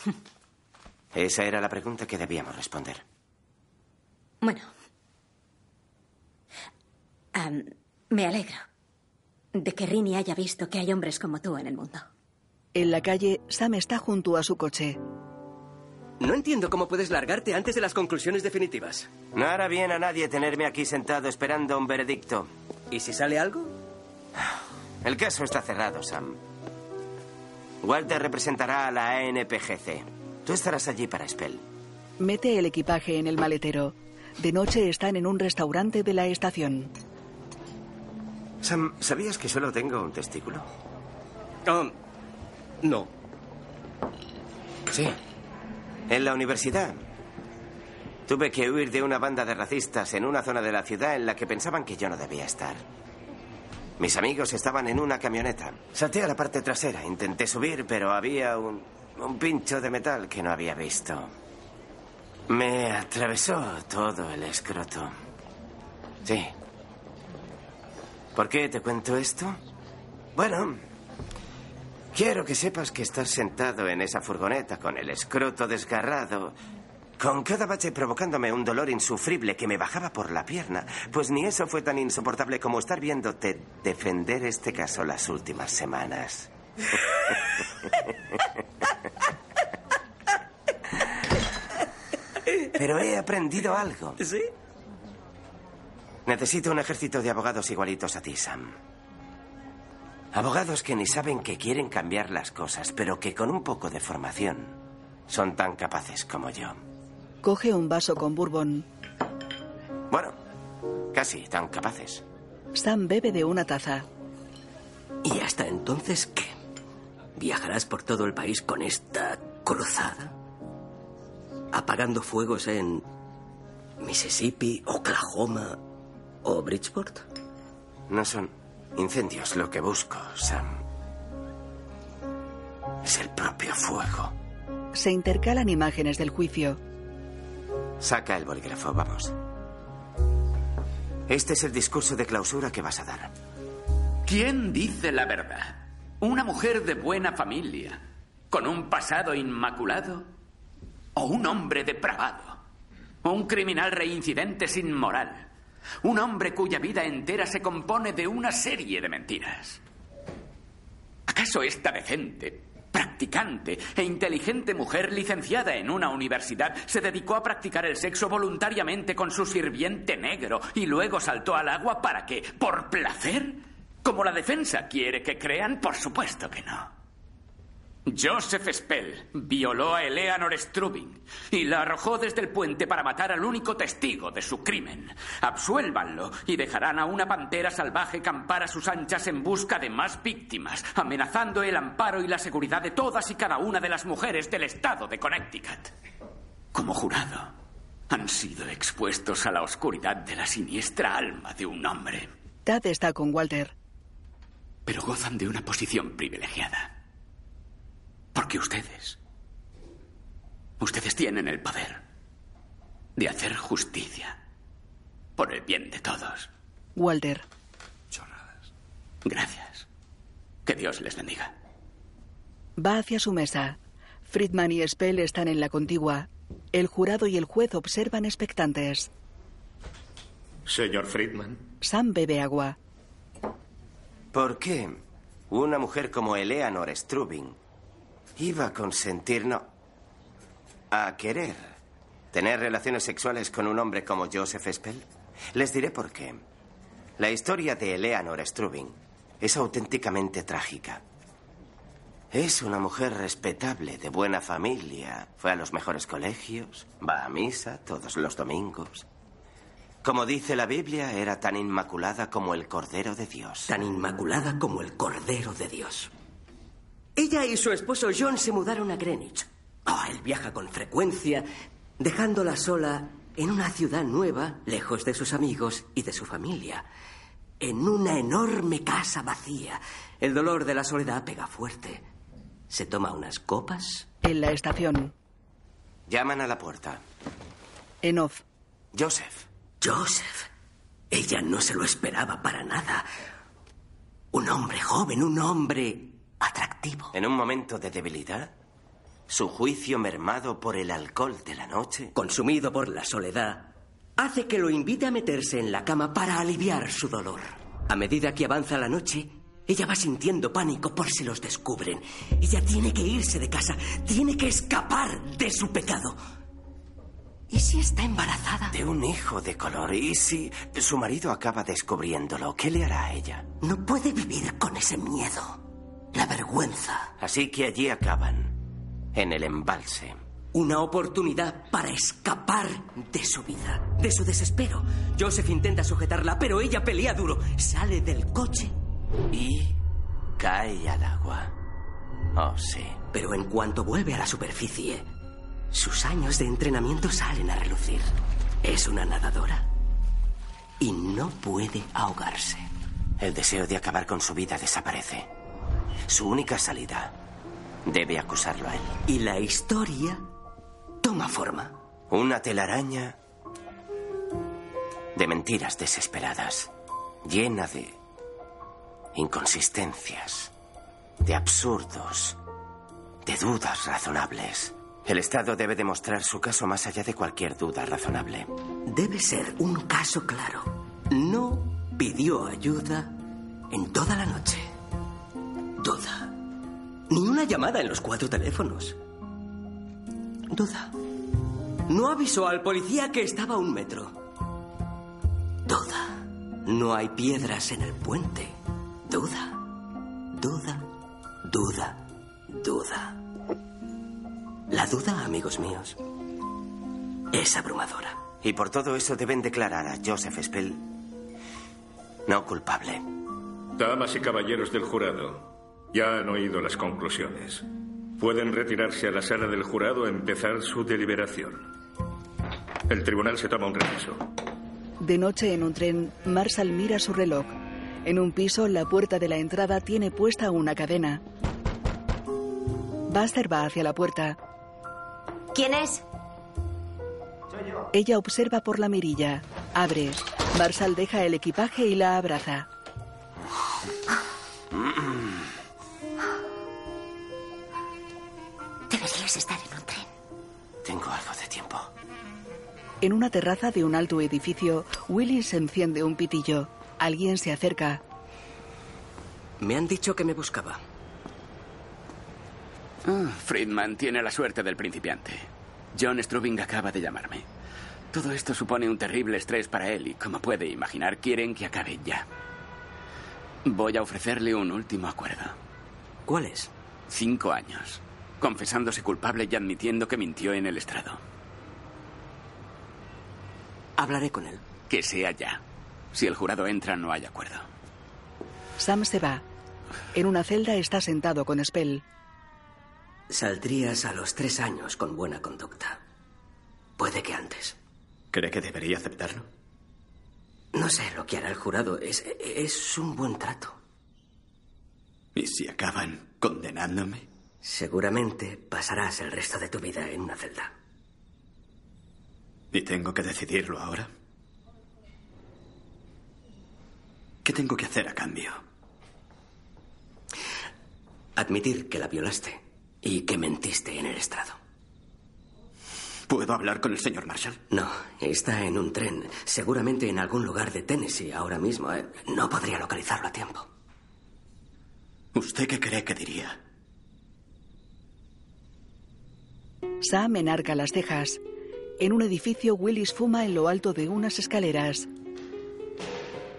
S2: [laughs] Esa era la pregunta que debíamos responder.
S8: Bueno. Am, me alegro de que Rini haya visto que hay hombres como tú en el mundo.
S1: En la calle, Sam está junto a su coche.
S10: No entiendo cómo puedes largarte antes de las conclusiones definitivas.
S2: No hará bien a nadie tenerme aquí sentado esperando un veredicto.
S10: ¿Y si sale algo?
S2: [sighs] El caso está cerrado, Sam. Walter representará a la ANPGC. Tú estarás allí para Spell.
S1: Mete el equipaje en el maletero. De noche están en un restaurante de la estación.
S2: Sam, ¿sabías que solo tengo un testículo?
S10: Um, no.
S2: Sí. En la universidad. Tuve que huir de una banda de racistas en una zona de la ciudad en la que pensaban que yo no debía estar. Mis amigos estaban en una camioneta. Salté a la parte trasera, intenté subir, pero había un, un pincho de metal que no había visto. Me atravesó todo el escroto. Sí. ¿Por qué te cuento esto? Bueno, Quiero que sepas que estar sentado en esa furgoneta con el escroto desgarrado, con cada bache provocándome un dolor insufrible que me bajaba por la pierna, pues ni eso fue tan insoportable como estar viéndote defender este caso las últimas semanas. Pero he
S10: eh,
S2: aprendido algo.
S10: ¿Sí?
S2: Necesito un ejército de abogados igualitos a ti, Sam. Abogados que ni saben que quieren cambiar las cosas, pero que con un poco de formación son tan capaces como yo.
S1: Coge un vaso con bourbon.
S2: Bueno, casi tan capaces.
S1: Sam bebe de una taza.
S10: ¿Y hasta entonces qué? ¿Viajarás por todo el país con esta cruzada? ¿Apagando fuegos en Mississippi, Oklahoma o Bridgeport?
S2: No son incendios lo que busco, Sam. Es el propio fuego.
S1: Se intercalan imágenes del juicio.
S2: Saca el bolígrafo, vamos. Este es el discurso de clausura que vas a dar.
S6: ¿Quién dice la verdad? ¿Una mujer de buena familia, con un pasado inmaculado? ¿O un hombre depravado? ¿Un criminal reincidente sin moral? ¿Un hombre cuya vida entera se compone de una serie de mentiras? ¿Acaso esta decente, practicante e inteligente mujer licenciada en una universidad se dedicó a practicar el sexo voluntariamente con su sirviente negro y luego saltó al agua para qué? ¿Por placer? ¿Como la defensa quiere que crean? Por supuesto que no. Joseph Spell violó a Eleanor Strubing y la arrojó desde el puente para matar al único testigo de su crimen. Absuélvanlo y dejarán a una pantera salvaje campar a sus anchas en busca de más víctimas, amenazando el amparo y la seguridad de todas y cada una de las mujeres del estado de Connecticut. Como jurado, han sido expuestos a la oscuridad de la siniestra alma de un hombre,
S1: Tad está con Walter.
S6: pero gozan de una posición privilegiada. Porque ustedes. Ustedes tienen el poder de hacer justicia por el bien de todos.
S1: Walter.
S6: Gracias. Que Dios les bendiga.
S1: Va hacia su mesa. Friedman y Spell están en la contigua. El jurado y el juez observan expectantes.
S16: Señor Friedman.
S1: Sam bebe agua.
S2: ¿Por qué una mujer como Eleanor Strubing iba a consentir, no, a querer tener relaciones sexuales con un hombre como Joseph Spell? Les diré por qué. La historia de Eleanor Strubing es auténticamente trágica. Es una mujer respetable, de buena familia. Fue a los mejores colegios, va a misa todos los domingos. Como dice la Biblia, era tan inmaculada como el Cordero de Dios.
S10: Tan inmaculada como el Cordero de Dios. Ella y su esposo John se mudaron a Greenwich. Ah, él viaja con frecuencia, dejándola sola en una ciudad nueva, lejos de sus amigos y de su familia. En una enorme casa vacía. El dolor de la soledad pega fuerte. Se toma unas copas.
S1: En la estación.
S2: Llaman a la puerta.
S1: En off.
S2: Joseph.
S10: Joseph. Ella no se lo esperaba para nada. Un hombre joven, un hombre atractivo.
S2: En un momento de debilidad, su juicio mermado por el alcohol de la noche,
S10: consumido por la soledad, hace que lo invite a meterse en la cama para aliviar su dolor. A medida que avanza la noche, ella va sintiendo pánico por si los descubren. Ella tiene que irse de casa, tiene que escapar de su pecado. ¿Y si está embarazada?
S2: de un hijo de color. ¿Y si su marido acaba descubriéndolo? ¿Qué le hará a ella?
S10: No puede vivir con ese miedo, la vergüenza.
S2: Así que allí acaban, en el embalse.
S10: Una oportunidad para escapar de su vida, de su desespero. Joseph intenta sujetarla, pero ella pelea duro. Sale del coche
S2: Y cae al agua. Oh, sí.
S10: Pero en cuanto vuelve a la superficie, sus años de entrenamiento salen a relucir. Es una nadadora y no puede ahogarse.
S2: El deseo de acabar con su vida desaparece. Su única salida debe acusarlo a él.
S10: Y la historia toma forma.
S2: Una telaraña de mentiras desesperadas, llena de inconsistencias, de absurdos, de dudas razonables. El Estado debe demostrar su caso más allá de cualquier duda razonable.
S10: Debe ser un caso claro. No pidió ayuda en toda la noche. Duda, Ni una llamada en los cuatro teléfonos. Duda. No avisó al policía que estaba a un metro. Duda. No hay piedras en el puente. Duda. Duda. Duda. Duda. La duda, amigos míos, es abrumadora.
S2: Y por todo eso deben declarar a Joseph Spell no culpable.
S16: Damas y caballeros del jurado, ya han oído las conclusiones. Pueden retirarse a la sala del jurado a empezar su deliberación. El tribunal se toma un receso.
S1: De noche en un tren, Marshall mira su reloj. En un piso, la puerta de la entrada tiene puesta una cadena. Buster va hacia la puerta.
S24: ¿Quién es?
S1: Ella observa por la mirilla. Abre. Marshall deja el equipaje y la abraza.
S21: Mm-hmm.
S24: Deberías estar en un tren.
S2: Tengo algo de tiempo.
S1: En una terraza de un alto edificio, Willis enciende un pitillo. Alguien se acerca.
S10: Me han dicho que me buscaba.
S6: Ah, Friedman tiene la suerte del principiante. John Strubing acaba de llamarme. Todo esto supone un terrible estrés para él y, como puede imaginar, quieren que acabe ya. Voy a ofrecerle un último acuerdo.
S10: ¿Cuál es?
S6: Cinco años, confesándose culpable y admitiendo que mintió en el estrado.
S10: Hablaré con él.
S6: Que sea ya. Si el jurado entra, no hay acuerdo.
S1: Sam se va. En una celda está sentado con Spell.
S10: Saldrías a los tres años con buena conducta. Puede que antes.
S21: ¿Cree que debería aceptarlo?
S10: No sé lo que hará el jurado. Es, es un buen trato.
S21: ¿Y si acaban condenándome?
S10: Seguramente pasarás el resto de tu vida en una celda.
S21: ¿Y tengo que decidirlo ahora? ¿Qué tengo que hacer a cambio?
S10: Admitir que la violaste y que mentiste en el estrado.
S21: ¿Puedo hablar con el señor Marshall?
S10: No, está en un tren, seguramente en algún lugar de Tennessee ahora mismo. ¿eh? No podría localizarlo a tiempo.
S21: ¿Usted qué cree que diría?
S1: Sam enarca las cejas. En un edificio, Willis fuma en lo alto de unas escaleras.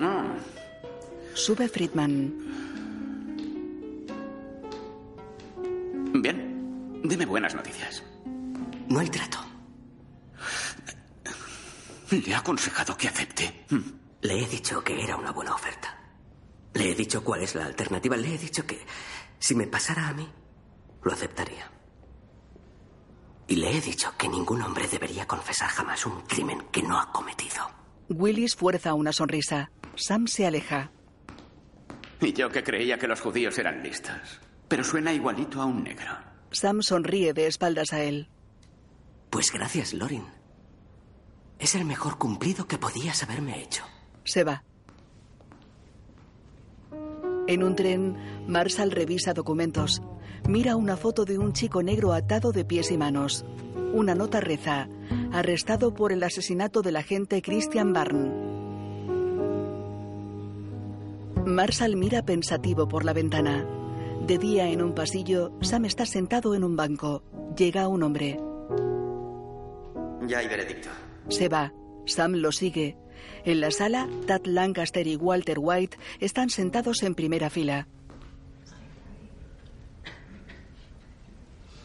S6: Ah.
S1: Sube Friedman.
S6: Bien, deme buenas noticias.
S10: No hay trato.
S6: Le he aconsejado que acepte.
S10: Le he dicho que era una buena oferta. Le he dicho cuál es la alternativa. Le he dicho que si me pasara a mí, lo aceptaría. Y le he dicho que ningún hombre debería confesar jamás un crimen que no ha cometido.
S1: Willis fuerza una sonrisa. Sam se aleja.
S6: Y [laughs] yo que creía que los judíos eran listos. Pero suena igualito a un negro.
S1: Sam sonríe de espaldas a él.
S10: Pues gracias, Lorin. Es el mejor cumplido que podías haberme hecho.
S1: Se va. En un tren, Marshall revisa documentos. Mira una foto de un chico negro atado de pies y manos. Una nota reza, arrestado por el asesinato del agente Christian Barn. Marshall mira pensativo por la ventana. De día en un pasillo, Sam está sentado en un banco. Llega un hombre.
S3: Ya hay veredicto.
S1: Se va. Sam lo sigue. En la sala, Tad Lancaster y Walter White están sentados en primera fila.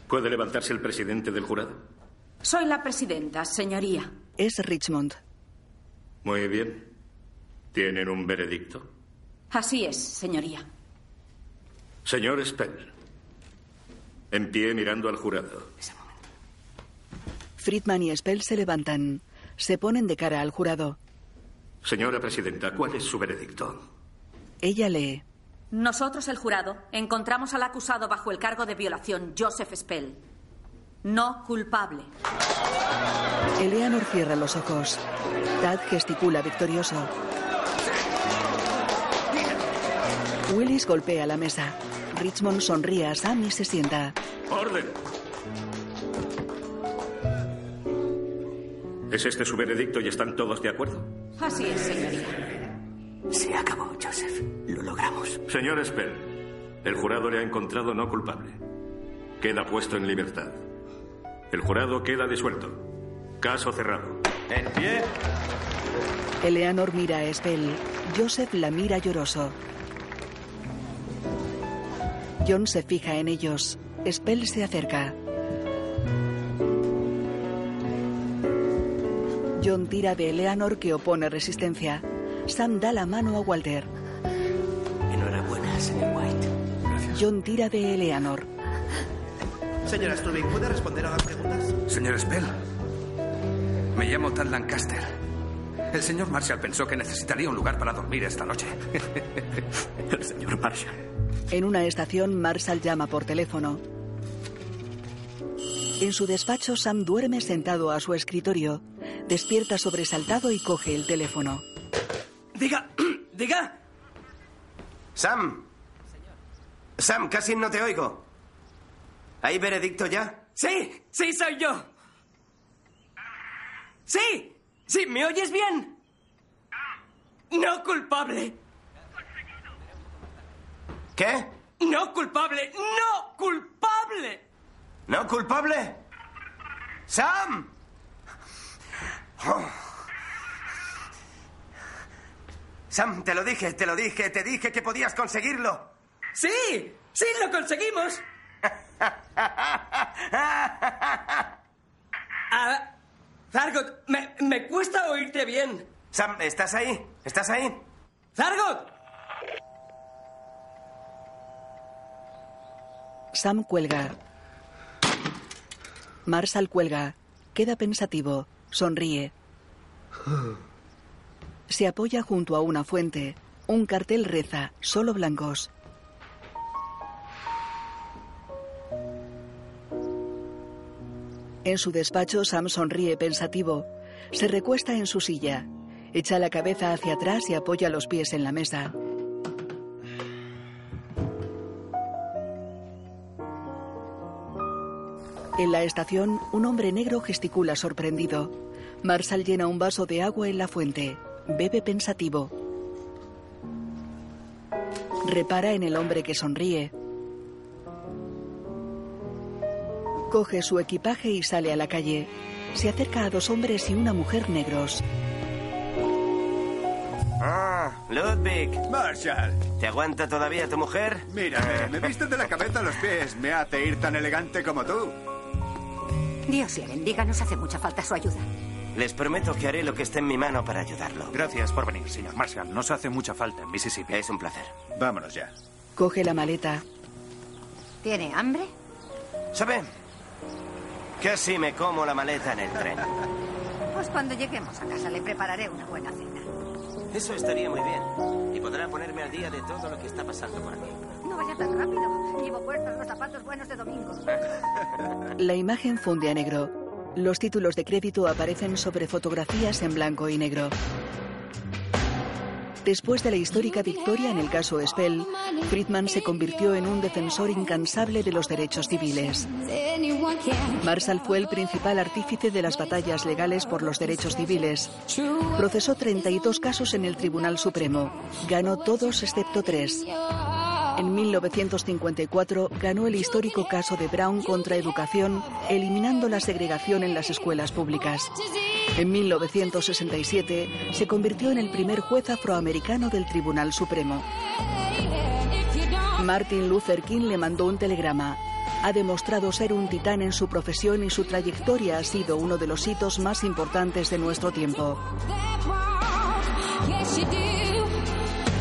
S16: ¿Puede levantarse el presidente del jurado?
S7: Soy la presidenta, señoría.
S1: Es Richmond.
S16: Muy bien. ¿Tienen un veredicto?
S7: Así es, señoría.
S16: Señor Spell. En pie mirando al jurado.
S1: Friedman y Spell se levantan. Se ponen de cara al jurado.
S16: Señora presidenta, ¿cuál es su veredicto?
S1: Ella lee.
S7: Nosotros, el jurado, encontramos al acusado bajo el cargo de violación, Joseph Spell. No culpable.
S1: Eleanor cierra los ojos. Tad gesticula victorioso. Willis golpea la mesa. Richmond sonríe a Sam y se sienta.
S16: ¡Orden! ¿Es este su veredicto y están todos de acuerdo?
S7: Así es, señoría.
S10: Se acabó, Joseph. Lo logramos.
S16: Señor Spell, El jurado le ha encontrado no culpable. Queda puesto en libertad. El jurado queda disuelto. Caso cerrado.
S1: En pie. Eleanor mira a Spell. Joseph la mira lloroso. John se fija en ellos. Spell se acerca. John tira de Eleanor que opone resistencia. Sam da la mano a Walter.
S10: Enhorabuena, señor White.
S1: John tira de Eleanor.
S13: Señora Strubing, ¿puede responder a las preguntas?
S14: Señor Spell, me llamo Tad Lancaster. El señor Marshall pensó que necesitaría un lugar para dormir esta
S9: [laughs]
S14: noche. El señor Marshall.
S1: En una estación, Marshall llama por teléfono. En su despacho, Sam duerme sentado a su escritorio. Despierta sobresaltado y coge el teléfono.
S10: Diga, [clears throat] diga.
S2: Sam. Sam, casi no te oigo. ¿Hay veredicto ya?
S10: Sí, sí, soy yo. Sí, sí, ¿me oyes bien? No culpable. [laughs]
S2: ¿Qué?
S10: No culpable. No culpable.
S2: ¿No culpable? ¡Sam! Oh. Sam, te lo dije, te lo dije, te dije que podías conseguirlo.
S10: Sí, sí, lo conseguimos. Ah, Zargot, me, me cuesta oírte bien.
S2: [laughs] Sam, ¿estás ahí? ¿Estás ahí?
S10: Zargot.
S1: Sam cuelga. Marshall cuelga. Queda pensativo. Sonríe. Se apoya junto a una fuente. Un cartel reza, solo blancos. En su despacho, Sam sonríe pensativo. Se recuesta en su silla. Echa la cabeza hacia atrás y apoya los pies en la mesa. En la estación, un hombre negro gesticula sorprendido. Marshall llena un vaso de agua en la fuente. Bebe pensativo. Repara en el hombre que sonríe. Coge su equipaje y sale a la calle. Se acerca a dos hombres y una mujer negros.
S2: Ah, Ludwig.
S13: Marshall.
S2: ¿Te aguanta todavía tu mujer?
S13: Mírame, me visten de la cabeza a los pies. Me hace ir tan elegante como tú.
S20: Dios le bendiga, nos hace mucha falta su ayuda.
S2: Les prometo que haré lo que esté en mi mano para ayudarlo.
S14: Gracias por venir, señor Marshall. Nos hace mucha falta en Mississippi.
S2: Es un placer.
S13: Vámonos ya.
S1: Coge la maleta.
S20: ¿Tiene hambre?
S2: ¿Sabe? Casi me como la maleta en el tren.
S20: Pues cuando lleguemos a casa le prepararé una buena cena.
S2: Eso estaría muy bien. Y podrá ponerme al día de todo lo que está pasando por aquí.
S20: No vaya tan rápido. Llevo puestos los zapatos buenos de domingo.
S1: La imagen funde a negro. Los títulos de crédito aparecen sobre fotografías en blanco y negro. Después de la histórica victoria en el caso Spell, Friedman se convirtió en un defensor incansable de los derechos civiles. Marshall fue el principal artífice de las batallas legales por los derechos civiles. Procesó 32 casos en el Tribunal Supremo. Ganó todos excepto tres. En 1954 ganó el histórico caso de Brown contra Educación, eliminando la segregación en las escuelas públicas. En 1967 se convirtió en el primer juez afroamericano del Tribunal Supremo. Martin Luther King le mandó un telegrama. Ha demostrado ser un titán en su profesión y su trayectoria ha sido uno de los hitos más importantes de nuestro tiempo.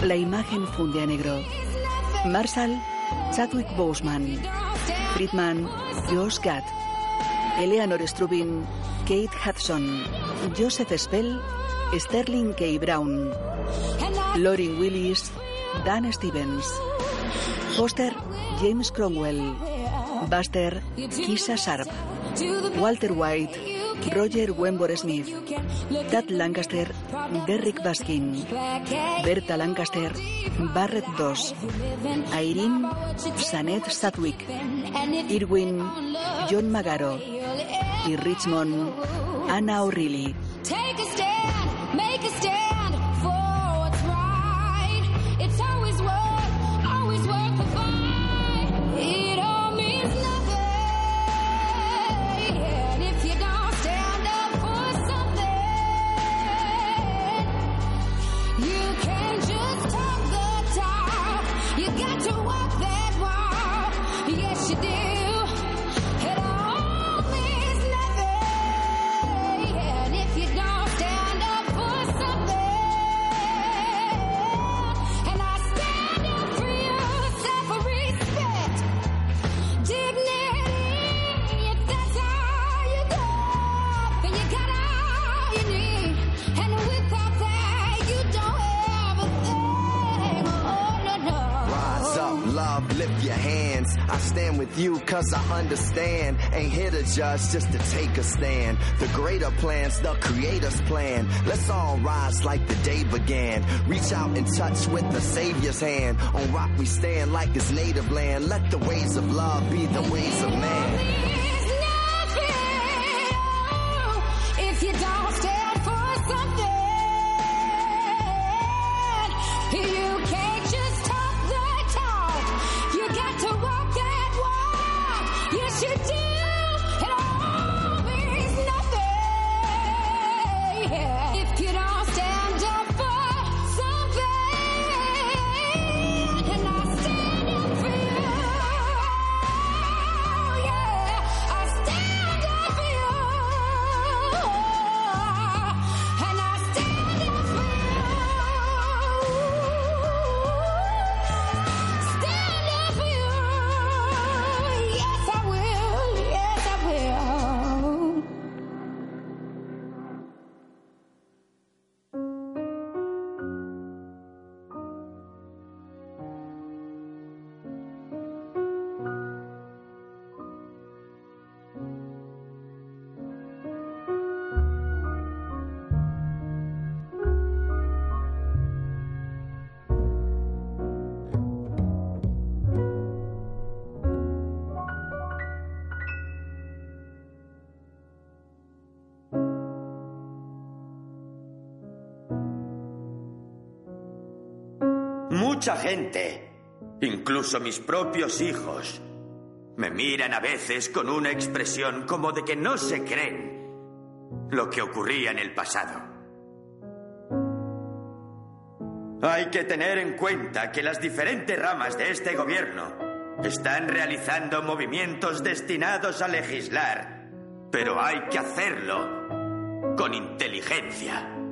S1: La imagen funde a negro. Marshall, Chadwick Boseman, Friedman, Josh Gad, Eleanor Strubin, Kate Hudson, Joseph Spell, Sterling K. Brown, Lori Willis, Dan Stevens, Foster, James Cromwell, Buster, Kisa Sharp, Walter White, Roger Wembor Smith, Tad Lancaster, Derrick Baskin, Berta Lancaster, Barrett Doss, Irene, Sanet Satwick, Irwin, John Magaro y Richmond, Anna O'Reilly.
S18: Oh,
S15: lift your hands. I stand with you cause I understand. Ain't here to judge, just to take a stand. The greater plans, the creator's plan. Let's all rise like the day began. Reach out and touch with the Savior's hand. On rock we stand like his native land. Let the ways of love be the ways of man.
S18: If you don't stand for something, you can't just talk the talk. You got to walk that walk. You should do it all means nothing. If you don't stand up for something, and I stand up for you. Yeah, I stand up for you. And I stand up for Stand up for you. Yes, I will. Yes, I will.
S3: Mucha gente, incluso mis propios hijos, me miran a veces con una expresión como de que no se creen lo que ocurría en el pasado. Hay que tener en cuenta que las diferentes ramas de este gobierno están realizando movimientos destinados a legislar, pero hay que hacerlo con inteligencia.